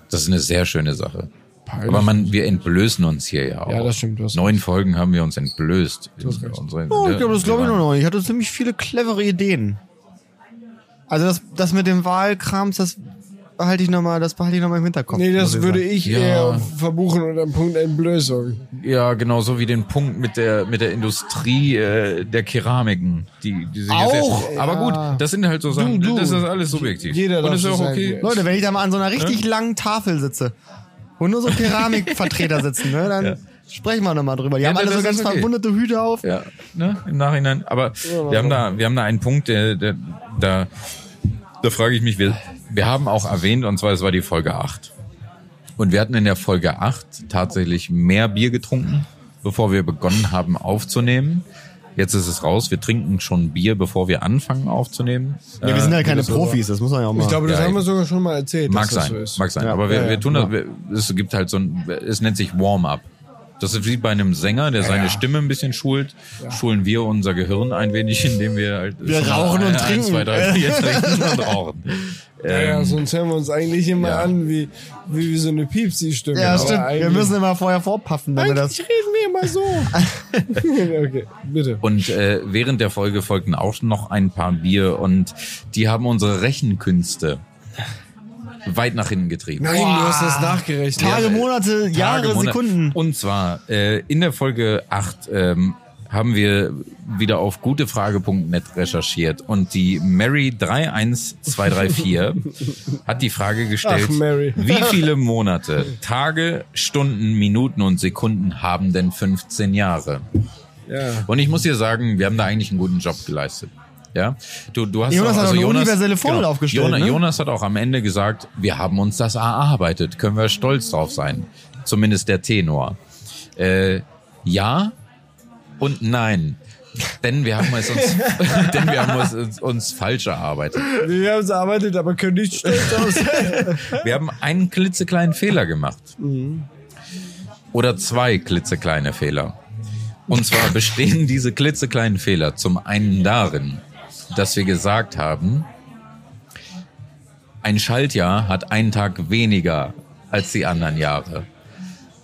[SPEAKER 1] das ist eine sehr schöne Sache.
[SPEAKER 3] Peinlich.
[SPEAKER 1] Aber man, wir entblößen uns hier ja auch.
[SPEAKER 3] Ja, das stimmt, du hast
[SPEAKER 1] Neun Folgen haben wir uns entblößt. in
[SPEAKER 3] hast recht.
[SPEAKER 1] unsere-
[SPEAKER 2] Oh, ich glaube, das
[SPEAKER 1] wir
[SPEAKER 2] glaube ich
[SPEAKER 1] waren-
[SPEAKER 2] noch nicht. Ich hatte ziemlich viele clevere Ideen. Also das, das mit dem Wahlkrams, das behalte ich nochmal, das behalte ich nochmal im Hinterkopf.
[SPEAKER 3] Nee,
[SPEAKER 2] muss
[SPEAKER 3] das
[SPEAKER 2] ich
[SPEAKER 3] würde
[SPEAKER 2] sagen.
[SPEAKER 3] ich
[SPEAKER 1] Ja.
[SPEAKER 3] eher verbuchen unter dem Punkt Entblößung.
[SPEAKER 1] Ja, genauso wie den Punkt mit der mit der Industrie äh, der Keramiken, die, die sich jetzt-
[SPEAKER 2] Auch,
[SPEAKER 1] Aber gut, das sind halt so Sachen.
[SPEAKER 3] Du, du.
[SPEAKER 1] Das ist alles subjektiv.
[SPEAKER 3] Jeder
[SPEAKER 1] Und
[SPEAKER 3] darf
[SPEAKER 1] ist
[SPEAKER 3] so
[SPEAKER 1] auch
[SPEAKER 3] sein,
[SPEAKER 1] okay.
[SPEAKER 3] wie er
[SPEAKER 2] Leute, wenn ich da mal an so einer richtig langen Tafel sitze und nur so Keramikvertreter sitzen, ne, dann
[SPEAKER 1] Ja.
[SPEAKER 2] sprechen wir nochmal drüber. Die
[SPEAKER 1] Ja,
[SPEAKER 2] haben
[SPEAKER 1] das-
[SPEAKER 2] alle so
[SPEAKER 1] das
[SPEAKER 2] ganz
[SPEAKER 1] ist okay.
[SPEAKER 2] verwundete Hüte auf.
[SPEAKER 1] Ja, ne, im Nachhinein. Aber wir haben da wir haben da einen Punkt, der, der da da frage ich mich. Wir wir haben auch erwähnt und zwar es war die Folge 8. Und wir hatten in der Folge 8 tatsächlich mehr Bier getrunken, bevor wir begonnen haben aufzunehmen. Jetzt ist es raus. Wir trinken schon Bier, bevor wir anfangen aufzunehmen.
[SPEAKER 2] Ja, wir sind ja keine
[SPEAKER 3] das ist aber-
[SPEAKER 2] Profis, das muss man ja auch mal.
[SPEAKER 3] Ich glaube, das
[SPEAKER 1] Ja,
[SPEAKER 3] haben wir
[SPEAKER 1] eben.
[SPEAKER 3] sogar schon mal erzählt.
[SPEAKER 1] Mag
[SPEAKER 3] dass das
[SPEAKER 1] sein,
[SPEAKER 3] so ist.
[SPEAKER 1] mag sein.
[SPEAKER 2] Ja,
[SPEAKER 1] Aber wir,
[SPEAKER 2] ja, ja,
[SPEAKER 1] wir tun das,
[SPEAKER 2] ja.
[SPEAKER 1] wir, es gibt halt so ein, es nennt sich Warm-up. Das ist wie bei einem Sänger, der seine Stimme ein bisschen schult. Schulen wir unser Gehirn ein wenig, *laughs* indem wir halt.
[SPEAKER 2] Wir
[SPEAKER 1] schon mal
[SPEAKER 2] rauchen und
[SPEAKER 1] ein,
[SPEAKER 2] trinken.
[SPEAKER 1] Zwei, drei,
[SPEAKER 2] *laughs*
[SPEAKER 1] vier trinken und rauchen.
[SPEAKER 3] Ja, ja,
[SPEAKER 1] Ähm,
[SPEAKER 3] sonst hören wir uns eigentlich immer
[SPEAKER 1] ja.
[SPEAKER 3] an wie, wie, wie so eine Piepsi-Stimme.
[SPEAKER 2] ja,
[SPEAKER 3] Aber
[SPEAKER 1] genau.
[SPEAKER 2] stimmt. Wir
[SPEAKER 3] eigentlich-
[SPEAKER 2] müssen immer vorher vorpaffen, damit
[SPEAKER 3] Eigentlich
[SPEAKER 2] das.
[SPEAKER 3] reden wir
[SPEAKER 2] *laughs*
[SPEAKER 3] immer so. okay, bitte.
[SPEAKER 1] Und äh, während der Folge folgten auch noch ein paar Bier und die haben unsere Rechenkünste weit nach hinten getrieben.
[SPEAKER 3] Nein, du hast das nachgerechnet.
[SPEAKER 2] Tage,
[SPEAKER 1] Ja,
[SPEAKER 2] Monate, Jahre,
[SPEAKER 1] Tage, Monate.
[SPEAKER 2] Sekunden.
[SPEAKER 1] Und zwar äh, in der Folge 8 ähm, haben wir wieder auf gutefrage.net recherchiert und die Mary31234 hat die Frage gestellt,
[SPEAKER 3] Ach, Mary.
[SPEAKER 1] *laughs* wie viele Monate, Tage, Stunden, Minuten und Sekunden haben denn 15 Jahre?
[SPEAKER 3] Ja.
[SPEAKER 1] Und ich muss dir sagen, wir haben da eigentlich einen guten Job geleistet. Ja, du, du hast auch,
[SPEAKER 2] Jonas hat
[SPEAKER 1] also
[SPEAKER 2] auch eine
[SPEAKER 1] Jonas,
[SPEAKER 2] universelle Formel aufgestellt,
[SPEAKER 1] Jonas,
[SPEAKER 2] ne?
[SPEAKER 1] Jonas hat auch am Ende gesagt, wir haben uns das erarbeitet, können wir stolz drauf sein. Zumindest der Tenor. Äh, ja und nein. Denn wir haben es uns, *laughs* denn wir haben es uns, uns falsch erarbeitet.
[SPEAKER 3] Wir haben es erarbeitet, aber können nicht stolz
[SPEAKER 1] *laughs*
[SPEAKER 3] aus.
[SPEAKER 1] Wir haben einen klitzekleinen Fehler gemacht. Oder zwei klitzekleine Fehler. Und zwar bestehen diese klitzekleinen Fehler zum einen darin, dass wir gesagt haben, ein Schaltjahr hat einen Tag weniger als die anderen Jahre.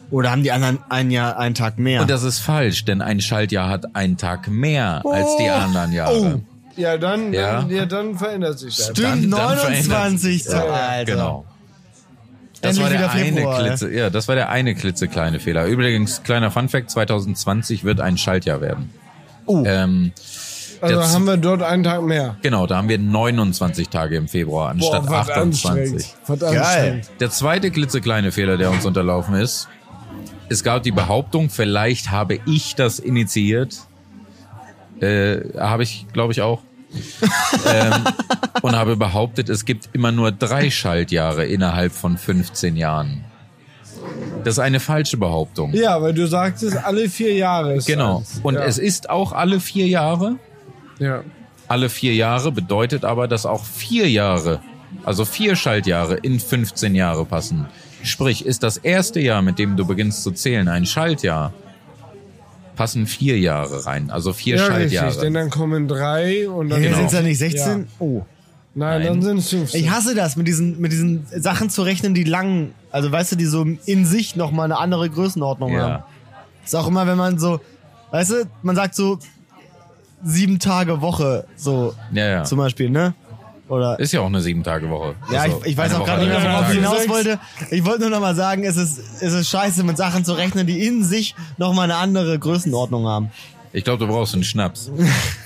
[SPEAKER 2] Oder haben die anderen ein Jahr, einen Tag mehr?
[SPEAKER 1] Und das ist falsch, denn ein Schaltjahr hat einen Tag mehr als die anderen Jahre.
[SPEAKER 3] Ja, dann,
[SPEAKER 1] Ja.
[SPEAKER 3] Dann, ja, dann verändert sich das.
[SPEAKER 2] Stimmt,
[SPEAKER 1] dann- dann verändert
[SPEAKER 2] 29
[SPEAKER 1] sich's. Ja,
[SPEAKER 2] Alter.
[SPEAKER 1] Genau. Das
[SPEAKER 2] Endlich
[SPEAKER 1] war, der
[SPEAKER 2] wieder
[SPEAKER 1] eine
[SPEAKER 2] Februar, ey.
[SPEAKER 1] Klitze, ja, das war der eine klitzekleine Fehler. Übrigens, kleiner Funfact, 2020 wird ein Schaltjahr werden.
[SPEAKER 2] Oh.
[SPEAKER 1] Ähm,
[SPEAKER 3] Also
[SPEAKER 1] der-
[SPEAKER 3] haben wir dort einen Tag mehr.
[SPEAKER 1] genau, da haben wir 29 Tage im Februar anstatt
[SPEAKER 3] was
[SPEAKER 1] 28.
[SPEAKER 3] anstrengend. Was anstrengend.
[SPEAKER 1] Der zweite klitzekleine Fehler, der uns unterlaufen ist, es gab die Behauptung, vielleicht habe ich das initiiert. Äh, habe ich, glaube ich,
[SPEAKER 3] *laughs*
[SPEAKER 1] auch. ähm, und habe behauptet, es gibt immer nur drei Schaltjahre innerhalb von 15 Jahren. Das ist eine falsche Behauptung.
[SPEAKER 3] Ja, weil du sagtest, alle vier Jahre ist
[SPEAKER 1] genau.
[SPEAKER 3] eins.
[SPEAKER 1] Und
[SPEAKER 3] ja.
[SPEAKER 1] es ist auch alle vier Jahre.
[SPEAKER 3] Ja.
[SPEAKER 1] Alle vier Jahre bedeutet aber, dass auch vier Jahre, also vier Schaltjahre in 15 Jahre passen. Sprich, ist das erste Jahr, mit dem du beginnst zu zählen, ein Schaltjahr, passen vier Jahre rein, also vier
[SPEAKER 3] Ja,
[SPEAKER 1] Schaltjahre.
[SPEAKER 3] richtig, denn dann kommen drei und dann.
[SPEAKER 2] Jetzt
[SPEAKER 1] Genau.
[SPEAKER 2] sind's ja nicht 16. Oh.
[SPEAKER 3] Nein, dann sind es 15.
[SPEAKER 2] Ich hasse das, mit diesen, mit diesen Sachen zu rechnen, die lang, also weißt du, die so in sich nochmal eine andere Größenordnung haben.
[SPEAKER 1] ja.
[SPEAKER 2] Ist auch immer, wenn man so, weißt du, man sagt so sieben Tage Woche, so
[SPEAKER 1] Ja, ja.
[SPEAKER 2] zum Beispiel, ne? Oder
[SPEAKER 1] Ist ja auch eine Sieben-Tage-Woche.
[SPEAKER 2] ja, ich,
[SPEAKER 1] Also,
[SPEAKER 2] ich weiß
[SPEAKER 1] eine
[SPEAKER 2] auch gerade
[SPEAKER 1] Woche,
[SPEAKER 2] nicht mehr,
[SPEAKER 1] sieben Tage.
[SPEAKER 2] worauf ich hinaus
[SPEAKER 3] Sechs.
[SPEAKER 2] wollte. Ich wollte nur noch mal sagen, es ist, es ist scheiße, mit Sachen zu rechnen, die in sich noch mal eine andere Größenordnung haben.
[SPEAKER 1] Ich glaube, du brauchst einen
[SPEAKER 2] *laughs*
[SPEAKER 1] Schnaps.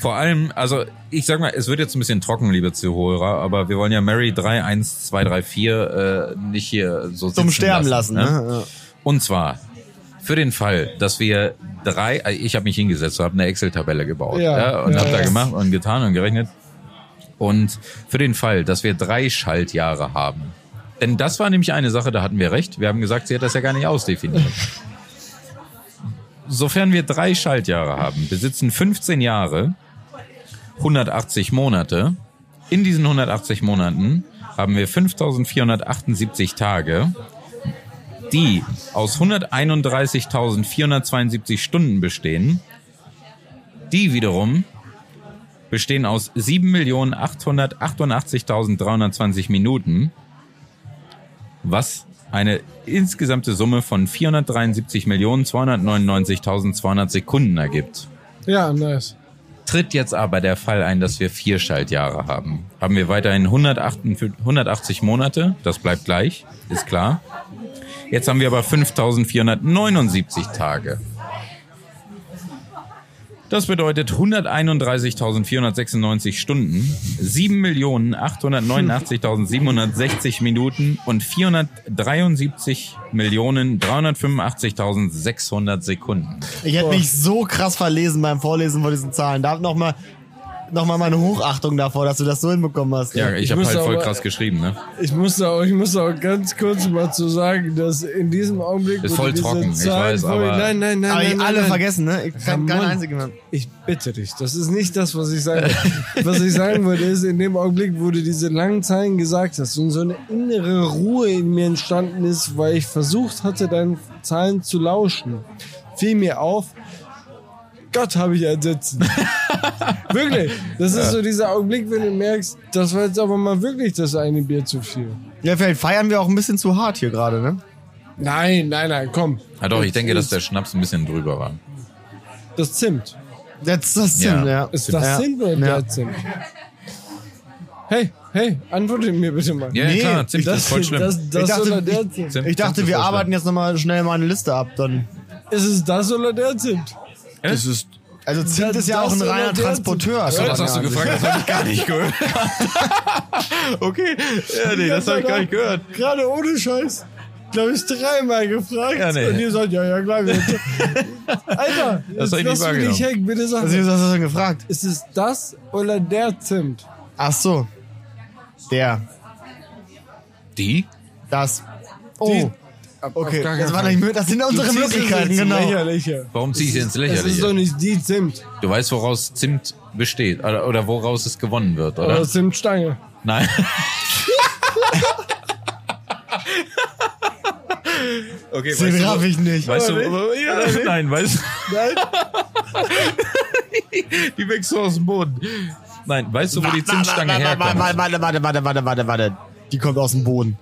[SPEAKER 1] Vor allem, also ich sag mal, es wird jetzt ein bisschen trocken, liebe Zuhörer, aber wir wollen ja Mary 3, 1, 2, 3, 4 äh, nicht hier so
[SPEAKER 2] Zum
[SPEAKER 1] sitzen
[SPEAKER 2] Sterben lassen.
[SPEAKER 1] ne?
[SPEAKER 2] ne?
[SPEAKER 1] Und zwar für den Fall, dass wir drei, äh, ich habe mich hingesetzt, habe eine Excel-Tabelle gebaut
[SPEAKER 3] Ja,
[SPEAKER 1] ja, und
[SPEAKER 3] ja,
[SPEAKER 1] habe da
[SPEAKER 3] ja.
[SPEAKER 1] gemacht und getan und gerechnet. Und für den Fall, dass wir drei Schaltjahre haben, denn das war nämlich eine Sache, da hatten wir recht. Wir haben gesagt, sie hat das ja gar nicht ausdefiniert. Sofern wir drei Schaltjahre haben, besitzen 15 Jahre 180 Monate. In diesen 180 Monaten haben wir 5478 Tage, die aus 131.472 Stunden bestehen. Die wiederum bestehen aus 7.888.320 Minuten, was eine insgesamte Summe von 473.299.200 Sekunden ergibt.
[SPEAKER 3] Ja, nice.
[SPEAKER 1] Tritt jetzt aber der Fall ein, dass wir vier Schaltjahre haben. Haben wir weiterhin 188 180 Monate, das bleibt gleich, ist klar. Jetzt haben wir aber 5479 Tage. Das bedeutet 131.496 Stunden, 7.889.760 Minuten und 473.385.600 Sekunden.
[SPEAKER 2] Ich hätte mich so krass verlesen beim Vorlesen von diesen Zahlen. Da noch mal, noch mal meine Hochachtung davor, dass du das so hinbekommen hast.
[SPEAKER 1] Ja, ich,
[SPEAKER 3] Ich
[SPEAKER 1] hab habe
[SPEAKER 3] muss
[SPEAKER 1] halt voll
[SPEAKER 3] aber-
[SPEAKER 1] krass geschrieben, ne?
[SPEAKER 3] Ich muss da auch, ich muss da auch ganz kurz mal zu sagen, dass in diesem Augenblick.
[SPEAKER 1] Ist
[SPEAKER 3] wo
[SPEAKER 1] voll
[SPEAKER 3] diese
[SPEAKER 1] trocken, ich
[SPEAKER 3] Zahlen
[SPEAKER 1] weiß,
[SPEAKER 3] vorliegen-
[SPEAKER 1] aber-
[SPEAKER 3] Nein, nein, nein.
[SPEAKER 2] Aber
[SPEAKER 3] nein,
[SPEAKER 2] die
[SPEAKER 3] nein,
[SPEAKER 2] alle
[SPEAKER 3] nein.
[SPEAKER 2] vergessen, ne? Ich kann
[SPEAKER 3] Ja,
[SPEAKER 2] keinen
[SPEAKER 3] Mann.
[SPEAKER 2] einzigen mehr.
[SPEAKER 3] Ich bitte dich, das ist nicht das, was ich sage.
[SPEAKER 1] *laughs*
[SPEAKER 3] was ich sagen wollte, ist, in dem Augenblick, wo du diese langen Zeilen gesagt hast und so eine innere Ruhe in mir entstanden ist, weil ich versucht hatte, deinen Zahlen zu lauschen, fiel mir auf, Gott habe
[SPEAKER 1] *laughs*
[SPEAKER 3] ich ersitzen. wirklich, das ist so dieser Augenblick, wenn du merkst, das war jetzt aber mal wirklich das eine Bier zu viel.
[SPEAKER 2] Ja, vielleicht feiern wir auch ein bisschen zu hart hier gerade, ne?
[SPEAKER 3] Nein, nein, nein, komm.
[SPEAKER 1] Ah doch, ich denke, dass der
[SPEAKER 3] das
[SPEAKER 1] Schnaps ein bisschen drüber war.
[SPEAKER 3] Das Zimt.
[SPEAKER 2] Jetzt das Sinn, ja.
[SPEAKER 1] Ja.
[SPEAKER 3] Ist das
[SPEAKER 2] ja.
[SPEAKER 3] Zimt oder
[SPEAKER 2] ja.
[SPEAKER 3] der Zimt? Hey, hey, antworte mir bitte mal.
[SPEAKER 1] Ja,
[SPEAKER 2] Nee,
[SPEAKER 1] klar, Zimt
[SPEAKER 3] das
[SPEAKER 1] ist voll schlimm.
[SPEAKER 3] Das, das
[SPEAKER 2] Ich dachte,
[SPEAKER 3] oder der
[SPEAKER 2] ich-
[SPEAKER 3] Zimt?
[SPEAKER 1] Zimt,
[SPEAKER 2] Ich dachte,
[SPEAKER 1] Zimt
[SPEAKER 2] wir
[SPEAKER 1] ist voll
[SPEAKER 2] arbeiten jetzt nochmal schnell mal eine Liste ab. Dann.
[SPEAKER 3] Ist es das oder der Zimt?
[SPEAKER 2] Das ist. Also Zimt ist ja
[SPEAKER 3] das
[SPEAKER 2] auch ein
[SPEAKER 3] oder
[SPEAKER 2] reiner
[SPEAKER 3] der
[SPEAKER 2] Transporteur.
[SPEAKER 1] schlimm.
[SPEAKER 2] kann
[SPEAKER 1] Das
[SPEAKER 2] man
[SPEAKER 1] hast
[SPEAKER 2] ja
[SPEAKER 1] du
[SPEAKER 2] an
[SPEAKER 1] gefragt, das habe ich gar nicht gehört. *laughs* okay, ja, nee, das habe ich gar nicht gehört.
[SPEAKER 3] Gerade ohne Scheiß. Glaube ich, dreimal gefragt.
[SPEAKER 1] Ja, nee.
[SPEAKER 3] Und ihr sagt, ja, ja, klar. Wir
[SPEAKER 1] *laughs*
[SPEAKER 3] Alter,
[SPEAKER 1] Das hab ich nicht
[SPEAKER 3] jetzt lass mich
[SPEAKER 1] wahrgenommen.
[SPEAKER 3] nicht hängen. Bitte sag,
[SPEAKER 2] sich. Also, was hast du denn gefragt?
[SPEAKER 3] ist es das oder der Zimt?
[SPEAKER 2] Ach so. Der.
[SPEAKER 1] Die?
[SPEAKER 2] Das. Oh. Okay,
[SPEAKER 3] gar keinen
[SPEAKER 2] das, war
[SPEAKER 3] Fall.
[SPEAKER 2] nicht, mö- das sind ja unsere
[SPEAKER 3] Du ziehst es
[SPEAKER 2] Möglichkeiten,
[SPEAKER 3] ins
[SPEAKER 2] genau.
[SPEAKER 3] Lächerliche.
[SPEAKER 1] Warum ziehe ich sie ins
[SPEAKER 3] Es ist doch
[SPEAKER 1] Lächerliche?
[SPEAKER 3] nicht die Zimt
[SPEAKER 1] Du weißt, woraus Zimt besteht oder, oder woraus es gewonnen wird,
[SPEAKER 3] oder
[SPEAKER 1] oder?
[SPEAKER 3] Zimtstange. *laughs*
[SPEAKER 1] Nein. okay,
[SPEAKER 2] Den raff ich nicht.
[SPEAKER 1] Weißt du, ja, nein, weißt
[SPEAKER 3] Nein,
[SPEAKER 1] *laughs* die wächst so aus dem Boden. Nein, weißt du, wo die Zimtstange
[SPEAKER 2] Warte, warte,
[SPEAKER 1] herkommt?
[SPEAKER 2] Warte, warte, warte, warte, warte, warte. Die kommt aus dem Boden.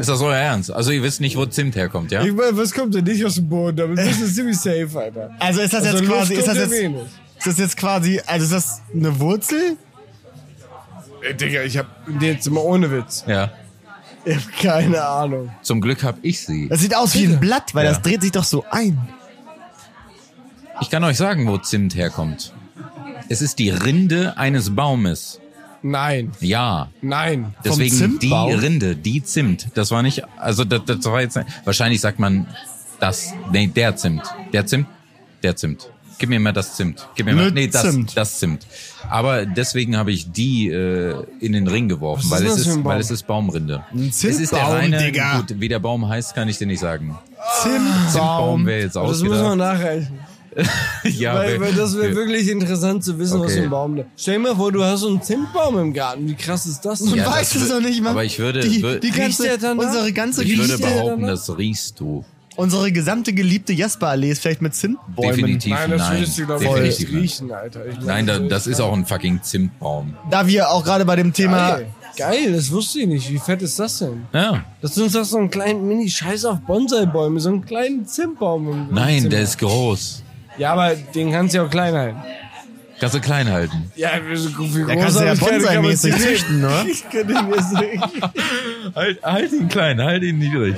[SPEAKER 1] Ist das euer Ernst? Also ihr wisst nicht, wo Zimt herkommt, ja?
[SPEAKER 3] ich meine, was kommt denn nicht aus dem Boden? Damit bist du ziemlich safe, Alter.
[SPEAKER 2] Also ist das jetzt
[SPEAKER 3] Luft
[SPEAKER 2] quasi, ist das
[SPEAKER 3] kommt
[SPEAKER 2] jetzt,
[SPEAKER 3] ja wenig.
[SPEAKER 2] ist das jetzt quasi, also ist das eine Wurzel?
[SPEAKER 3] Ey, Digga, ich hab nee, jetzt immer ohne Witz.
[SPEAKER 1] Ja.
[SPEAKER 3] Ich hab keine Ahnung.
[SPEAKER 1] Zum Glück habe ich sie.
[SPEAKER 2] Das sieht aus wie ein Blatt, weil
[SPEAKER 1] Ja.
[SPEAKER 2] das dreht sich doch so ein.
[SPEAKER 1] Ich kann euch sagen, wo Zimt herkommt. Es ist die Rinde eines Baumes.
[SPEAKER 3] Nein,
[SPEAKER 1] Ja,
[SPEAKER 3] nein.
[SPEAKER 1] deswegen die
[SPEAKER 2] Zimtbaum?
[SPEAKER 1] Rinde, die Zimt. Das war nicht, also das, das war jetzt, wahrscheinlich sagt man das, nee, der Zimt. Der Zimt, der Zimt. Gib mir mal das Zimt. Gib mir mal,
[SPEAKER 2] Mit
[SPEAKER 1] nee, das
[SPEAKER 2] Zimt.
[SPEAKER 1] Zimt. das Zimt. Aber deswegen habe ich die äh, in den Ring geworfen,
[SPEAKER 3] Was
[SPEAKER 1] weil
[SPEAKER 3] ist
[SPEAKER 1] es
[SPEAKER 3] das für ein
[SPEAKER 1] ist,
[SPEAKER 3] Baum?
[SPEAKER 1] weil es ist Baumrinde.
[SPEAKER 2] Ein
[SPEAKER 1] es ist der
[SPEAKER 2] Zimtbaum,
[SPEAKER 1] reine,
[SPEAKER 2] Digga.
[SPEAKER 1] gut, wie der Baum heißt, kann ich dir nicht sagen. Baum
[SPEAKER 2] Zimtbaum.
[SPEAKER 1] wäre jetzt
[SPEAKER 3] Das müssen wir
[SPEAKER 1] ausgedacht.
[SPEAKER 3] nachreichen.
[SPEAKER 1] Ja,
[SPEAKER 3] Weil,
[SPEAKER 1] wir-
[SPEAKER 3] weil das wäre
[SPEAKER 1] wir-
[SPEAKER 3] wirklich interessant zu wissen, was
[SPEAKER 1] Okay.
[SPEAKER 3] für ein Baum da Stell dir mal vor, du hast so einen Zimtbaum im Garten. Wie krass ist das denn?
[SPEAKER 2] Du
[SPEAKER 1] Ja, das
[SPEAKER 2] weißt es
[SPEAKER 1] wür-
[SPEAKER 2] noch nicht, Mann.
[SPEAKER 1] aber ich würde-
[SPEAKER 2] Die,
[SPEAKER 1] wür-
[SPEAKER 2] die
[SPEAKER 1] Riecht
[SPEAKER 2] ganze,
[SPEAKER 3] der danach?
[SPEAKER 2] unsere ganze,
[SPEAKER 1] Ich würde
[SPEAKER 2] Geschichte-
[SPEAKER 3] Riecht der
[SPEAKER 1] behaupten,
[SPEAKER 3] danach?
[SPEAKER 1] das riechst du.
[SPEAKER 2] unsere gesamte geliebte Jesperallee ist vielleicht mit Zimtbäumen.
[SPEAKER 1] Definitiv
[SPEAKER 3] Nein, das
[SPEAKER 1] nein.
[SPEAKER 3] würdest du, glaube ich,
[SPEAKER 1] Definitiv
[SPEAKER 3] nicht
[SPEAKER 1] nein.
[SPEAKER 3] riechen, Alter. Ich glaub,
[SPEAKER 1] Nein, da,
[SPEAKER 3] würdest
[SPEAKER 1] das
[SPEAKER 3] du-
[SPEAKER 1] ist auch ein fucking Zimtbaum.
[SPEAKER 2] Da wir auch gerade bei dem Thema,
[SPEAKER 3] Geil. Geil, das wusste ich nicht. Wie fett ist das denn?
[SPEAKER 1] Ja.
[SPEAKER 3] Das ist doch so ein kleinen Mini-Scheiß auf Bonsai-Bäume, so einen kleinen Zimtbaum. im
[SPEAKER 1] Nein,
[SPEAKER 3] Zimmer.
[SPEAKER 1] der ist groß.
[SPEAKER 3] Ja, aber den kannst du ja auch klein halten.
[SPEAKER 1] Kannst du klein halten.
[SPEAKER 3] Ja, so gut wie
[SPEAKER 2] Da kannst du ja Bonsai-mäßig züchten, ne?
[SPEAKER 3] *laughs* Ich kann den jetzt nicht.
[SPEAKER 1] Halt, halt ihn klein, halt ihn niedrig.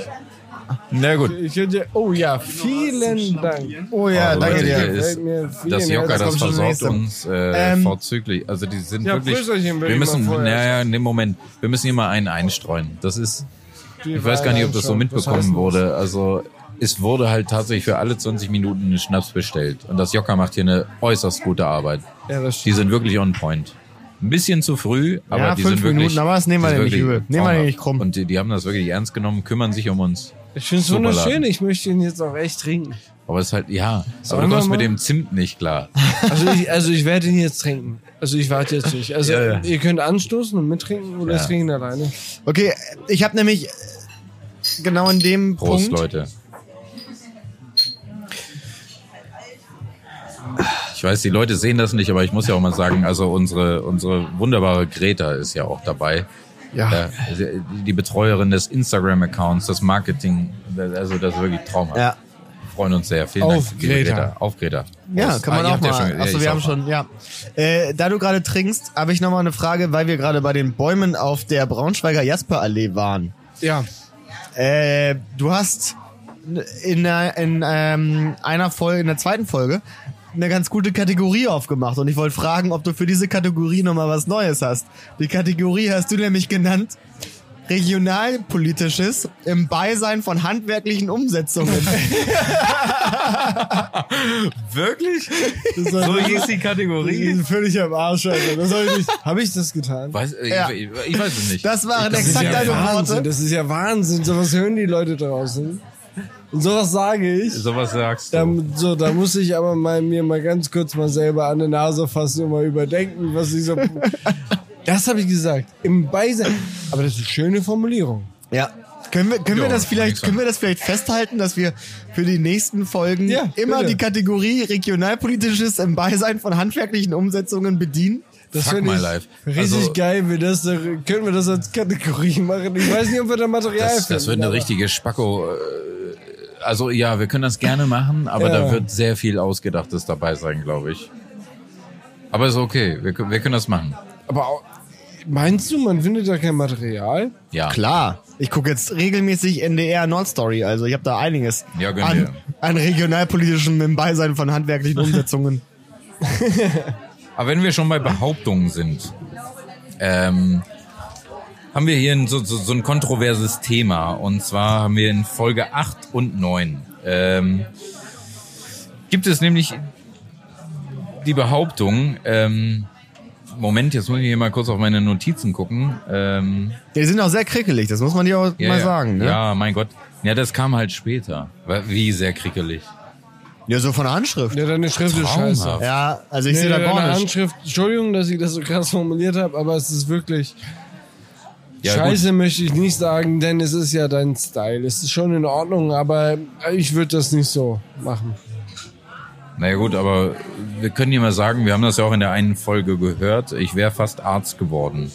[SPEAKER 1] Na gut.
[SPEAKER 3] Ich hätte, oh ja, vielen Dank.
[SPEAKER 2] Oh ja,
[SPEAKER 1] Also,
[SPEAKER 2] danke
[SPEAKER 1] Leute,
[SPEAKER 2] dir.
[SPEAKER 1] hier Ist,
[SPEAKER 3] Fällt mir vielen
[SPEAKER 1] das
[SPEAKER 3] Dank.
[SPEAKER 1] Jocker,
[SPEAKER 3] Das
[SPEAKER 1] das
[SPEAKER 2] kommt schon
[SPEAKER 1] versorgt
[SPEAKER 2] nächste.
[SPEAKER 1] uns äh,
[SPEAKER 2] Ähm,
[SPEAKER 1] vorzüglich. Also die sind
[SPEAKER 3] Ja,
[SPEAKER 1] wirklich.
[SPEAKER 3] Prösterchen würde
[SPEAKER 1] wir
[SPEAKER 3] ich
[SPEAKER 1] müssen,
[SPEAKER 3] mal vorher-
[SPEAKER 1] naja, in dem Moment, wir müssen hier mal einen einstreuen. Das ist, ich weiß gar nicht, ob das so
[SPEAKER 3] Was heißt
[SPEAKER 1] mitbekommen
[SPEAKER 3] denn?
[SPEAKER 1] wurde. Also es wurde halt tatsächlich für alle 20 Minuten einen Schnaps bestellt. Und das Jocker macht hier eine äußerst gute Arbeit.
[SPEAKER 3] Ja, das
[SPEAKER 1] Die
[SPEAKER 3] stimmt.
[SPEAKER 1] sind wirklich on point. Ein bisschen zu früh, aber
[SPEAKER 2] Ja,
[SPEAKER 1] die
[SPEAKER 2] fünf
[SPEAKER 1] sind wirklich.
[SPEAKER 2] Minuten, aber das nehmen wir
[SPEAKER 1] die sind
[SPEAKER 2] nicht
[SPEAKER 1] wirklich
[SPEAKER 2] übel. Nehmen wir
[SPEAKER 1] traumhaft.
[SPEAKER 2] nicht krumm.
[SPEAKER 1] Und die, die haben das wirklich ernst genommen, kümmern sich um uns.
[SPEAKER 3] Ich finde es
[SPEAKER 1] Superladen.
[SPEAKER 3] wunderschön, ich möchte ihn jetzt auch echt trinken.
[SPEAKER 1] Aber es ist halt, ja. Aber
[SPEAKER 3] wir
[SPEAKER 1] du kommst
[SPEAKER 3] mal-
[SPEAKER 1] mit
[SPEAKER 2] ne?
[SPEAKER 1] dem Zimt nicht klar.
[SPEAKER 3] Also ich, also ich werde ihn jetzt trinken. Also ich warte jetzt nicht. Also
[SPEAKER 1] Ja, ja.
[SPEAKER 3] ihr könnt anstoßen und mittrinken oder
[SPEAKER 1] Ja.
[SPEAKER 3] ich trinke ihn alleine.
[SPEAKER 2] Okay, ich habe nämlich äh, genau in dem
[SPEAKER 1] Prost,
[SPEAKER 2] Punkt.
[SPEAKER 1] Leute. Ich weiß, die Leute sehen das nicht, aber ich muss ja auch mal sagen, also unsere, unsere wunderbare Greta ist ja auch dabei.
[SPEAKER 2] Ja.
[SPEAKER 1] Äh, Die Betreuerin des Instagram-Accounts, das Marketing, also das ist wirklich traumhaft.
[SPEAKER 2] Ja.
[SPEAKER 1] Wir freuen uns sehr. Vielen
[SPEAKER 3] Auf
[SPEAKER 1] Dank, liebe
[SPEAKER 3] Greta.
[SPEAKER 1] Auf Greta.
[SPEAKER 2] Ja,
[SPEAKER 1] Prost.
[SPEAKER 2] kann man
[SPEAKER 1] Ah, ihr
[SPEAKER 2] auch
[SPEAKER 1] habt ja
[SPEAKER 2] mal.
[SPEAKER 1] schon- ja,
[SPEAKER 2] Achso,
[SPEAKER 1] ich
[SPEAKER 2] wir
[SPEAKER 1] auch
[SPEAKER 2] haben
[SPEAKER 1] mal.
[SPEAKER 2] schon, ja. Äh, da du gerade trinkst, habe ich nochmal eine Frage, weil wir gerade bei den Bäumen auf der Braunschweiger Jasperallee waren.
[SPEAKER 3] Ja,
[SPEAKER 2] Äh, du hast in, der, in ähm, einer Folge, in der zweiten Folge, eine ganz gute Kategorie aufgemacht und ich wollte fragen, ob du für diese Kategorie nochmal was Neues hast. Die Kategorie hast du nämlich genannt Regionalpolitisches im Beisein von handwerklichen
[SPEAKER 3] *laughs*
[SPEAKER 2] Umsetzungen.
[SPEAKER 1] Wirklich?
[SPEAKER 3] war-
[SPEAKER 1] So hieß die
[SPEAKER 2] *laughs*
[SPEAKER 1] Kategorie?
[SPEAKER 3] völlig am Arsch, Alter. Das hab ich nicht. Habe ich das getan?
[SPEAKER 1] Weiß, äh,
[SPEAKER 2] Ja.
[SPEAKER 1] ich, ich weiß es nicht.
[SPEAKER 2] Das waren
[SPEAKER 3] Das ist
[SPEAKER 2] exakt
[SPEAKER 3] ja
[SPEAKER 2] deine
[SPEAKER 3] Wahnsinn,
[SPEAKER 2] Worte.
[SPEAKER 3] das ist ja Wahnsinn. Sowas hören die Leute draußen. Und sowas sage ich.
[SPEAKER 1] Sowas sagst
[SPEAKER 3] Da,
[SPEAKER 1] du.
[SPEAKER 3] so, da muss ich aber mal, mir mal ganz kurz mal selber an die Nase fassen und mal überdenken, was ich so. Das habe ich gesagt. Im Beisein. Aber das ist eine schöne Formulierung.
[SPEAKER 2] Ja. Können wir, können,
[SPEAKER 1] Ja,
[SPEAKER 2] wir das
[SPEAKER 1] kann ich
[SPEAKER 2] vielleicht,
[SPEAKER 1] sagen.
[SPEAKER 2] können wir das vielleicht festhalten, dass wir für die nächsten Folgen
[SPEAKER 3] Ja,
[SPEAKER 2] immer
[SPEAKER 3] bitte.
[SPEAKER 2] die Kategorie Regionalpolitisches im Beisein von handwerklichen Umsetzungen bedienen?
[SPEAKER 3] Das
[SPEAKER 1] Fuck
[SPEAKER 3] finde
[SPEAKER 1] my
[SPEAKER 3] ich
[SPEAKER 1] life.
[SPEAKER 3] Richtig
[SPEAKER 1] Also-
[SPEAKER 3] geil, wir das, können wir das als Kategorie machen. Ich weiß nicht, ob wir da Material
[SPEAKER 1] Das, das
[SPEAKER 3] finden,
[SPEAKER 1] wird eine
[SPEAKER 3] aber-
[SPEAKER 1] richtige Spacko. äh, Also ja, wir können das gerne machen, aber
[SPEAKER 3] Ja.
[SPEAKER 1] da wird sehr viel Ausgedachtes dabei sein, glaube ich. Aber ist okay, wir, können- wir können das machen.
[SPEAKER 3] Aber auch, meinst du, man findet da kein Material?
[SPEAKER 1] Ja.
[SPEAKER 2] Klar. Ich gucke jetzt regelmäßig NDR Nordstory, also ich habe da einiges
[SPEAKER 1] Ja, gönn dir.
[SPEAKER 2] an, an regionalpolitischem im Beisein von
[SPEAKER 1] *laughs*
[SPEAKER 2] handwerklichen Umsetzungen.
[SPEAKER 1] Aber wenn wir schon bei Behauptungen sind, ähm, haben wir hier ein, so, so, so ein kontroverses Thema. Und zwar haben wir in Folge 8 und 9. Ähm, gibt es nämlich die Behauptung, ähm, Moment, jetzt muss ich hier mal kurz auf meine Notizen gucken. Ähm,
[SPEAKER 2] Die sind auch sehr krickelig, das muss man dir auch mal sagen. Ne?
[SPEAKER 1] Ja, mein Gott. Ja, das kam halt später. Wa- Wie sehr krickelig.
[SPEAKER 2] ja, so von der Handschrift.
[SPEAKER 3] Ja, deine Schrift ist
[SPEAKER 1] Traumhaft.
[SPEAKER 3] scheiße.
[SPEAKER 2] Ja, also ich
[SPEAKER 3] Nee,
[SPEAKER 2] sehe da
[SPEAKER 3] deine
[SPEAKER 2] Bornisch.
[SPEAKER 3] Handschrift, Entschuldigung, dass ich das so krass formuliert habe, aber es ist wirklich.
[SPEAKER 1] Ja,
[SPEAKER 3] Scheiße möchte ich nicht sagen, denn es ist ja dein Style. Es ist schon in Ordnung, aber ich würde das nicht so machen.
[SPEAKER 1] Naja gut, aber wir können hier mal sagen, wir haben das ja auch in der einen Folge gehört, ich wäre fast Arzt geworden.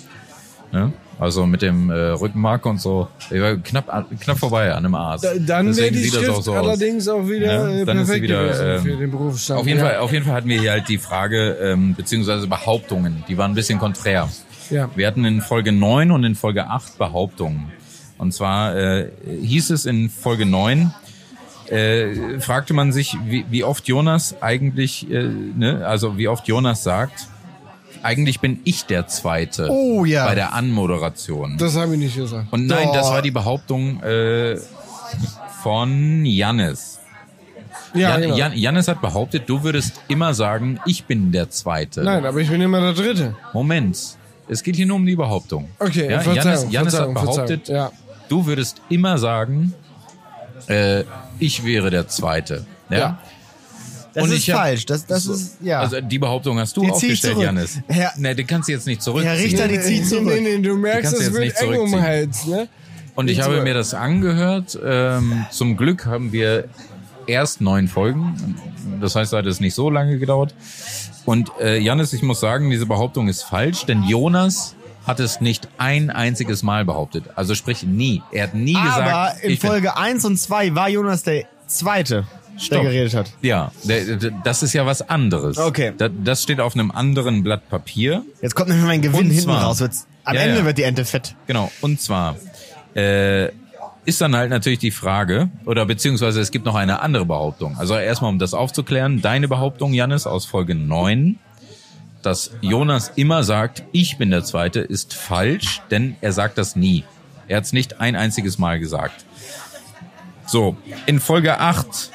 [SPEAKER 1] Ne? Also mit dem äh, Rückenmark und so. Ich war knapp, an- knapp vorbei an einem Arzt.
[SPEAKER 3] Da, dann wäre
[SPEAKER 1] Deswegen
[SPEAKER 3] die
[SPEAKER 1] sieht das
[SPEAKER 3] Schrift
[SPEAKER 1] auch so aus.
[SPEAKER 3] allerdings auch wieder
[SPEAKER 1] Ja,
[SPEAKER 3] äh,
[SPEAKER 1] dann ist sie
[SPEAKER 3] perfekt
[SPEAKER 1] wieder,
[SPEAKER 3] gewesen
[SPEAKER 1] ähm,
[SPEAKER 3] für den Berufsstand.
[SPEAKER 1] Auf jeden,
[SPEAKER 3] ja.
[SPEAKER 1] Fall, auf jeden Fall hatten wir hier halt die Frage, ähm, beziehungsweise Behauptungen, die waren ein bisschen konträr.
[SPEAKER 3] Ja.
[SPEAKER 1] Wir hatten in Folge 9 und in Folge 8 Behauptungen. Und zwar äh, hieß es in Folge 9, äh, fragte man sich, wie, wie oft Jonas eigentlich, äh, ne, also wie oft Jonas sagt, eigentlich bin ich der Zweite
[SPEAKER 2] Oh ja.
[SPEAKER 1] bei der Anmoderation.
[SPEAKER 3] Das habe ich nicht gesagt.
[SPEAKER 1] und nein,
[SPEAKER 2] Doch.
[SPEAKER 1] das war die Behauptung äh, von Jannis.
[SPEAKER 3] ja,
[SPEAKER 1] Jan,
[SPEAKER 3] genau.
[SPEAKER 1] Jan, Janis hat behauptet, du würdest immer sagen, ich bin der Zweite.
[SPEAKER 3] Nein, aber ich bin immer der Dritte.
[SPEAKER 1] Moment. Es geht hier nur um die Behauptung.
[SPEAKER 3] Okay,
[SPEAKER 1] ja,
[SPEAKER 3] Verzeihung,
[SPEAKER 1] Janis, Janis
[SPEAKER 3] Verzeihung,
[SPEAKER 1] hat behauptet,
[SPEAKER 3] Verzeihung. Ja.
[SPEAKER 1] du würdest immer sagen, äh, ich wäre der Zweite. Ja.
[SPEAKER 3] Ja.
[SPEAKER 2] Das
[SPEAKER 1] Und
[SPEAKER 2] ist
[SPEAKER 1] ich hab-
[SPEAKER 2] falsch. Das, das ist, ja.
[SPEAKER 1] Also die Behauptung hast du
[SPEAKER 2] Die zieh ich
[SPEAKER 1] aufgestellt,
[SPEAKER 2] zurück.
[SPEAKER 1] Janis.
[SPEAKER 2] Herr-
[SPEAKER 1] ne, den kannst du jetzt nicht zurückziehen.
[SPEAKER 2] Herr Richter, die zieht zurück.
[SPEAKER 3] Nee, nee, du merkst,
[SPEAKER 1] kannst du
[SPEAKER 3] es
[SPEAKER 1] jetzt
[SPEAKER 3] wird
[SPEAKER 1] nicht
[SPEAKER 3] eng um den
[SPEAKER 1] zurückziehen.
[SPEAKER 3] Hals, ne?
[SPEAKER 1] Und ich
[SPEAKER 3] Geht's
[SPEAKER 1] habe
[SPEAKER 3] über-
[SPEAKER 1] mir das angehört. Ähm, zum Glück haben wir erst neun Folgen. Das heißt, da hat es nicht so lange gedauert. Und äh, Janis, ich muss sagen, diese Behauptung ist falsch, denn Jonas hat es nicht ein einziges Mal behauptet. Also sprich nie. Er hat nie
[SPEAKER 2] Aber
[SPEAKER 1] gesagt,
[SPEAKER 2] in
[SPEAKER 1] ich bin-
[SPEAKER 2] Folge 1 und 2 war Jonas der Zweite. der
[SPEAKER 1] Stopp.
[SPEAKER 2] geredet hat.
[SPEAKER 1] Ja, der- der- das ist ja was anderes.
[SPEAKER 2] Okay.
[SPEAKER 1] Da- Das steht auf einem anderen Blatt Papier.
[SPEAKER 2] Jetzt kommt nämlich mein Gewinn
[SPEAKER 1] Und
[SPEAKER 2] hinten
[SPEAKER 1] zwar-
[SPEAKER 2] raus. Wird's, am
[SPEAKER 1] Ja,
[SPEAKER 2] Ende
[SPEAKER 1] ja.
[SPEAKER 2] wird die Ente fett.
[SPEAKER 1] Genau, und zwar äh, ist dann halt natürlich die Frage, oder beziehungsweise es gibt noch eine andere Behauptung. Also erstmal, um das aufzuklären, deine Behauptung, Jannis, aus Folge 9, dass Jonas immer sagt, ich bin der Zweite, ist falsch, denn er sagt das nie. Er hat es nicht ein einziges Mal gesagt. So, in Folge 8,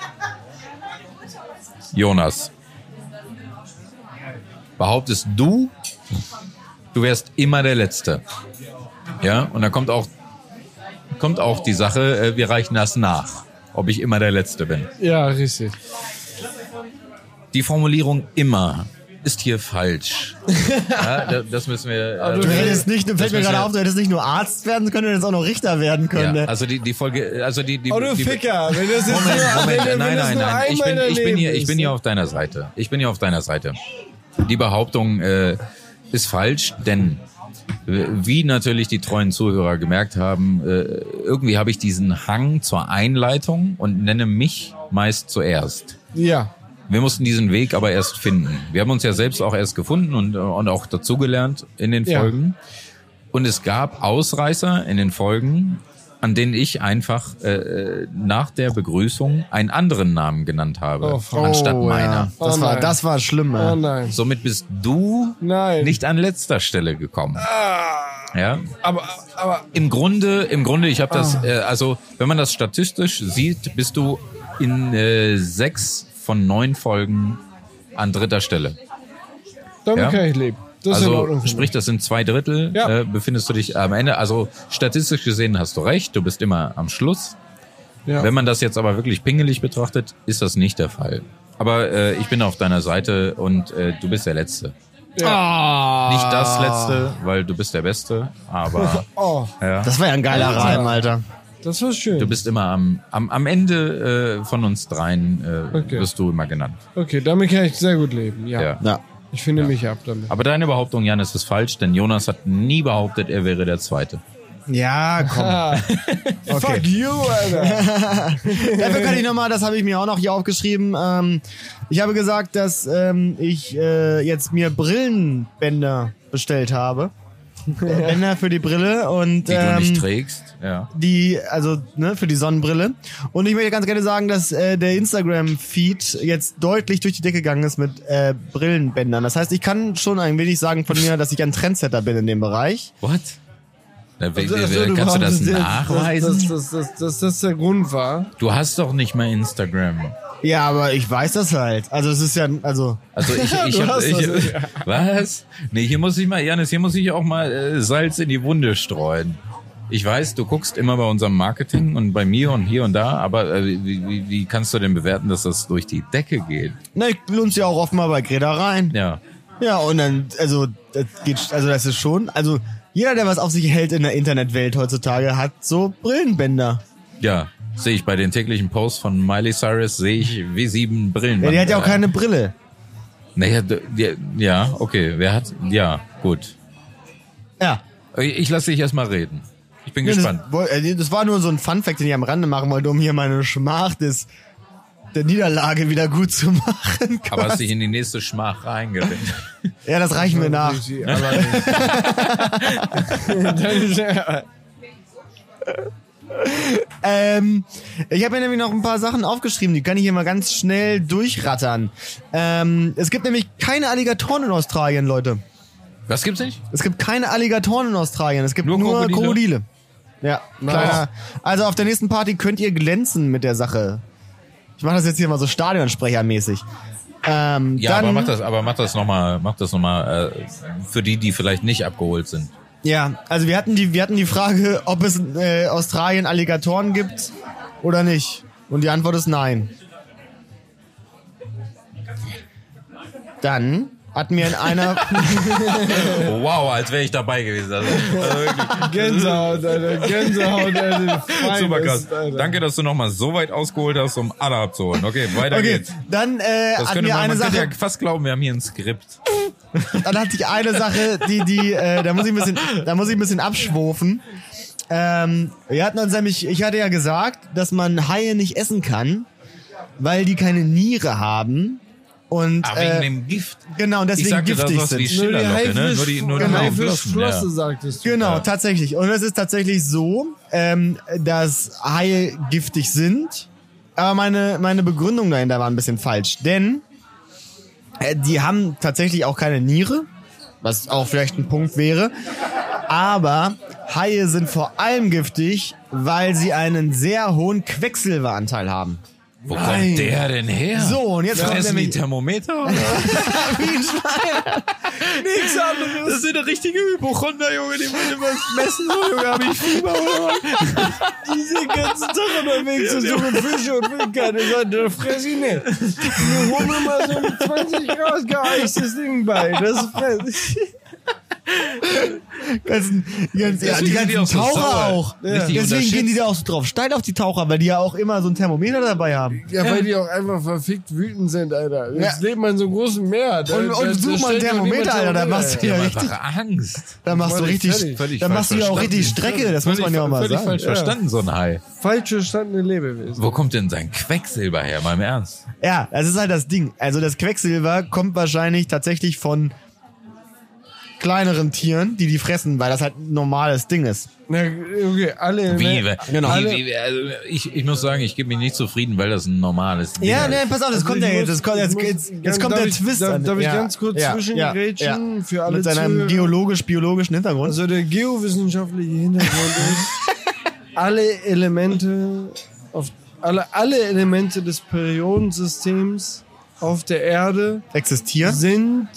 [SPEAKER 1] Jonas, behauptest du, du wärst immer der Letzte. Ja, und dann kommt auch, kommt auch die Sache, äh, wir reichen das nach, ob ich immer der Letzte bin.
[SPEAKER 3] Ja, richtig.
[SPEAKER 1] Die Formulierung immer ist hier
[SPEAKER 2] *laughs*
[SPEAKER 1] falsch. ja, da- das müssen wir. äh,
[SPEAKER 2] Du hättest nicht, fällt
[SPEAKER 1] das
[SPEAKER 2] mir
[SPEAKER 1] müssen
[SPEAKER 2] gerade
[SPEAKER 1] wir-
[SPEAKER 2] auf, du hättest nicht nur Arzt werden können, du hättest auch noch Richter werden können.
[SPEAKER 1] Ja,
[SPEAKER 2] ne?
[SPEAKER 1] also die, die Folge, also die, die,
[SPEAKER 3] Oh, du
[SPEAKER 1] die
[SPEAKER 3] Ficker. Wenn das jetzt
[SPEAKER 1] Moment,
[SPEAKER 3] nur,
[SPEAKER 1] Moment,
[SPEAKER 3] wenn, wenn
[SPEAKER 1] nein,
[SPEAKER 3] das
[SPEAKER 1] nein,
[SPEAKER 3] nur
[SPEAKER 1] nein. Ich bin,
[SPEAKER 3] einmal
[SPEAKER 1] ich bin hier,
[SPEAKER 3] daneben
[SPEAKER 1] ich bin hier
[SPEAKER 3] ist,
[SPEAKER 1] auf deiner Seite. Ich bin hier auf deiner Seite. Die Behauptung äh, ist falsch, denn äh, wie natürlich die treuen Zuhörer gemerkt haben, äh, irgendwie habe ich diesen Hang zur Einleitung und nenne mich meist zuerst.
[SPEAKER 3] ne? Ja.
[SPEAKER 1] Wir mussten diesen Weg aber erst finden. Wir haben uns ja selbst auch erst gefunden und, äh, und auch dazugelernt in den
[SPEAKER 3] Ja.
[SPEAKER 1] Folgen. Und es gab Ausreißer in den Folgen, an denen ich einfach äh, äh, nach der Begrüßung einen anderen Namen genannt habe,
[SPEAKER 3] Oh, fuck.
[SPEAKER 1] anstatt
[SPEAKER 2] Oh,
[SPEAKER 1] meiner.
[SPEAKER 2] Ja. Das,
[SPEAKER 3] Oh
[SPEAKER 2] war,
[SPEAKER 3] nein.
[SPEAKER 2] das war schlimm.
[SPEAKER 3] Oh
[SPEAKER 2] Ja.
[SPEAKER 3] nein.
[SPEAKER 1] Somit bist du
[SPEAKER 3] Nein. Ah.
[SPEAKER 1] nicht an letzter Stelle gekommen. Ja?
[SPEAKER 3] Aber, aber Ah.
[SPEAKER 1] Im Grunde, im Grunde, ich habe das, äh, also wenn man das statistisch sieht, bist du in äh, sechs von neun Folgen an dritter Stelle.
[SPEAKER 3] damit
[SPEAKER 1] Ja.
[SPEAKER 3] kann ich leben. Das ist in Ordnung.
[SPEAKER 1] Also
[SPEAKER 3] für mich.
[SPEAKER 1] sprich, das sind zwei Drittel,
[SPEAKER 3] Ja.
[SPEAKER 1] äh, befindest du dich am Ende. Also statistisch gesehen hast du recht, du bist immer am Schluss.
[SPEAKER 3] ja.
[SPEAKER 1] Wenn man das jetzt aber wirklich pingelig betrachtet, ist das nicht der Fall. Aber äh, ich bin auf deiner Seite und äh, du bist der Letzte.
[SPEAKER 3] Ah.
[SPEAKER 1] Nicht das Letzte, weil du bist der Beste,
[SPEAKER 3] *laughs*
[SPEAKER 1] aber
[SPEAKER 3] oh,
[SPEAKER 1] ja,
[SPEAKER 2] Das war ja ein geiler Reim, Alter.
[SPEAKER 3] das war schön.
[SPEAKER 1] du bist immer am, am, am Ende äh, von uns dreien, äh,
[SPEAKER 3] Okay.
[SPEAKER 1] wirst du immer genannt.
[SPEAKER 3] Okay, damit kann ich sehr gut leben. Ja.
[SPEAKER 1] Ja.
[SPEAKER 2] Ja.
[SPEAKER 3] Ich finde mich ab damit.
[SPEAKER 1] Aber deine Behauptung, Janis, ist falsch, denn Jonas hat nie behauptet, er wäre der Zweite.
[SPEAKER 2] Ja,
[SPEAKER 3] *laughs*
[SPEAKER 2] komm.
[SPEAKER 3] Fuck you, Alter.
[SPEAKER 2] Dafür kann ich nochmal, das habe ich mir auch noch hier aufgeschrieben. Ähm, ich habe gesagt, dass ähm, ich äh, jetzt mir Brillenbänder
[SPEAKER 1] *laughs*
[SPEAKER 2] bestellt habe. Bänder für die Brille und
[SPEAKER 1] Die du
[SPEAKER 2] ähm,
[SPEAKER 1] nicht trägst. Ja.
[SPEAKER 2] die, also ne, für die Sonnenbrille. Und ich möchte ganz gerne sagen, dass äh, der Instagram-Feed jetzt deutlich durch die Decke gegangen ist mit äh, Brillenbändern. Das heißt, ich kann schon ein wenig sagen von mir, dass ich ein Trendsetter bin in dem Bereich.
[SPEAKER 1] What? Na, wie, wie,
[SPEAKER 3] Also,
[SPEAKER 1] kannst du das
[SPEAKER 3] hast-
[SPEAKER 1] nachweisen?
[SPEAKER 3] Dass dass- dass- dass das der Grund war.
[SPEAKER 1] du hast doch nicht mal Instagram.
[SPEAKER 2] Ja, aber ich weiß das halt. Also es ist ja, also
[SPEAKER 1] Also
[SPEAKER 2] *laughs*
[SPEAKER 1] ich, ich,
[SPEAKER 3] Du
[SPEAKER 1] hab,
[SPEAKER 3] hast
[SPEAKER 1] ich
[SPEAKER 3] das,
[SPEAKER 1] *laughs* was? Nee, hier muss ich mal, Janis, hier muss ich auch mal äh, Salz in die Wunde streuen. Ich weiß, du guckst immer bei unserem Marketing und bei mir und hier und da, aber äh, wie, wie, wie kannst du denn bewerten, dass das durch die Decke geht?
[SPEAKER 2] ne, ich lunze ja auch oft mal bei Greta rein.
[SPEAKER 1] Ja.
[SPEAKER 2] Ja, und dann, also das geht, also das ist schon, also jeder, der was auf sich hält in der Internetwelt heutzutage, hat so Brillenbänder.
[SPEAKER 1] Ja. Sehe ich bei den täglichen Posts von Miley Cyrus, sehe ich wie sieben Brillen.
[SPEAKER 2] Ja, die hat ja auch keine Brille.
[SPEAKER 1] Naja, d- die- ja, okay. Wer hat. Ja, gut.
[SPEAKER 2] Ja.
[SPEAKER 1] Ich lasse dich erstmal reden. Ich bin
[SPEAKER 2] Ja,
[SPEAKER 1] gespannt.
[SPEAKER 2] Das, woll- äh, das war nur so ein Funfact, den ich am Rande machen wollte, um hier meine Schmach des, der Niederlage wieder gut zu *laughs* machen.
[SPEAKER 1] Aber hast dich in die nächste Schmach reingeredet.
[SPEAKER 2] *laughs* ja, das reichen wir nach.
[SPEAKER 3] Durch
[SPEAKER 2] *laughs*
[SPEAKER 3] die Allerlei. Dann ist er-
[SPEAKER 2] Ähm, ich habe mir nämlich noch ein paar Sachen aufgeschrieben, die kann ich hier mal ganz schnell durchrattern. Ähm, es gibt nämlich keine Alligatoren in Australien, Leute.
[SPEAKER 1] Was gibt's nicht?
[SPEAKER 2] Es gibt keine Alligatoren in Australien, es gibt nur,
[SPEAKER 1] Nur
[SPEAKER 2] Krokodile.
[SPEAKER 1] Krokodile?
[SPEAKER 2] Ja, kleiner. Also auf der nächsten Party könnt ihr glänzen mit der Sache. Ich mache das jetzt hier mal so Stadionsprechermäßig. Ähm,
[SPEAKER 1] Ja,
[SPEAKER 2] dann,
[SPEAKER 1] aber mach das, aber mach das nochmal, mach das noch mal, äh, für die, die vielleicht nicht abgeholt sind.
[SPEAKER 2] Ja, also wir hatten die, wir hatten die Frage, ob es in äh, Australien Alligatoren gibt oder nicht. Und die Antwort ist nein. Dann hat mir
[SPEAKER 1] *laughs*
[SPEAKER 2] in einer,
[SPEAKER 1] Oh, Wow, als wäre ich dabei gewesen.
[SPEAKER 2] *laughs*
[SPEAKER 1] Also, also wirklich,
[SPEAKER 3] Gänsehaut, Alter. Gänsehaut, Alter.
[SPEAKER 1] *laughs*
[SPEAKER 3] Fein
[SPEAKER 1] super krass.
[SPEAKER 3] ist, Alter.
[SPEAKER 1] Danke, dass du nochmal so weit ausgeholt hast, um alle abzuholen. Okay, weiter
[SPEAKER 2] okay,
[SPEAKER 1] geht's.
[SPEAKER 2] dann äh,
[SPEAKER 1] Das
[SPEAKER 2] hat
[SPEAKER 1] könnte
[SPEAKER 2] mir
[SPEAKER 1] man,
[SPEAKER 2] eine
[SPEAKER 1] man könnte
[SPEAKER 2] Sache, Äh,
[SPEAKER 1] ja fast glauben, wir haben hier ein Skript.
[SPEAKER 2] dann hat sich eine Sache, die, die, äh, da muss ich ein bisschen, da muss ich ein bisschen abschwurfen. Ähm, wir hatten uns nämlich, ich hatte ja gesagt, dass man Haie nicht essen kann. weil die keine Niere haben. Und
[SPEAKER 1] Ah, wegen
[SPEAKER 2] äh,
[SPEAKER 1] dem Gift.
[SPEAKER 2] genau, und
[SPEAKER 1] Ich
[SPEAKER 2] deswegen
[SPEAKER 1] sagte, das
[SPEAKER 2] giftig
[SPEAKER 1] was wie
[SPEAKER 2] sind.
[SPEAKER 1] Schillerlocke, ne? Nur die, nur die
[SPEAKER 2] genau.
[SPEAKER 1] Haiflossen,
[SPEAKER 3] Haifischflosse,
[SPEAKER 1] ja.
[SPEAKER 3] sagtest du.
[SPEAKER 2] Genau,
[SPEAKER 1] Ja.
[SPEAKER 2] tatsächlich. Und es ist tatsächlich so, ähm, dass Haie giftig sind. Aber meine, meine Begründung dahinter war ein bisschen falsch. Denn äh, die haben tatsächlich auch keine Niere, was auch vielleicht ein Punkt wäre. Aber Haie sind vor allem giftig, weil sie einen sehr hohen Quecksilberanteil haben.
[SPEAKER 1] Wo
[SPEAKER 3] Nein.
[SPEAKER 1] kommt der denn her?
[SPEAKER 2] So, und jetzt kommt
[SPEAKER 1] Fressen die
[SPEAKER 2] nämlich... *laughs*
[SPEAKER 1] Thermometer? Oder?
[SPEAKER 2] Nichts anderes.
[SPEAKER 1] Das sind richtige Hypochonder, Junge. Die wollen immer
[SPEAKER 2] Messen, Junge, hab ich Fieber oder *laughs*
[SPEAKER 3] Die sind den ganzen Tag unterwegs und suchen Fische und will keine. Ich sag, da fress ich nicht. Wir holen mir mal so ein 20 Grad geeichtes Ding bei. Das fress ich.
[SPEAKER 2] ganzen, die ganzen, ja, die
[SPEAKER 1] Deswegen sind die
[SPEAKER 2] ganzen
[SPEAKER 1] auch so
[SPEAKER 2] Taucher
[SPEAKER 1] sauer.
[SPEAKER 2] auch.
[SPEAKER 1] Richtig
[SPEAKER 2] Deswegen
[SPEAKER 1] unterschätzt.
[SPEAKER 2] gehen die da auch so drauf steil auf die Taucher, weil die ja auch immer so ein Thermometer dabei haben.
[SPEAKER 3] Ja, weil die auch einfach verfickt wütend sind, Alter. Jetzt
[SPEAKER 2] Ja.
[SPEAKER 3] lebt man in so einem großen Meer. Da,
[SPEAKER 2] Und-
[SPEAKER 3] da-
[SPEAKER 2] und
[SPEAKER 3] da
[SPEAKER 2] such mal
[SPEAKER 3] stellt
[SPEAKER 2] ein
[SPEAKER 3] doch niemand um,
[SPEAKER 2] Thermometer, Alter, da machst du
[SPEAKER 1] Die
[SPEAKER 2] Ja,
[SPEAKER 1] haben
[SPEAKER 2] richtig.
[SPEAKER 1] einfach Angst.
[SPEAKER 2] Da machst du
[SPEAKER 3] Völlig,
[SPEAKER 2] richtig,
[SPEAKER 3] völlig,
[SPEAKER 1] völlig
[SPEAKER 2] da
[SPEAKER 1] falsch
[SPEAKER 2] machst du ja auch
[SPEAKER 1] verstanden.
[SPEAKER 2] richtig Strecke, das muss man ja auch mal
[SPEAKER 1] völlig
[SPEAKER 2] sagen.
[SPEAKER 1] falsch verstanden, so ein Hai.
[SPEAKER 3] Falsch verstandene Lebewesen.
[SPEAKER 1] Wo kommt denn sein Quecksilber her, mal im Ernst?
[SPEAKER 2] Ja, das ist halt das Ding. Also das Quecksilber kommt wahrscheinlich tatsächlich von kleineren Tieren, die die fressen, weil das halt ein normales Ding ist.
[SPEAKER 3] Na, okay, alle.
[SPEAKER 1] Wie,
[SPEAKER 3] ne?
[SPEAKER 2] genau.
[SPEAKER 1] wie,
[SPEAKER 3] Alle,
[SPEAKER 1] wie, also ich, ich muss sagen, ich gebe mich nicht zufrieden, weil das ein normales Ding
[SPEAKER 2] Ja, ne,
[SPEAKER 1] ist.
[SPEAKER 2] nee, pass auf, das kommt ja
[SPEAKER 3] ich
[SPEAKER 2] jetzt,
[SPEAKER 3] muss-
[SPEAKER 2] das kommt, jetzt,
[SPEAKER 3] ich muss-
[SPEAKER 2] jetzt,
[SPEAKER 3] ganz-
[SPEAKER 2] jetzt kommt
[SPEAKER 3] darf
[SPEAKER 2] der
[SPEAKER 3] ich-
[SPEAKER 2] Twist.
[SPEAKER 3] darf-
[SPEAKER 2] an-
[SPEAKER 3] darf ich
[SPEAKER 2] ja,
[SPEAKER 3] ganz kurz zwischengrätschen für alle
[SPEAKER 2] Mit seinem
[SPEAKER 3] Zuhörer?
[SPEAKER 2] geologisch-biologischen Hintergrund.
[SPEAKER 3] Also der geowissenschaftliche Hintergrund ist,
[SPEAKER 1] *laughs*
[SPEAKER 3] alle Elemente, auf, alle, alle Elemente des Periodensystems auf der Erde
[SPEAKER 2] existieren.
[SPEAKER 3] sind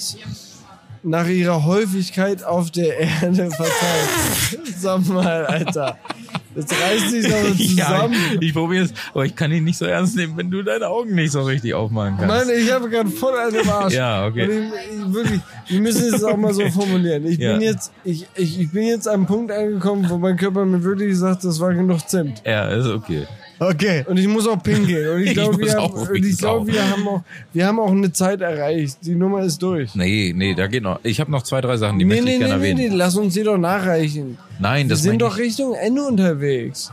[SPEAKER 3] nach ihrer Häufigkeit auf der Erde *laughs* verteilt. Sag mal, Alter. Jetzt reißt sich
[SPEAKER 1] *laughs*
[SPEAKER 3] aber
[SPEAKER 1] *laughs* Ja,
[SPEAKER 3] zusammen.
[SPEAKER 1] ich probiere es, aber ich kann ihn nicht so ernst nehmen, wenn du deine Augen nicht so richtig aufmachen kannst.
[SPEAKER 3] Mann, ich habe gerade voll einen im Arsch.
[SPEAKER 1] Ja, okay.
[SPEAKER 3] Und ich, ich, wirklich, wir müssen es auch
[SPEAKER 1] *laughs*
[SPEAKER 3] mal so formulieren. Ich,
[SPEAKER 1] Ja.
[SPEAKER 3] bin jetzt, ich, ich, ich bin jetzt am Punkt angekommen, wo mein Körper mir wirklich sagt, das war genug Zimt.
[SPEAKER 1] ja, ist okay.
[SPEAKER 2] Okay.
[SPEAKER 3] Und ich muss auch pinkeln. Und ich
[SPEAKER 1] *laughs* Ich
[SPEAKER 3] glaube,
[SPEAKER 1] muss
[SPEAKER 3] wir, haben-
[SPEAKER 1] auch
[SPEAKER 3] und ich glaub,
[SPEAKER 1] pinkeln.
[SPEAKER 3] wir, haben auch- wir haben auch eine Zeit erreicht. Die Nummer ist durch.
[SPEAKER 1] Nee, nee, da geht noch. Ich habe noch zwei, drei Sachen, die möchte ich gerne erwähnen.
[SPEAKER 3] lass uns die doch nachreichen.
[SPEAKER 1] Nein,
[SPEAKER 3] Wir
[SPEAKER 1] das
[SPEAKER 3] sind
[SPEAKER 1] meine
[SPEAKER 3] doch Richtung Ende unterwegs.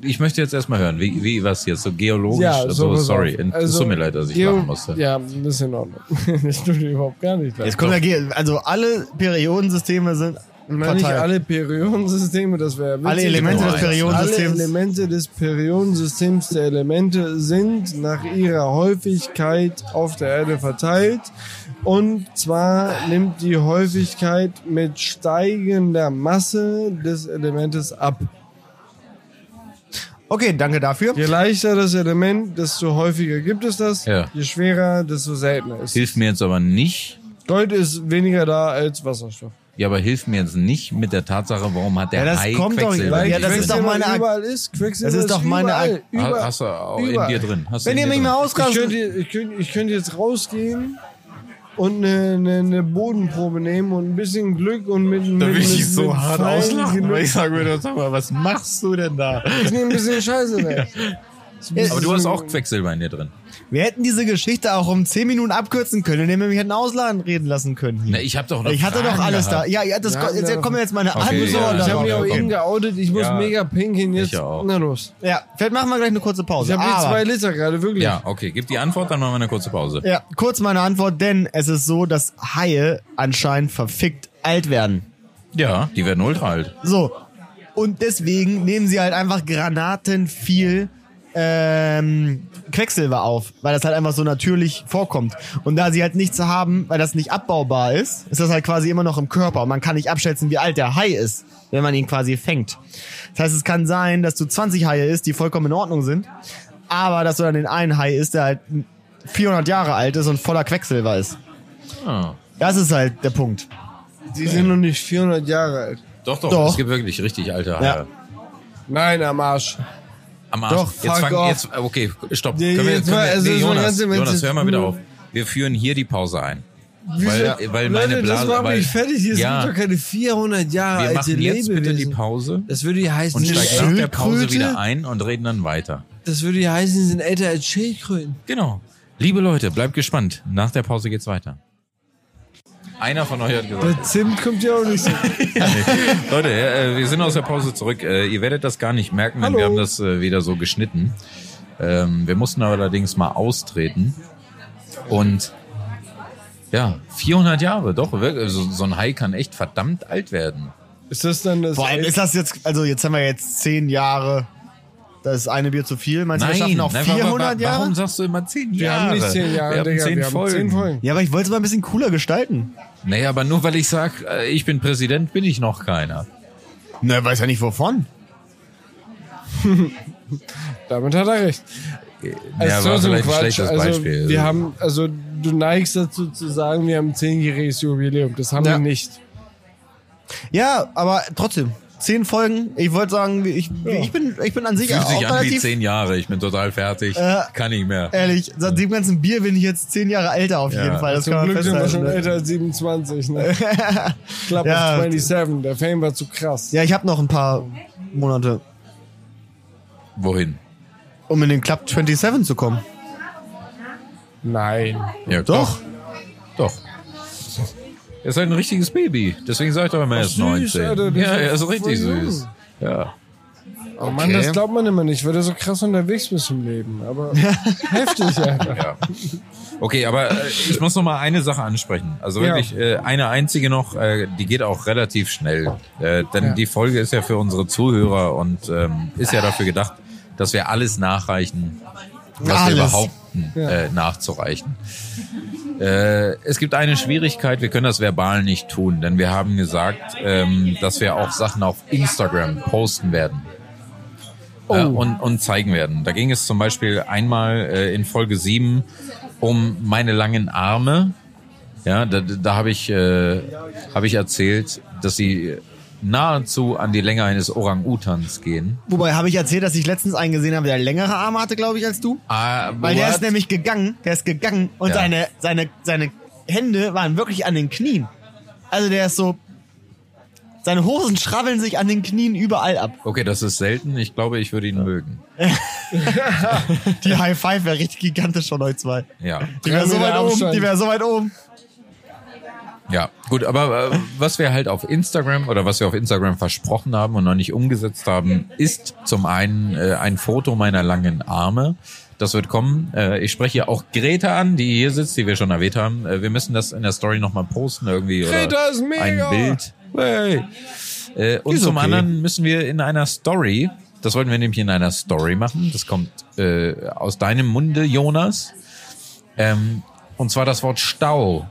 [SPEAKER 1] ich, ich möchte jetzt erstmal hören, wie, wie was jetzt so geologisch,
[SPEAKER 3] Ja, so,
[SPEAKER 1] also,
[SPEAKER 3] pass auf.
[SPEAKER 1] sorry, in- es
[SPEAKER 3] Also,
[SPEAKER 1] tut mir leid, dass ich
[SPEAKER 3] Geo-
[SPEAKER 1] machen musste.
[SPEAKER 3] Ja, das ist in Ordnung. *laughs* Das tut dir überhaupt gar nicht leid.
[SPEAKER 2] Jetzt kommt der Ge also alle Periodensysteme sind
[SPEAKER 3] Nein, nicht
[SPEAKER 2] verteilt.
[SPEAKER 3] alle Periodensysteme, das wäre ja
[SPEAKER 2] Alle
[SPEAKER 3] witzig.
[SPEAKER 2] Elemente
[SPEAKER 1] Nur
[SPEAKER 2] des
[SPEAKER 1] eins.
[SPEAKER 3] Alle
[SPEAKER 2] Periodensystems.
[SPEAKER 3] Elemente des Periodensystems der Elemente sind nach ihrer Häufigkeit auf der Erde verteilt. Und zwar nimmt die Häufigkeit mit steigender Masse des Elementes ab.
[SPEAKER 2] okay, danke dafür.
[SPEAKER 3] Je leichter das Element, desto häufiger gibt es das.
[SPEAKER 1] Ja.
[SPEAKER 3] Je schwerer, desto seltener ist.
[SPEAKER 1] Hilf mir jetzt aber nicht.
[SPEAKER 3] Gold ist weniger da als Wasserstoff.
[SPEAKER 1] Ja, aber hilf mir jetzt nicht mit der Tatsache, warum hat der
[SPEAKER 2] Ja, das
[SPEAKER 1] Hai
[SPEAKER 2] kommt doch-
[SPEAKER 1] Quecksilber?
[SPEAKER 2] ja,
[SPEAKER 1] in
[SPEAKER 2] das
[SPEAKER 1] sich
[SPEAKER 2] ist doch
[SPEAKER 1] drin?
[SPEAKER 2] meine Ak-
[SPEAKER 3] überall ist. Quecksilber
[SPEAKER 2] Das ist doch meine Ak-
[SPEAKER 3] überall, überall,
[SPEAKER 1] Ha- Hast du auch
[SPEAKER 3] überall.
[SPEAKER 1] in dir drin. Hast du
[SPEAKER 2] Wenn
[SPEAKER 1] in
[SPEAKER 2] ihr
[SPEAKER 1] dir
[SPEAKER 2] mich
[SPEAKER 1] drin.
[SPEAKER 2] mal
[SPEAKER 3] Ich
[SPEAKER 2] ausrastet.
[SPEAKER 3] könnte, ich, könnte, ich könnte jetzt rausgehen und eine, eine, eine Bodenprobe nehmen und ein bisschen Glück und mit
[SPEAKER 1] Da
[SPEAKER 3] mit,
[SPEAKER 1] will ich
[SPEAKER 3] mit,
[SPEAKER 1] dich so
[SPEAKER 3] mit
[SPEAKER 1] hart
[SPEAKER 3] feinen
[SPEAKER 1] auslachen,
[SPEAKER 3] Genug-
[SPEAKER 1] weil ich sage mir, sag mal, was machst du denn da?
[SPEAKER 3] Ich nehme ein bisschen Scheiße
[SPEAKER 1] *laughs*
[SPEAKER 3] weg. Ist ein bisschen-
[SPEAKER 1] Aber du hast auch Quecksilber in dir drin.
[SPEAKER 2] Wir hätten diese Geschichte auch um 10 Minuten abkürzen können, indem wir mich hätten ausladen reden lassen können. hier.
[SPEAKER 1] Na, ich hab doch noch
[SPEAKER 2] Ich hatte
[SPEAKER 1] Fragen
[SPEAKER 2] doch alles
[SPEAKER 1] gehabt.
[SPEAKER 2] da. Ja, ja, das
[SPEAKER 3] Ja,
[SPEAKER 2] kommt, jetzt
[SPEAKER 3] ja.
[SPEAKER 2] kommen jetzt meine
[SPEAKER 1] Okay,
[SPEAKER 2] Antwort
[SPEAKER 1] ja,
[SPEAKER 2] darauf.
[SPEAKER 3] Ich habe mich auch
[SPEAKER 1] Okay.
[SPEAKER 3] eben geoutet, ich muss
[SPEAKER 1] Ja.
[SPEAKER 3] mega pinkeln jetzt.
[SPEAKER 1] Ich auch.
[SPEAKER 3] Na los.
[SPEAKER 2] Ja, vielleicht machen wir gleich eine kurze
[SPEAKER 3] Ich
[SPEAKER 2] Pause. Ah,
[SPEAKER 3] habe jetzt
[SPEAKER 2] Aber-
[SPEAKER 3] zwei Liter gerade, wirklich.
[SPEAKER 1] Ja, okay, gib die Antwort, dann machen wir eine kurze Pause.
[SPEAKER 2] Ja, kurz meine Antwort, denn es ist so, dass Haie anscheinend verfickt alt werden.
[SPEAKER 1] Ja, die werden ultra alt.
[SPEAKER 2] So. Und deswegen nehmen sie halt einfach Granaten viel ähm, Quecksilber auf, weil das halt einfach so natürlich vorkommt. Und da sie halt nichts haben, weil das nicht abbaubar ist, ist das halt quasi immer noch im Körper. Und man kann nicht abschätzen, wie alt der Hai ist, wenn man ihn quasi fängt. Das heißt, es kann sein, dass du 20 Haie isst, die vollkommen in Ordnung sind, aber dass du dann den einen Hai isst, der halt 400 Jahre alt ist und voller Quecksilber ist.
[SPEAKER 1] Ah.
[SPEAKER 2] Das ist halt der Punkt.
[SPEAKER 3] Die sind noch nicht 400 Jahre alt.
[SPEAKER 1] Doch, doch,
[SPEAKER 2] Doch.
[SPEAKER 1] es gibt wirklich richtig alte Haie.
[SPEAKER 2] Ja.
[SPEAKER 3] Nein, am Arsch.
[SPEAKER 1] Am Arsch.
[SPEAKER 3] Doch,
[SPEAKER 1] jetzt
[SPEAKER 3] fuck
[SPEAKER 1] fang,
[SPEAKER 3] off.
[SPEAKER 1] jetzt, okay, stopp.
[SPEAKER 3] Nee,
[SPEAKER 1] können wir,
[SPEAKER 3] jetzt
[SPEAKER 1] können
[SPEAKER 3] mal-
[SPEAKER 1] wir,
[SPEAKER 3] also
[SPEAKER 1] nee,
[SPEAKER 3] jetzt mal
[SPEAKER 1] Jonas,
[SPEAKER 3] ganz im Ernst,
[SPEAKER 1] Jonas, hör mal
[SPEAKER 3] jetzt
[SPEAKER 1] wieder
[SPEAKER 3] nur-
[SPEAKER 1] auf. Wir führen hier die Pause ein. Weil,
[SPEAKER 3] Wieso-
[SPEAKER 1] weil meine
[SPEAKER 3] Leute,
[SPEAKER 1] Blase,
[SPEAKER 3] das war
[SPEAKER 1] weil,
[SPEAKER 3] nicht fertig. Hier
[SPEAKER 1] ja,
[SPEAKER 3] sind doch keine 400 Jahre
[SPEAKER 1] wir
[SPEAKER 3] alte
[SPEAKER 1] machen jetzt bitte die
[SPEAKER 3] Lebewesen.
[SPEAKER 1] Pause
[SPEAKER 3] das würde ja heißen,
[SPEAKER 1] und
[SPEAKER 3] die
[SPEAKER 1] steigen nach der Pause
[SPEAKER 3] Schildkröte-
[SPEAKER 1] wieder ein und reden dann weiter.
[SPEAKER 3] das würde ja heißen, die sind älter als Schildkröten.
[SPEAKER 1] Genau. Liebe Leute, bleibt gespannt. Nach der Pause geht's weiter. Einer von euch hat gesagt.
[SPEAKER 3] Der Zimt kommt ja auch nicht so.
[SPEAKER 1] Leute, äh, wir sind aus der Pause zurück. Äh, Ihr werdet das gar nicht merken, denn
[SPEAKER 3] Hallo.
[SPEAKER 1] wir haben das äh, wieder so geschnitten. Ähm, wir mussten allerdings mal austreten. Und ja, 400 Jahre, doch, wirklich. Also, so ein Hai kann echt verdammt alt werden.
[SPEAKER 3] Ist das dann das.
[SPEAKER 2] Vor allem ist das jetzt, also jetzt haben wir jetzt zehn Jahre. Das ist eine Bier zu viel. Meinst du, wir schaffen noch
[SPEAKER 1] nein, wa- wa-
[SPEAKER 2] 400 Jahre?
[SPEAKER 1] Warum sagst du immer 10
[SPEAKER 3] wir
[SPEAKER 1] Jahre?
[SPEAKER 3] haben nicht zehn Jahre,
[SPEAKER 1] wir haben
[SPEAKER 3] Digga,
[SPEAKER 1] 10
[SPEAKER 3] wir haben
[SPEAKER 1] Folgen.
[SPEAKER 3] zehn Folgen.
[SPEAKER 2] Ja, aber ich wollte es mal ein bisschen cooler gestalten.
[SPEAKER 1] Naja, aber nur weil ich sag, äh, ich bin Präsident, bin ich noch keiner.
[SPEAKER 2] Na, weiß ja nicht wovon.
[SPEAKER 3] Damit hat er recht.
[SPEAKER 1] Ja,
[SPEAKER 3] Es
[SPEAKER 1] war
[SPEAKER 3] ist so ein
[SPEAKER 1] vielleicht ein
[SPEAKER 3] Quatsch.
[SPEAKER 1] schlechtes
[SPEAKER 3] also,
[SPEAKER 1] Beispiel.
[SPEAKER 3] wir haben, also du neigst dazu zu sagen, wir haben ein zehnjähriges Jubiläum. Das haben
[SPEAKER 2] Ja.
[SPEAKER 3] wir nicht.
[SPEAKER 2] Ja, aber trotzdem. Zehn Folgen. Ich wollte sagen, ich, ich, bin, ich bin an sich
[SPEAKER 1] Fühlt
[SPEAKER 2] auch
[SPEAKER 1] sich an wie
[SPEAKER 2] relativ
[SPEAKER 1] 10 Jahre. Ich bin total fertig.
[SPEAKER 2] Äh,
[SPEAKER 1] kann nicht mehr.
[SPEAKER 2] ehrlich. Seit dem ganzen Bier bin ich jetzt zehn Jahre älter auf
[SPEAKER 1] Ja,
[SPEAKER 2] jeden Fall. Das
[SPEAKER 3] Zum
[SPEAKER 2] kann man
[SPEAKER 3] Glück sind wir
[SPEAKER 2] festhalten.
[SPEAKER 3] schon
[SPEAKER 2] ne?
[SPEAKER 3] älter als
[SPEAKER 2] *laughs*
[SPEAKER 3] 27. Ne? Club
[SPEAKER 2] Ja.
[SPEAKER 3] of 27. Der Fame war zu krass.
[SPEAKER 2] Ja, ich habe noch ein paar Monate,
[SPEAKER 1] Wohin?
[SPEAKER 2] um in den Club 27 zu kommen.
[SPEAKER 3] Nein.
[SPEAKER 1] Ja,
[SPEAKER 2] Doch.
[SPEAKER 1] Doch. Er ist halt ein richtiges Baby. Deswegen sag ich doch immer, er ist
[SPEAKER 3] süß,
[SPEAKER 1] 19.
[SPEAKER 3] Alter, das
[SPEAKER 1] ja,
[SPEAKER 3] ist
[SPEAKER 1] er ist richtig
[SPEAKER 3] voll jung.
[SPEAKER 1] süß. Ja.
[SPEAKER 3] Oh Mann,
[SPEAKER 2] Okay.
[SPEAKER 3] das glaubt man immer nicht, weil du so krass unterwegs bist im Leben.
[SPEAKER 2] *laughs*
[SPEAKER 3] Aber heftig, Alter.
[SPEAKER 1] ja. Okay, aber äh, ich muss noch mal eine Sache ansprechen. Also
[SPEAKER 3] Ja.
[SPEAKER 1] wirklich äh, eine einzige noch, äh, die geht auch relativ schnell. Äh, denn
[SPEAKER 3] Ja.
[SPEAKER 1] die Folge ist ja für unsere Zuhörer und ähm, ist ja dafür gedacht, dass wir alles nachreichen, was
[SPEAKER 2] Alles.
[SPEAKER 1] wir behaupten, äh, nachzureichen. *laughs* Äh, es gibt eine Schwierigkeit, wir können das verbal nicht tun, denn wir haben gesagt, ähm, dass wir auch Sachen auf Instagram posten werden
[SPEAKER 2] Oh.
[SPEAKER 1] äh, und, und zeigen werden. Da ging es zum Beispiel einmal äh, in Folge 7 um meine langen Arme. Ja, da, da habe ich, äh, hab ich erzählt, dass sie nahezu an die Länge eines Orang-Utans gehen.
[SPEAKER 2] Wobei habe ich erzählt, dass ich letztens einen gesehen habe, der längere Arme hatte, glaube ich, als du.
[SPEAKER 1] Ah,
[SPEAKER 2] Weil der
[SPEAKER 1] what?
[SPEAKER 2] ist ne- nämlich gegangen, der ist gegangen und
[SPEAKER 1] Ja.
[SPEAKER 2] seine, seine, seine Hände waren wirklich an den Knien. Also der ist so, seine Hosen schrabbeln sich an den Knien überall ab.
[SPEAKER 1] okay, das ist selten. Ich glaube, ich würde ihn mögen.
[SPEAKER 2] Die High Five wäre richtig gigantisch von euch zwei.
[SPEAKER 1] Ja.
[SPEAKER 2] Die wäre so
[SPEAKER 3] Drei
[SPEAKER 2] weit
[SPEAKER 3] Meter
[SPEAKER 2] oben,
[SPEAKER 3] Abstand.
[SPEAKER 2] die wäre so weit oben.
[SPEAKER 1] Ja, gut, aber äh, was wir halt auf Instagram oder was wir auf Instagram versprochen haben und noch nicht umgesetzt haben, ist zum einen äh, ein Foto meiner langen Arme. Das wird kommen. Äh, ich spreche hier auch Greta an, die hier sitzt, die wir schon erwähnt haben. Äh, wir müssen das in der Story nochmal posten irgendwie.
[SPEAKER 3] Greta
[SPEAKER 1] oder
[SPEAKER 3] ist mega!
[SPEAKER 1] Ein Bild. Hey. Äh, und zum
[SPEAKER 2] okay.
[SPEAKER 1] anderen müssen wir in einer Story, das wollten wir nämlich in einer Story machen, das kommt äh, aus deinem Munde, Jonas. Ähm, und zwar das Wort Stau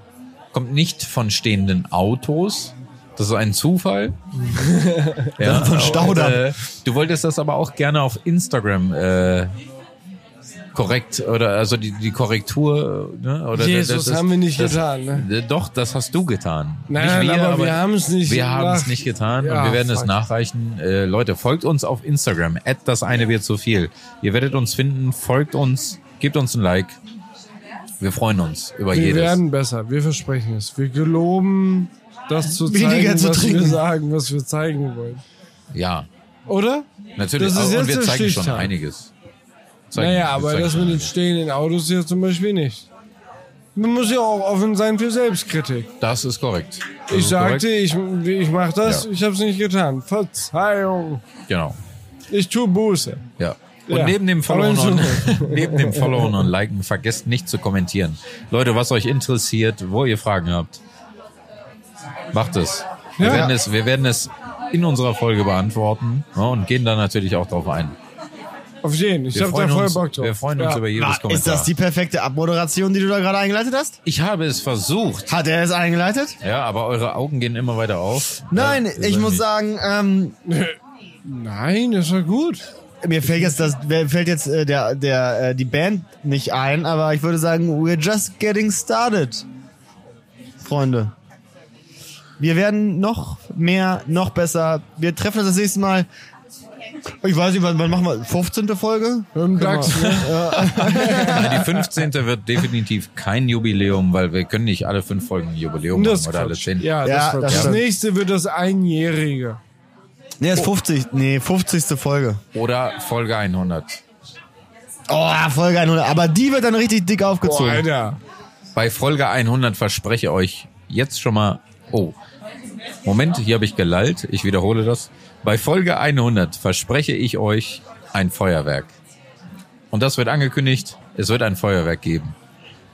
[SPEAKER 1] kommt nicht von stehenden Autos. Das ist ein
[SPEAKER 3] *laughs*
[SPEAKER 1] Zufall. ja,
[SPEAKER 2] von Staudamm.
[SPEAKER 1] und, Äh, du wolltest das aber auch gerne auf Instagram äh, korrekt oder also die, die Korrektur. Ne? Oder
[SPEAKER 3] Jesus, haben wir nicht getan, ne?
[SPEAKER 1] äh, Doch, das hast du getan.
[SPEAKER 3] Nein,
[SPEAKER 1] nicht wir,
[SPEAKER 3] aber wir haben es nicht
[SPEAKER 1] Wir haben es
[SPEAKER 3] gemacht.
[SPEAKER 1] nicht getan
[SPEAKER 3] Ja,
[SPEAKER 1] und wir werden es
[SPEAKER 3] fuck.
[SPEAKER 1] nachreichen. Äh, Leute, folgt uns auf Instagram. At das eine wird zu viel. Ihr werdet uns finden. Folgt uns. Gebt uns ein Like. Wir freuen uns über
[SPEAKER 3] Wir
[SPEAKER 1] jedes.
[SPEAKER 3] werden besser, wir versprechen es. Wir geloben, das zu zeigen,
[SPEAKER 2] Weniger zu
[SPEAKER 3] was wir
[SPEAKER 2] trinken.
[SPEAKER 3] sagen, was wir zeigen wollen.
[SPEAKER 1] Ja.
[SPEAKER 3] Oder?
[SPEAKER 1] Natürlich,
[SPEAKER 3] Das ist
[SPEAKER 1] aber- und
[SPEAKER 3] jetzt
[SPEAKER 1] wir
[SPEAKER 3] der
[SPEAKER 1] zeigen schon
[SPEAKER 3] Stichtag.
[SPEAKER 1] einiges. Zeigen- wir
[SPEAKER 3] Naja, aber
[SPEAKER 1] zeigen
[SPEAKER 3] das
[SPEAKER 1] schon
[SPEAKER 3] mit den
[SPEAKER 1] einiges.
[SPEAKER 3] stehenden Autos hier zum Beispiel nicht. Man muss ja auch offen sein für Selbstkritik.
[SPEAKER 1] Das ist korrekt. Das
[SPEAKER 3] Ich
[SPEAKER 1] ist
[SPEAKER 3] sagte, ich, ich mach das,
[SPEAKER 1] Ja.
[SPEAKER 3] ich hab's nicht getan. Verzeihung.
[SPEAKER 1] Genau.
[SPEAKER 3] Ich tue Buße.
[SPEAKER 1] Ja. Und
[SPEAKER 3] Ja.
[SPEAKER 1] neben dem
[SPEAKER 3] Aber
[SPEAKER 1] Followen und, *laughs*
[SPEAKER 3] in
[SPEAKER 1] neben dem Followen und Liken vergesst nicht zu kommentieren. Leute, was euch interessiert, wo ihr Fragen habt, macht es. Wir,
[SPEAKER 3] Ja.
[SPEAKER 1] werden, es, wir werden es in unserer Folge beantworten ja, und gehen dann natürlich auch drauf ein.
[SPEAKER 3] Auf jeden. Ich
[SPEAKER 1] Wir
[SPEAKER 3] hab da voll
[SPEAKER 1] uns,
[SPEAKER 3] Bock drauf.
[SPEAKER 1] wir freuen uns
[SPEAKER 3] Ja.
[SPEAKER 1] über
[SPEAKER 2] Ah,
[SPEAKER 1] jedes Kommentar.
[SPEAKER 2] Ist das die perfekte Abmoderation, die du da gerade eingeleitet hast?
[SPEAKER 1] ich habe es versucht,
[SPEAKER 2] Hat er es eingeleitet?
[SPEAKER 1] ja, aber eure Augen gehen immer weiter auf.
[SPEAKER 2] Nein,
[SPEAKER 1] Ja,
[SPEAKER 2] ich muss sagen, ähm,
[SPEAKER 3] Nein, das war gut.
[SPEAKER 2] mir fällt jetzt das, mir fällt jetzt äh, der, der, äh, die Band nicht ein, aber ich würde sagen, we're just getting started, Freunde. Wir werden noch mehr, noch besser. Wir treffen uns das nächste Mal. Ich weiß nicht, wann, wann machen wir? 15. Folge?
[SPEAKER 3] Im DAX. ne?
[SPEAKER 1] Nein, Also die 15. wird definitiv kein Jubiläum, weil wir können nicht alle fünf Folgen ein Jubiläum
[SPEAKER 3] Das
[SPEAKER 1] machen oder alle
[SPEAKER 3] Quatsch.
[SPEAKER 1] zehn.
[SPEAKER 3] Ja, das,
[SPEAKER 2] Ja,
[SPEAKER 3] war
[SPEAKER 2] das
[SPEAKER 3] das
[SPEAKER 2] stimmt.
[SPEAKER 3] nächste wird das Einjährige.
[SPEAKER 2] Nee, ist 50. Nee, 50. Folge.
[SPEAKER 1] Oder Folge 100.
[SPEAKER 2] Oh, Folge 100. Aber die wird dann richtig dick
[SPEAKER 3] Boah,
[SPEAKER 2] aufgezogen.
[SPEAKER 3] Alter.
[SPEAKER 1] Bei Folge 100 verspreche ich euch jetzt schon mal. Oh, Moment, hier habe ich gelallt. Ich wiederhole das. Bei Folge 100 verspreche ich euch ein Feuerwerk. Und das wird angekündigt, es wird ein Feuerwerk geben.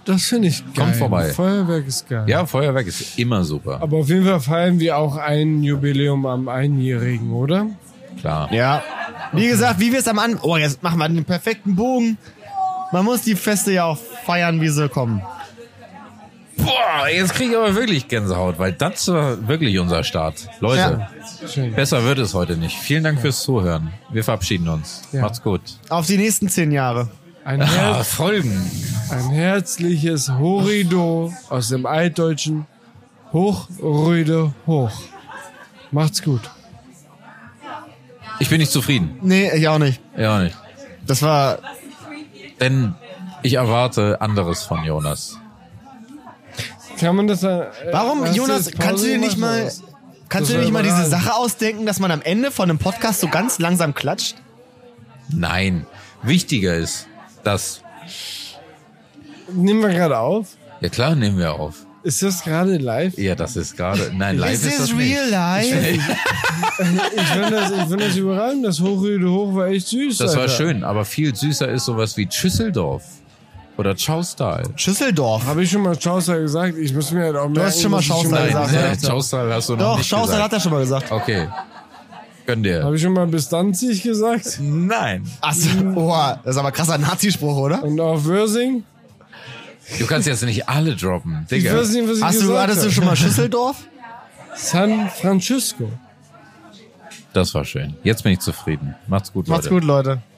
[SPEAKER 3] Das finde ich geil.
[SPEAKER 1] Kommt vorbei.
[SPEAKER 3] Feuerwerk ist geil.
[SPEAKER 1] Ja, Feuerwerk ist immer super.
[SPEAKER 3] Aber auf jeden Fall feiern wir auch ein Jubiläum am Einjährigen, oder?
[SPEAKER 1] Klar.
[SPEAKER 2] Ja. Wie gesagt, wie wir es am Anfang. Oh, jetzt machen wir den perfekten Bogen. Man muss die Feste ja auch feiern, wie sie kommen.
[SPEAKER 1] Boah, jetzt kriege ich aber wirklich Gänsehaut, weil das war wirklich unser Start. Leute,
[SPEAKER 3] Schön.
[SPEAKER 1] besser wird es heute nicht. Vielen Dank fürs Zuhören. Wir verabschieden uns.
[SPEAKER 3] Ja.
[SPEAKER 1] Macht's gut. Ah,
[SPEAKER 2] Auf die nächsten zehn Jahre.
[SPEAKER 3] Ein, Herz,
[SPEAKER 1] Folgen.
[SPEAKER 3] ein herzliches Horido aus dem Altdeutschen. Hoch, Rüde, hoch. Macht's gut.
[SPEAKER 1] Ich bin nicht zufrieden.
[SPEAKER 2] Nee, ich auch nicht.
[SPEAKER 1] Ja, nicht.
[SPEAKER 2] Das war.
[SPEAKER 1] Denn ich erwarte anderes von Jonas.
[SPEAKER 3] Kann man das äh,
[SPEAKER 2] Warum,
[SPEAKER 3] hast du
[SPEAKER 2] Jonas,
[SPEAKER 3] jetzt Pause
[SPEAKER 2] kannst du dir nicht
[SPEAKER 3] gemacht, oder
[SPEAKER 2] mal.
[SPEAKER 3] was?
[SPEAKER 2] Kannst du dir
[SPEAKER 3] Das
[SPEAKER 2] nicht mal
[SPEAKER 3] war
[SPEAKER 2] diese
[SPEAKER 3] überragend.
[SPEAKER 2] Sache ausdenken, dass man am Ende von einem Podcast so ganz langsam klatscht?
[SPEAKER 1] Nein. Wichtiger ist, dass.
[SPEAKER 3] Nehmen wir gerade auf?
[SPEAKER 1] Ja klar, nehmen wir auf.
[SPEAKER 3] Ist das gerade live?
[SPEAKER 1] Ja, das ist gerade. Nein, live ist das nicht.
[SPEAKER 2] life.
[SPEAKER 3] Ich finde das, ich find das überragend. Das Hochrüde hoch war echt süß.
[SPEAKER 1] Das war
[SPEAKER 3] Alter.
[SPEAKER 1] schön, aber viel süßer ist sowas wie Schüsseldorf oder Chaustal.
[SPEAKER 2] *laughs* Schüsseldorf.
[SPEAKER 3] Habe ich schon mal Chaucer gesagt? Ich muss mir halt auch merken,
[SPEAKER 2] hast schon mal
[SPEAKER 3] was ich
[SPEAKER 2] Chaucer
[SPEAKER 3] mal
[SPEAKER 2] gesagt,
[SPEAKER 3] gesagt
[SPEAKER 2] ja.
[SPEAKER 1] Nein,
[SPEAKER 3] habe.
[SPEAKER 1] Chaustal hast du noch
[SPEAKER 2] Doch,
[SPEAKER 1] nicht
[SPEAKER 2] Schauser hat
[SPEAKER 1] gesagt.
[SPEAKER 2] er schon mal gesagt.
[SPEAKER 1] Okay. Gönn dir.
[SPEAKER 3] Habe ich schon mal bis Danzig gesagt?
[SPEAKER 1] Nein.
[SPEAKER 2] Achso, oha, das ist aber ein krasser Nazispruch, oder?
[SPEAKER 3] Und auf Wörsing?
[SPEAKER 1] Du kannst jetzt nicht alle droppen,
[SPEAKER 3] Ich
[SPEAKER 1] Digga.
[SPEAKER 3] weiß nicht, was ich
[SPEAKER 2] Hast du,
[SPEAKER 3] gesagt
[SPEAKER 2] hattest du
[SPEAKER 3] habe.
[SPEAKER 1] *laughs*
[SPEAKER 2] schon mal Schüsseldorf?
[SPEAKER 3] San Francisco.
[SPEAKER 1] Das war schön. Jetzt bin ich zufrieden. Macht's gut,
[SPEAKER 2] Macht's
[SPEAKER 1] Leute.
[SPEAKER 2] gut, Leute.